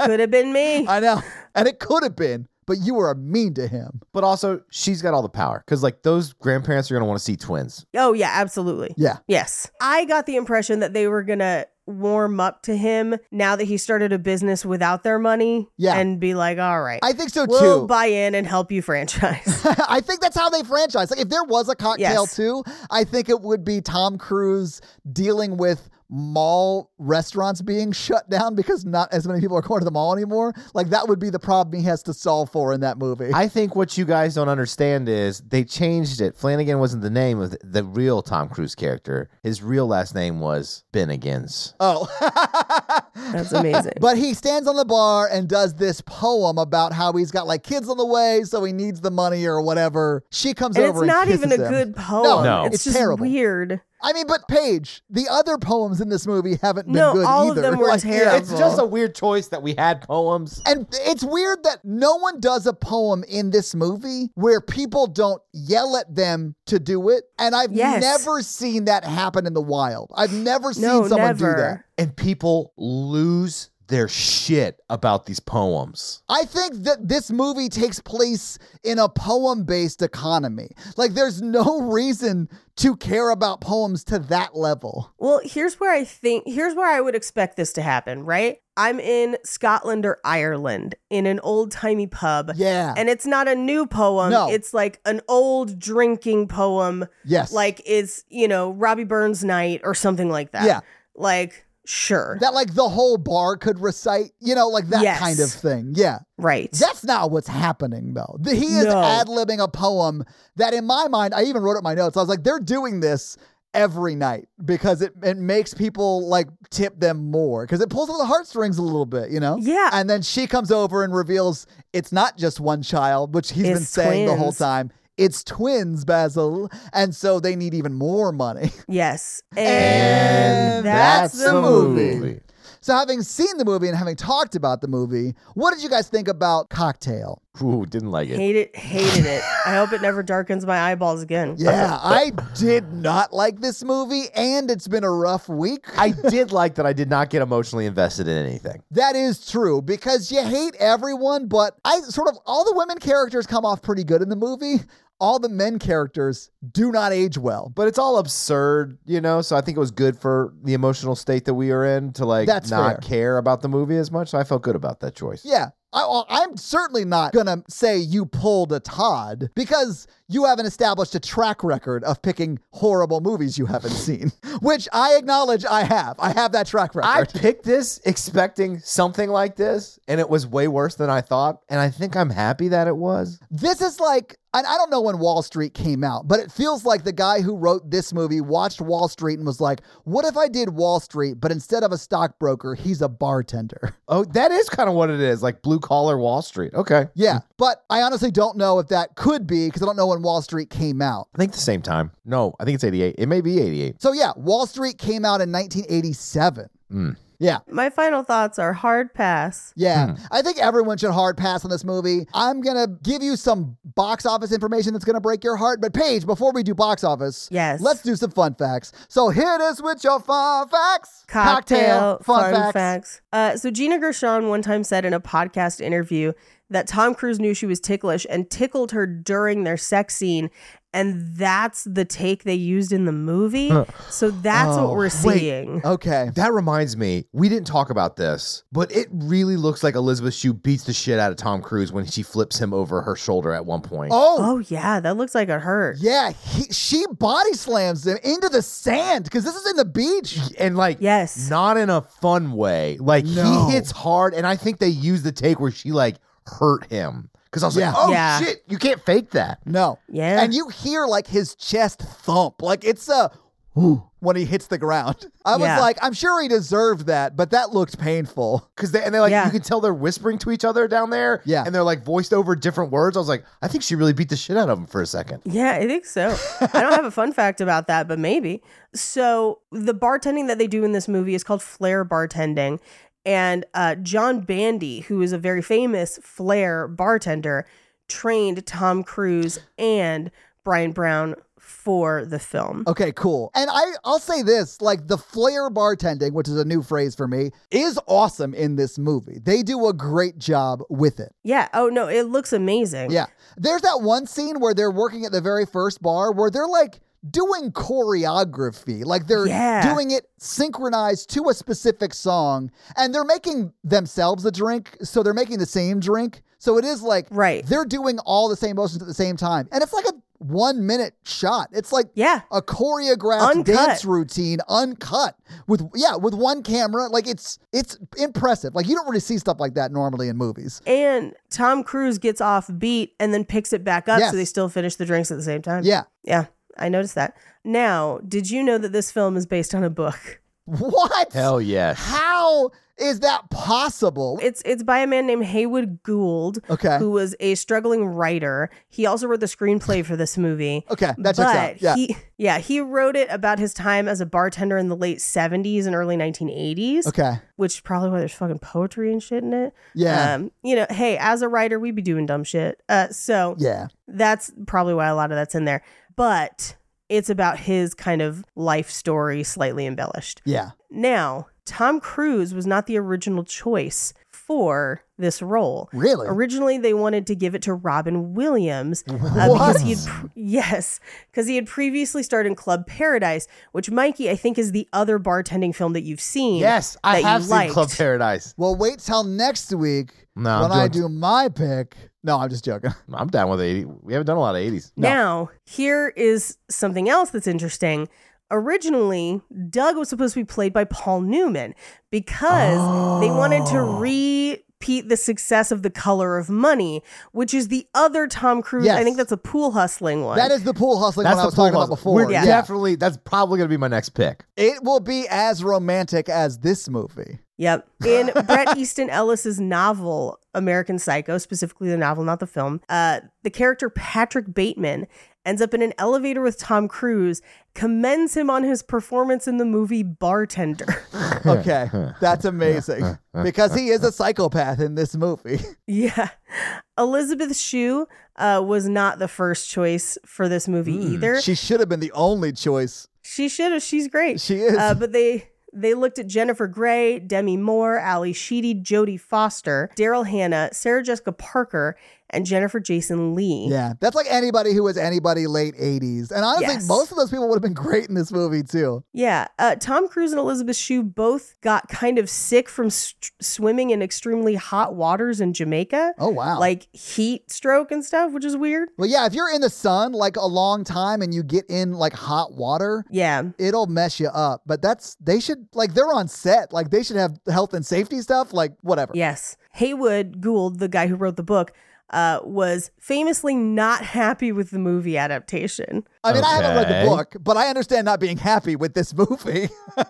Speaker 3: Could have been me.
Speaker 5: I know. And it could have been, but you were mean to him.
Speaker 4: But also, she's got all the power because like those grandparents are gonna want to see twins.
Speaker 3: oh, yeah, absolutely.
Speaker 5: Yeah.
Speaker 3: Yes. I got the impression that they were going to warm up to him now that he started a business without their money
Speaker 5: Yeah.
Speaker 3: and be like, all right,
Speaker 5: I think so
Speaker 3: we'll
Speaker 5: too.
Speaker 3: buy in and help you franchise.
Speaker 5: I think that's how they franchise. Like if there was a cocktail
Speaker 3: Yes.
Speaker 5: too, I think it would be Tom Cruise dealing with mall restaurants being shut down because not as many people are going to the mall anymore. Like that would be the problem he has to solve for in that movie.
Speaker 4: I think what you guys don't understand is they changed it. Flanagan wasn't the name of the real Tom Cruise character. His real last name was Bennigan's.
Speaker 5: oh.
Speaker 3: That's amazing.
Speaker 5: But he stands on the bar and does this poem about how he's got like kids on the way, so he needs the money or whatever. She comes
Speaker 3: and it's
Speaker 5: over.
Speaker 3: not
Speaker 5: and
Speaker 3: even a
Speaker 5: kisses him.
Speaker 3: good poem.
Speaker 4: No.
Speaker 3: It's,
Speaker 5: it's
Speaker 3: just
Speaker 5: terrible.
Speaker 3: weird.
Speaker 5: I mean, but Paige, the other poems in this movie haven't been
Speaker 3: No,
Speaker 5: good
Speaker 3: all of
Speaker 5: either.
Speaker 3: them were
Speaker 5: yeah.
Speaker 3: terrible.
Speaker 4: It's just a weird choice that we had poems.
Speaker 5: And it's weird that no one does a poem in this movie where people don't yell at them to do it. And I've
Speaker 3: Yes.
Speaker 5: never seen that happen in the wild. I've never seen
Speaker 3: No,
Speaker 5: someone
Speaker 3: never.
Speaker 5: do that.
Speaker 4: And people lose their shit about these poems.
Speaker 5: I think that this movie takes place in a poem based economy. Like, there's no reason to care about poems to that level.
Speaker 3: Well, here's where I think here's where I would expect this to happen, right? I'm in Scotland or Ireland in an old timey pub.
Speaker 5: Yeah.
Speaker 3: And it's not a new poem.
Speaker 5: No.
Speaker 3: It's like an old drinking poem.
Speaker 5: yes.
Speaker 3: Like it's, you know, Robbie Burns night or something like that.
Speaker 5: Yeah.
Speaker 3: Like, sure.
Speaker 5: that, like, the whole bar could recite, you know, like that
Speaker 3: Yes.
Speaker 5: kind of thing. Yeah.
Speaker 3: right.
Speaker 5: That's not what's happening, though. The- He is
Speaker 3: No.
Speaker 5: ad libbing a poem that, in my mind, I even wrote up my notes. I was like, they're doing this every night because it, it makes people like tip them more because it pulls on the heartstrings a little bit, you know?
Speaker 3: Yeah.
Speaker 5: And then she comes over and reveals it's not just one child, which he's been
Speaker 3: It's
Speaker 5: saying the whole
Speaker 3: twins.
Speaker 5: time. It's twins, Basil. And so they need even more money.
Speaker 3: yes.
Speaker 5: And that's the movie.
Speaker 4: movie.
Speaker 5: So, having seen the movie and having talked about the movie, what did you guys think about Cocktail?
Speaker 4: Ooh, didn't like it.
Speaker 3: Hate it, hated it. I hope it never darkens my eyeballs again.
Speaker 5: Yeah, I did not like this movie, and it's been a rough week.
Speaker 4: I did like that I did not get emotionally invested in anything.
Speaker 5: That is true because you hate everyone, but I sort of all the women characters come off pretty good in the movie. All the men characters do not age well.
Speaker 4: But it's all absurd, you know? So I think it was good for the emotional state that we are in to like
Speaker 5: That's
Speaker 4: not
Speaker 5: fair.
Speaker 4: care about the movie as much. So I felt good about that choice.
Speaker 5: Yeah, I, I'm certainly not gonna say you pulled a Todd because you haven't established a track record of picking horrible movies you haven't seen, which I acknowledge I have. I have that track record.
Speaker 4: I picked this expecting something like this, and it was way worse than I thought. And I think I'm happy that it was.
Speaker 5: This is like, and I don't know when Wall Street came out, but it feels like the guy who wrote this movie watched Wall Street and was like, what if I did Wall Street, but instead of a stockbroker, he's a bartender?
Speaker 4: Oh, that is kind of what it is like blue collar Wall Street. Okay.
Speaker 5: Yeah, but I honestly don't know if that could be because I don't know when Wall Street came out.
Speaker 4: I think the same time. No, I think it's 88. It may be 88.
Speaker 5: So, yeah, Wall Street came out in 1987. Yeah.
Speaker 3: My final thoughts are hard pass.
Speaker 5: Yeah.
Speaker 4: Hmm.
Speaker 5: I think everyone should hard pass on this movie. I'm going to give you some box office information that's going to break your heart. But, Paige, before we do box office,
Speaker 3: Yes.
Speaker 5: let's do some fun facts. So, here it is with your fun facts.
Speaker 3: Cocktail, fun, facts. Uh, so Gina Gershon one time said in a podcast interview that Tom Cruise knew she was ticklish and tickled her during their sex scene, and that's the take they used in the movie. so that's
Speaker 4: Oh,
Speaker 3: what we're
Speaker 4: wait.
Speaker 3: seeing.
Speaker 5: Okay.
Speaker 4: That reminds me, we didn't talk about this, but it really looks like Elizabeth Shue beats the shit out of Tom Cruise when she flips him over her shoulder at one point.
Speaker 5: Oh,
Speaker 3: Oh yeah, that looks like a hurt.
Speaker 5: yeah. He, she body slams him into the sand because this is in the beach.
Speaker 4: And like,
Speaker 3: Yes.
Speaker 4: not in a fun way. Like
Speaker 5: No.
Speaker 4: he hits hard, and I think they use the take where she like hurt him because I was
Speaker 5: Yeah.
Speaker 4: like, oh
Speaker 3: Yeah.
Speaker 4: shit, you can't fake that.
Speaker 5: No.
Speaker 3: Yeah.
Speaker 5: And you hear like his chest thump. Like it's a "Ooh," when he hits the ground. I was
Speaker 3: Yeah.
Speaker 5: like, I'm sure he deserved that, but that looked painful.
Speaker 4: Cause they and they like
Speaker 3: Yeah.
Speaker 4: you can tell they're whispering to each other down there.
Speaker 5: Yeah.
Speaker 4: And they're like voiced over different words. I was like, I think she really beat the shit out of him for a second.
Speaker 3: Yeah, I think so. I don't have a fun fact about that, but maybe. So the bartending that they do in this movie is called flair bartending, and uh, John Bandy, who is a very famous flair bartender, trained Tom Cruise and Brian Brown for the film.
Speaker 5: Okay, cool. And I, I'll say this like the flair bartending, which is a new phrase for me, is awesome in this movie. They do a great job with it.
Speaker 3: Yeah. Oh no, it looks amazing.
Speaker 5: Yeah. There's that one scene where they're working at the very first bar where they're like doing choreography. Like they're
Speaker 3: Yeah.
Speaker 5: doing it synchronized to a specific song and they're making themselves a drink. So they're making the same drink. So it is like
Speaker 3: Right.
Speaker 5: they're doing all the same motions at the same time. And it's like a one minute shot. It's like
Speaker 3: Yeah.
Speaker 5: a choreographed
Speaker 3: Uncut.
Speaker 5: dance routine uncut with yeah, with one camera. Like it's it's impressive. Like you don't really see stuff like that normally in movies.
Speaker 3: And Tom Cruise gets off beat and then picks it back up,
Speaker 5: Yes.
Speaker 3: so they still finish the drinks at the same time.
Speaker 5: Yeah.
Speaker 3: Yeah, I noticed that. Now, did you know that this film is based on a book?
Speaker 5: What?
Speaker 4: Hell yes.
Speaker 5: How is that possible?
Speaker 3: It's it's by a man named Haywood Gould,
Speaker 5: Okay.
Speaker 3: who was a struggling writer. He also wrote the screenplay for this movie.
Speaker 5: Okay, that checks
Speaker 3: but
Speaker 5: out. Yeah.
Speaker 3: He, yeah, he wrote it about his time as a bartender in the late 70s and early 1980s,
Speaker 5: Okay.
Speaker 3: which is probably why there's fucking poetry and shit in it.
Speaker 5: Yeah.
Speaker 3: Um, you know, hey, as a writer, we be doing dumb shit. Uh, so
Speaker 5: yeah.
Speaker 3: that's probably why a lot of that's in there. But it's about his kind of life story, slightly embellished.
Speaker 5: Yeah.
Speaker 3: Now, Tom Cruise was not the original choice for this role.
Speaker 5: Really?
Speaker 3: Originally, they wanted to give it to Robin Williams uh, because he had pre- yes, because he had previously starred in Club Paradise, which Mikey I think is the other bartending film that you've seen.
Speaker 4: Yes, I
Speaker 3: that you
Speaker 4: have seen
Speaker 3: liked.
Speaker 4: Club Paradise.
Speaker 5: Well, wait till next week
Speaker 4: No, I'm
Speaker 5: when I do
Speaker 4: doing-
Speaker 5: my pick. No, I'm just joking.
Speaker 4: I'm down with 80. We haven't done a lot of 80s.
Speaker 3: Now, here is something else that's interesting. Originally, Doug was supposed to be played by Paul Newman because they wanted to
Speaker 5: Oh.
Speaker 3: repeat the success of The Color of Money, which is the other Tom Cruise.
Speaker 5: Yes.
Speaker 3: I think that's a pool hustling one.
Speaker 5: That is the pool hustling
Speaker 4: That's
Speaker 5: one
Speaker 4: the
Speaker 5: I was talking
Speaker 4: pool
Speaker 5: about
Speaker 4: hustle.
Speaker 5: before.
Speaker 4: We're definitely that's probably gonna be my next pick.
Speaker 5: It will be as romantic as this movie.
Speaker 3: Yep. In Bret Easton Ellis's novel American Psycho, specifically the novel, not the film, uh, the character Patrick Bateman ends up in an elevator with Tom Cruise, commends him on his performance in the movie Bartender.
Speaker 5: Okay. That's amazing. Because he is a psychopath in this movie.
Speaker 3: yeah. Elizabeth Shue uh, was not the first choice for this movie either.
Speaker 5: Hmm. She should have been the only choice.
Speaker 3: She should have. She's great.
Speaker 5: She is.
Speaker 3: Uh, but they they looked at Jennifer Grey, Demi Moore, Ali Sheedy, Jodie Foster, Daryl Hannah, Sarah Jessica Parker, and Jennifer Jason Lee.
Speaker 5: Yeah. That's like anybody who was anybody late 80s. And honestly,
Speaker 3: Yes.
Speaker 5: most of those people would have been great in this movie, too.
Speaker 3: Yeah, uh, Tom Cruise and Elizabeth Shue both got kind of sick from s swimming in extremely hot waters in Jamaica,
Speaker 5: Oh, wow.
Speaker 3: like heat stroke and stuff, which is weird.
Speaker 5: Well, yeah, if you're in the sun like a long time and you get in like hot water,
Speaker 3: Yeah,
Speaker 5: it'll mess you up. But that's they should like they're on set, like they should have health and safety stuff, like whatever.
Speaker 3: yes. Haywood Gould, the guy who wrote the book, uh, was famously not happy with the movie adaptation.
Speaker 5: I mean, I haven't read
Speaker 4: Okay.
Speaker 5: the book, but I understand not being happy with this movie.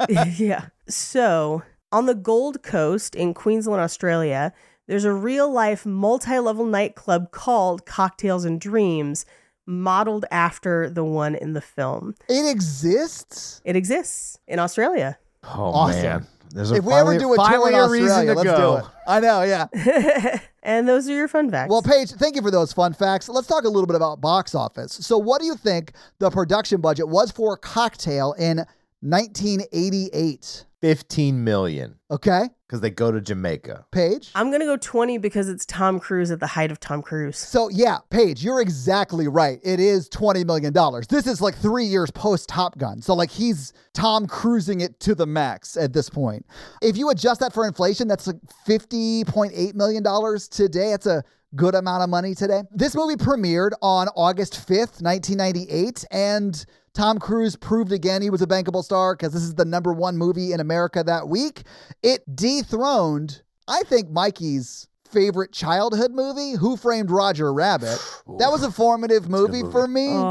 Speaker 3: yeah. So, on the Gold Coast in Queensland, Australia, there's a real life multi level nightclub called Cocktails and Dreams, modeled after the one in the film.
Speaker 5: it exists.
Speaker 3: It exists in Australia.
Speaker 4: Oh
Speaker 5: Awesome.
Speaker 4: man. There's a
Speaker 5: If we
Speaker 4: finally,
Speaker 5: ever do a tour
Speaker 4: finally
Speaker 5: in
Speaker 4: a reason
Speaker 5: Australia,
Speaker 4: to
Speaker 5: let's
Speaker 4: go.
Speaker 5: do it. I know, yeah.
Speaker 3: And those are your fun facts.
Speaker 5: Well, Paige, thank you for those fun facts. Let's talk a little bit about box office. So, what do you think the production budget was for Cocktail in 1988?
Speaker 4: 15 million
Speaker 5: Okay,
Speaker 4: because they go to Jamaica.
Speaker 5: Paige?
Speaker 3: I'm gonna go 20 because it's Tom Cruise at the height of Tom Cruise.
Speaker 5: So, yeah, Paige, you're exactly right. It is $20 million. This is like three years post Top Gun. So, like, he's Tom cruising it to the max at this point. If you adjust that for inflation, that's like $50.8 million today. That's a good amount of money today. This movie premiered on August 5th, 1998. And Tom Cruise proved again he was a bankable star because this is the number one movie in America that week. It dethroned, I think, Mikey's favorite childhood movie, Who Framed Roger Rabbit. That was a formative movie, for me.
Speaker 3: Oh,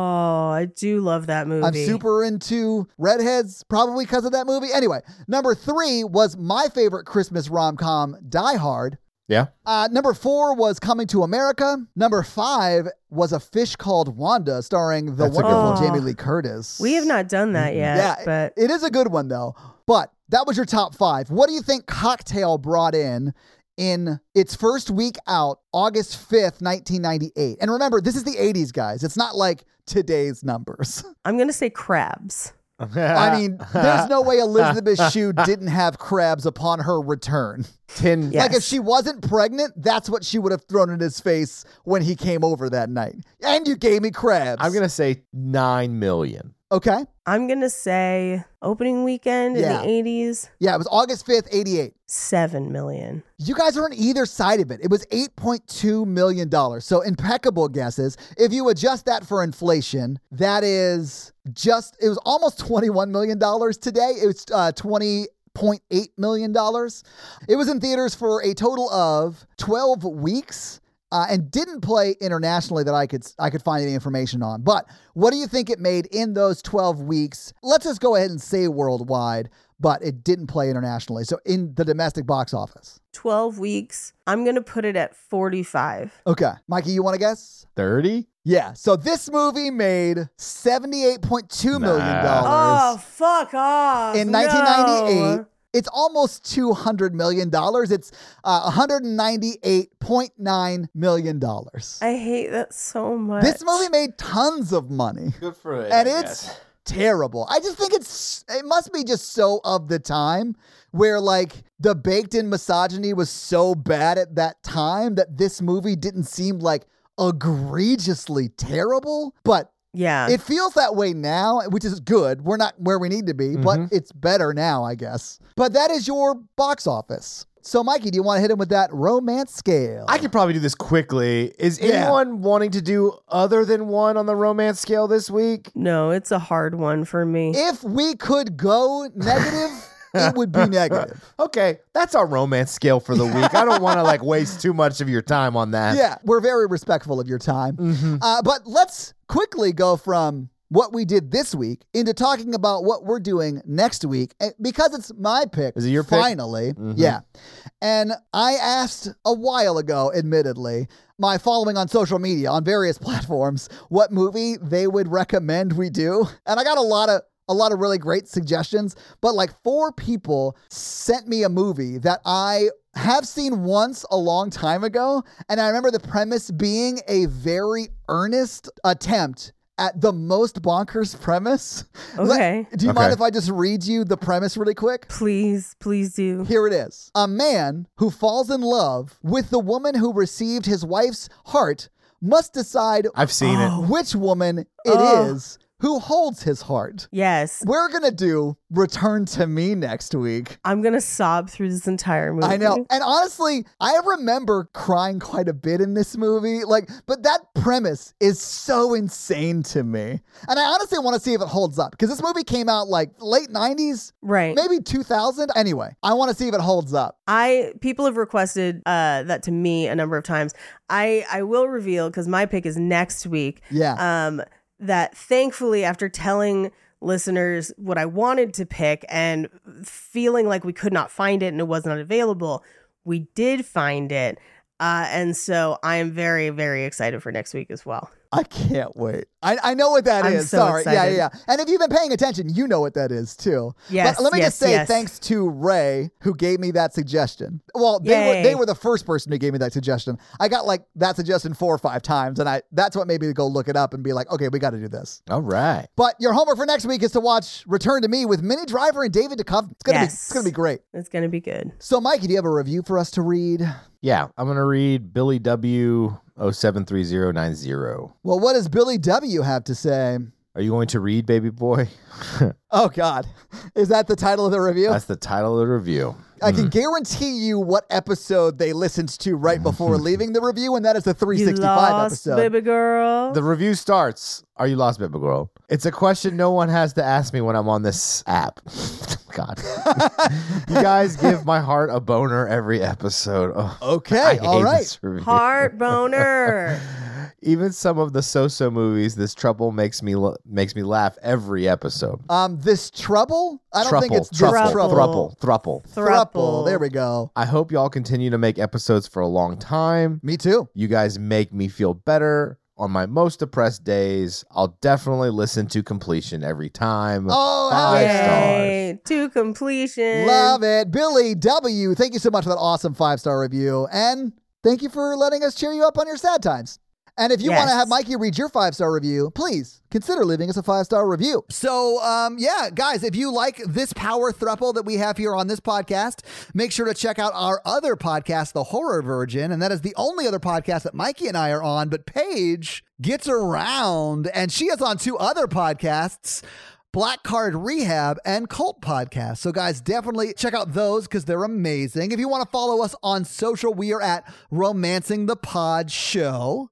Speaker 3: I do love that movie.
Speaker 5: I'm super into redheads, probably because of that movie. Anyway, number three was my favorite Christmas rom com, Die Hard.
Speaker 4: Yeah.
Speaker 5: Uh, number four was Coming to America. Number five was A Fish Called Wanda, starring the
Speaker 4: That's a good
Speaker 5: wonderful
Speaker 3: one.
Speaker 5: Jamie Lee Curtis.
Speaker 3: We have not done that yet,
Speaker 5: Yeah,
Speaker 3: but
Speaker 5: it is a good one though. But that was your top five. What do you think Cocktail brought in in its first week out, August fifth, nineteen ninety eight? And remember, this is the eighties, guys. It's not like today's numbers.
Speaker 3: I'm gonna say crabs.
Speaker 5: I mean, there's no way Elizabeth Shue didn't have crabs upon her return.
Speaker 4: 10
Speaker 3: Yeah.
Speaker 5: Like if she wasn't pregnant, that's what she would have thrown in his face when he came over that night. And you gave me crabs.
Speaker 4: I'm going to say 9 million.
Speaker 5: okay.
Speaker 3: I'm gonna say opening weekend
Speaker 5: Yeah.
Speaker 3: in the 80s,
Speaker 5: Yeah, it was August fifth, eighty eight.
Speaker 3: seven million.
Speaker 5: You guys are on either side of it. It was $8.2 million. So impeccable guesses. If you adjust that for inflation, that is just, it was almost $21 million today. It was uh, $20.8 million. It was in theaters for a total of 12 weeks. Uh, and didn't play internationally that I could I could find any information on. But what do you think it made in those 12 weeks? Let's just go ahead and say worldwide, but it didn't play internationally. So in the domestic box office.
Speaker 3: 12 weeks. I'm gonna put it at 45.
Speaker 5: Okay. Mikey, you want to guess?
Speaker 4: 30?
Speaker 5: Yeah. So this movie made $78.2 million
Speaker 3: Oh, fuck off.
Speaker 5: in
Speaker 3: No.
Speaker 5: 1998. It's almost $200 million. It's uh, $198.9 million.
Speaker 3: I hate that so much.
Speaker 5: This movie made tons of money.
Speaker 4: Good for it.
Speaker 5: and it's terrible. I just think it's it must be just so of the time where like the baked in misogyny was so bad at that time that this movie didn't seem like egregiously terrible, but
Speaker 3: Yeah.
Speaker 5: it feels that way now, which is good. We're not where we need to be, but it's better now, I guess. But that is your box office. So, Mikey, do you want to hit him with that romance scale?
Speaker 4: I could probably do this quickly. Is
Speaker 5: Yeah.
Speaker 4: anyone wanting to do other than one on the romance scale this week?
Speaker 3: no, it's a hard one for me.
Speaker 5: if we could go negative, it would be negative.
Speaker 4: Okay, that's our romance scale for the week. I don't want to like waste too much of your time on that. Mm-hmm.
Speaker 5: Yeah, we're very respectful of your time.
Speaker 4: Mm.
Speaker 5: Uh, but let's quickly go from what we did this week into talking about what we're doing next week eh, because it's my pick.
Speaker 4: Is it your pick? Mm-hmm.
Speaker 5: finally? Yeah. And I asked a while ago, admittedly, my following on social media on various platforms what movie they would recommend we do, and I got a lot of a lot of really great suggestions, but like four people sent me a movie that I have seen once a long time ago. And I remember the premise being a very earnest attempt at the most bonkers premise. Let-
Speaker 3: Okay.
Speaker 5: do you
Speaker 4: Okay.
Speaker 5: mind if I just read you the premise really quick?
Speaker 3: Please, please do.
Speaker 5: Here it is. A man who falls in love with the woman who received his wife's heart must decide
Speaker 4: I've seen it.
Speaker 5: which woman it is
Speaker 3: Oh.
Speaker 5: who holds his heart.
Speaker 3: Yes.
Speaker 5: We're going to do Return to Me next week.
Speaker 3: I'm gonna sob through this entire movie.
Speaker 5: I know. And honestly, I remember crying quite a bit in this movie. Like, but that premise is so insane to me. And I honestly want to see if it holds up because this movie came out like late 90s,
Speaker 3: Right.
Speaker 5: maybe 2000. Anyway, I want to see if it holds up.
Speaker 3: I people have requested uh, that to me a number of times. I I will reveal because my pick is next week.
Speaker 5: Yeah.
Speaker 3: Um, that thankfully after telling listeners what I wanted to pick and feeling like we could not find it and it was not available, we did find it. Uh, and so I am very very excited for next week as well.
Speaker 5: I can't wait. I, I know what that
Speaker 3: I'm
Speaker 5: is.
Speaker 3: so
Speaker 5: Sorry. Yeah,
Speaker 3: excited.
Speaker 5: yeah, yeah. And if you've been paying attention, you know what that is too.
Speaker 3: Yes,
Speaker 5: But let me
Speaker 3: yes,
Speaker 5: just say
Speaker 3: yes.
Speaker 5: thanks to Ray who gave me that suggestion. Well, they were
Speaker 3: Yay.
Speaker 5: they were the first person who gave me that suggestion. I got like that suggestion four or five times, and I that's what made me go look it up and be like, okay, we got to do this.
Speaker 4: All right.
Speaker 5: But your homework for next week is to watch Return to Me with Minnie Driver and David Duchovny. It's gonna be it's
Speaker 3: Yes.
Speaker 5: gonna be great.
Speaker 3: It's gonna be good.
Speaker 5: So, Mikey, do you have a review for us to read?
Speaker 4: Yeah, I'm gonna read Billy W. 073090.
Speaker 5: Well, what does Billy W have to say?
Speaker 4: Are you going to read, baby boy?
Speaker 5: Oh God, is that the title of the review?
Speaker 4: That's the title of the review.
Speaker 5: I can
Speaker 4: Mm-hmm.
Speaker 5: guarantee you what episode they listened to right before leaving the review, and that is the
Speaker 3: You
Speaker 5: 365
Speaker 3: lost,
Speaker 5: episode.
Speaker 3: baby girl.
Speaker 4: The review starts Are you lost, baby girl? It's a question no one has to ask me when I'm on this app. God. you guys give my heart a boner every episode. Oh,
Speaker 5: Okay,
Speaker 4: I hate
Speaker 5: all right.
Speaker 4: this review.
Speaker 3: Heart boner.
Speaker 4: Even some of the so-so movies, this trouble makes me lo- makes me laugh every episode.
Speaker 5: Um, this trouble? I don't think it's this
Speaker 4: truffle,
Speaker 5: trouble.
Speaker 4: truffle, truffle.
Speaker 5: Thruple.
Speaker 3: Thruple.
Speaker 5: There we go.
Speaker 4: I hope y'all continue to make episodes for a long time.
Speaker 5: Me too.
Speaker 4: You guys make me feel better on my most depressed days. I'll definitely listen to completion every time.
Speaker 5: Oh, hell
Speaker 4: Five
Speaker 3: Yay. To completion.
Speaker 5: Love it. Billy W, thank you so much for that awesome five star review. And thank you for letting us cheer you up on your sad times. And if you want to
Speaker 3: Yes.
Speaker 5: have Mikey read your five star review, please consider leaving us a five star review. So, um, yeah, guys, if you like this power thruple that we have here on this podcast, make sure to check out our other podcast, The Horror Virgin. And that is the only other podcast that Mikey and I are on. But Paige gets around and she is on two other podcasts. Black Card Rehab, and Cult Podcast. So, guys, definitely check out those because they're amazing. If you want to follow us on social, we are at Romancing the Pod Show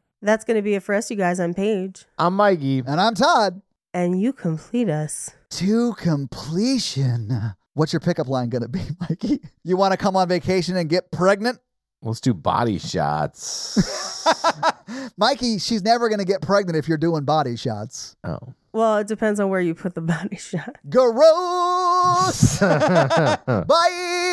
Speaker 3: That's gonna be it for us, you guys. I'm Paige.
Speaker 4: I'm Mikey.
Speaker 5: And I'm Todd.
Speaker 3: And you complete us.
Speaker 5: to completion. What's your pickup line going to be, Mikey? You want to come on vacation and get pregnant?
Speaker 4: Let's do body shots.
Speaker 5: Mikey, she's never going to get pregnant if you're doing body shots.
Speaker 4: oh.
Speaker 3: Well, it depends on where you put the body shot.
Speaker 5: Gross. Bye.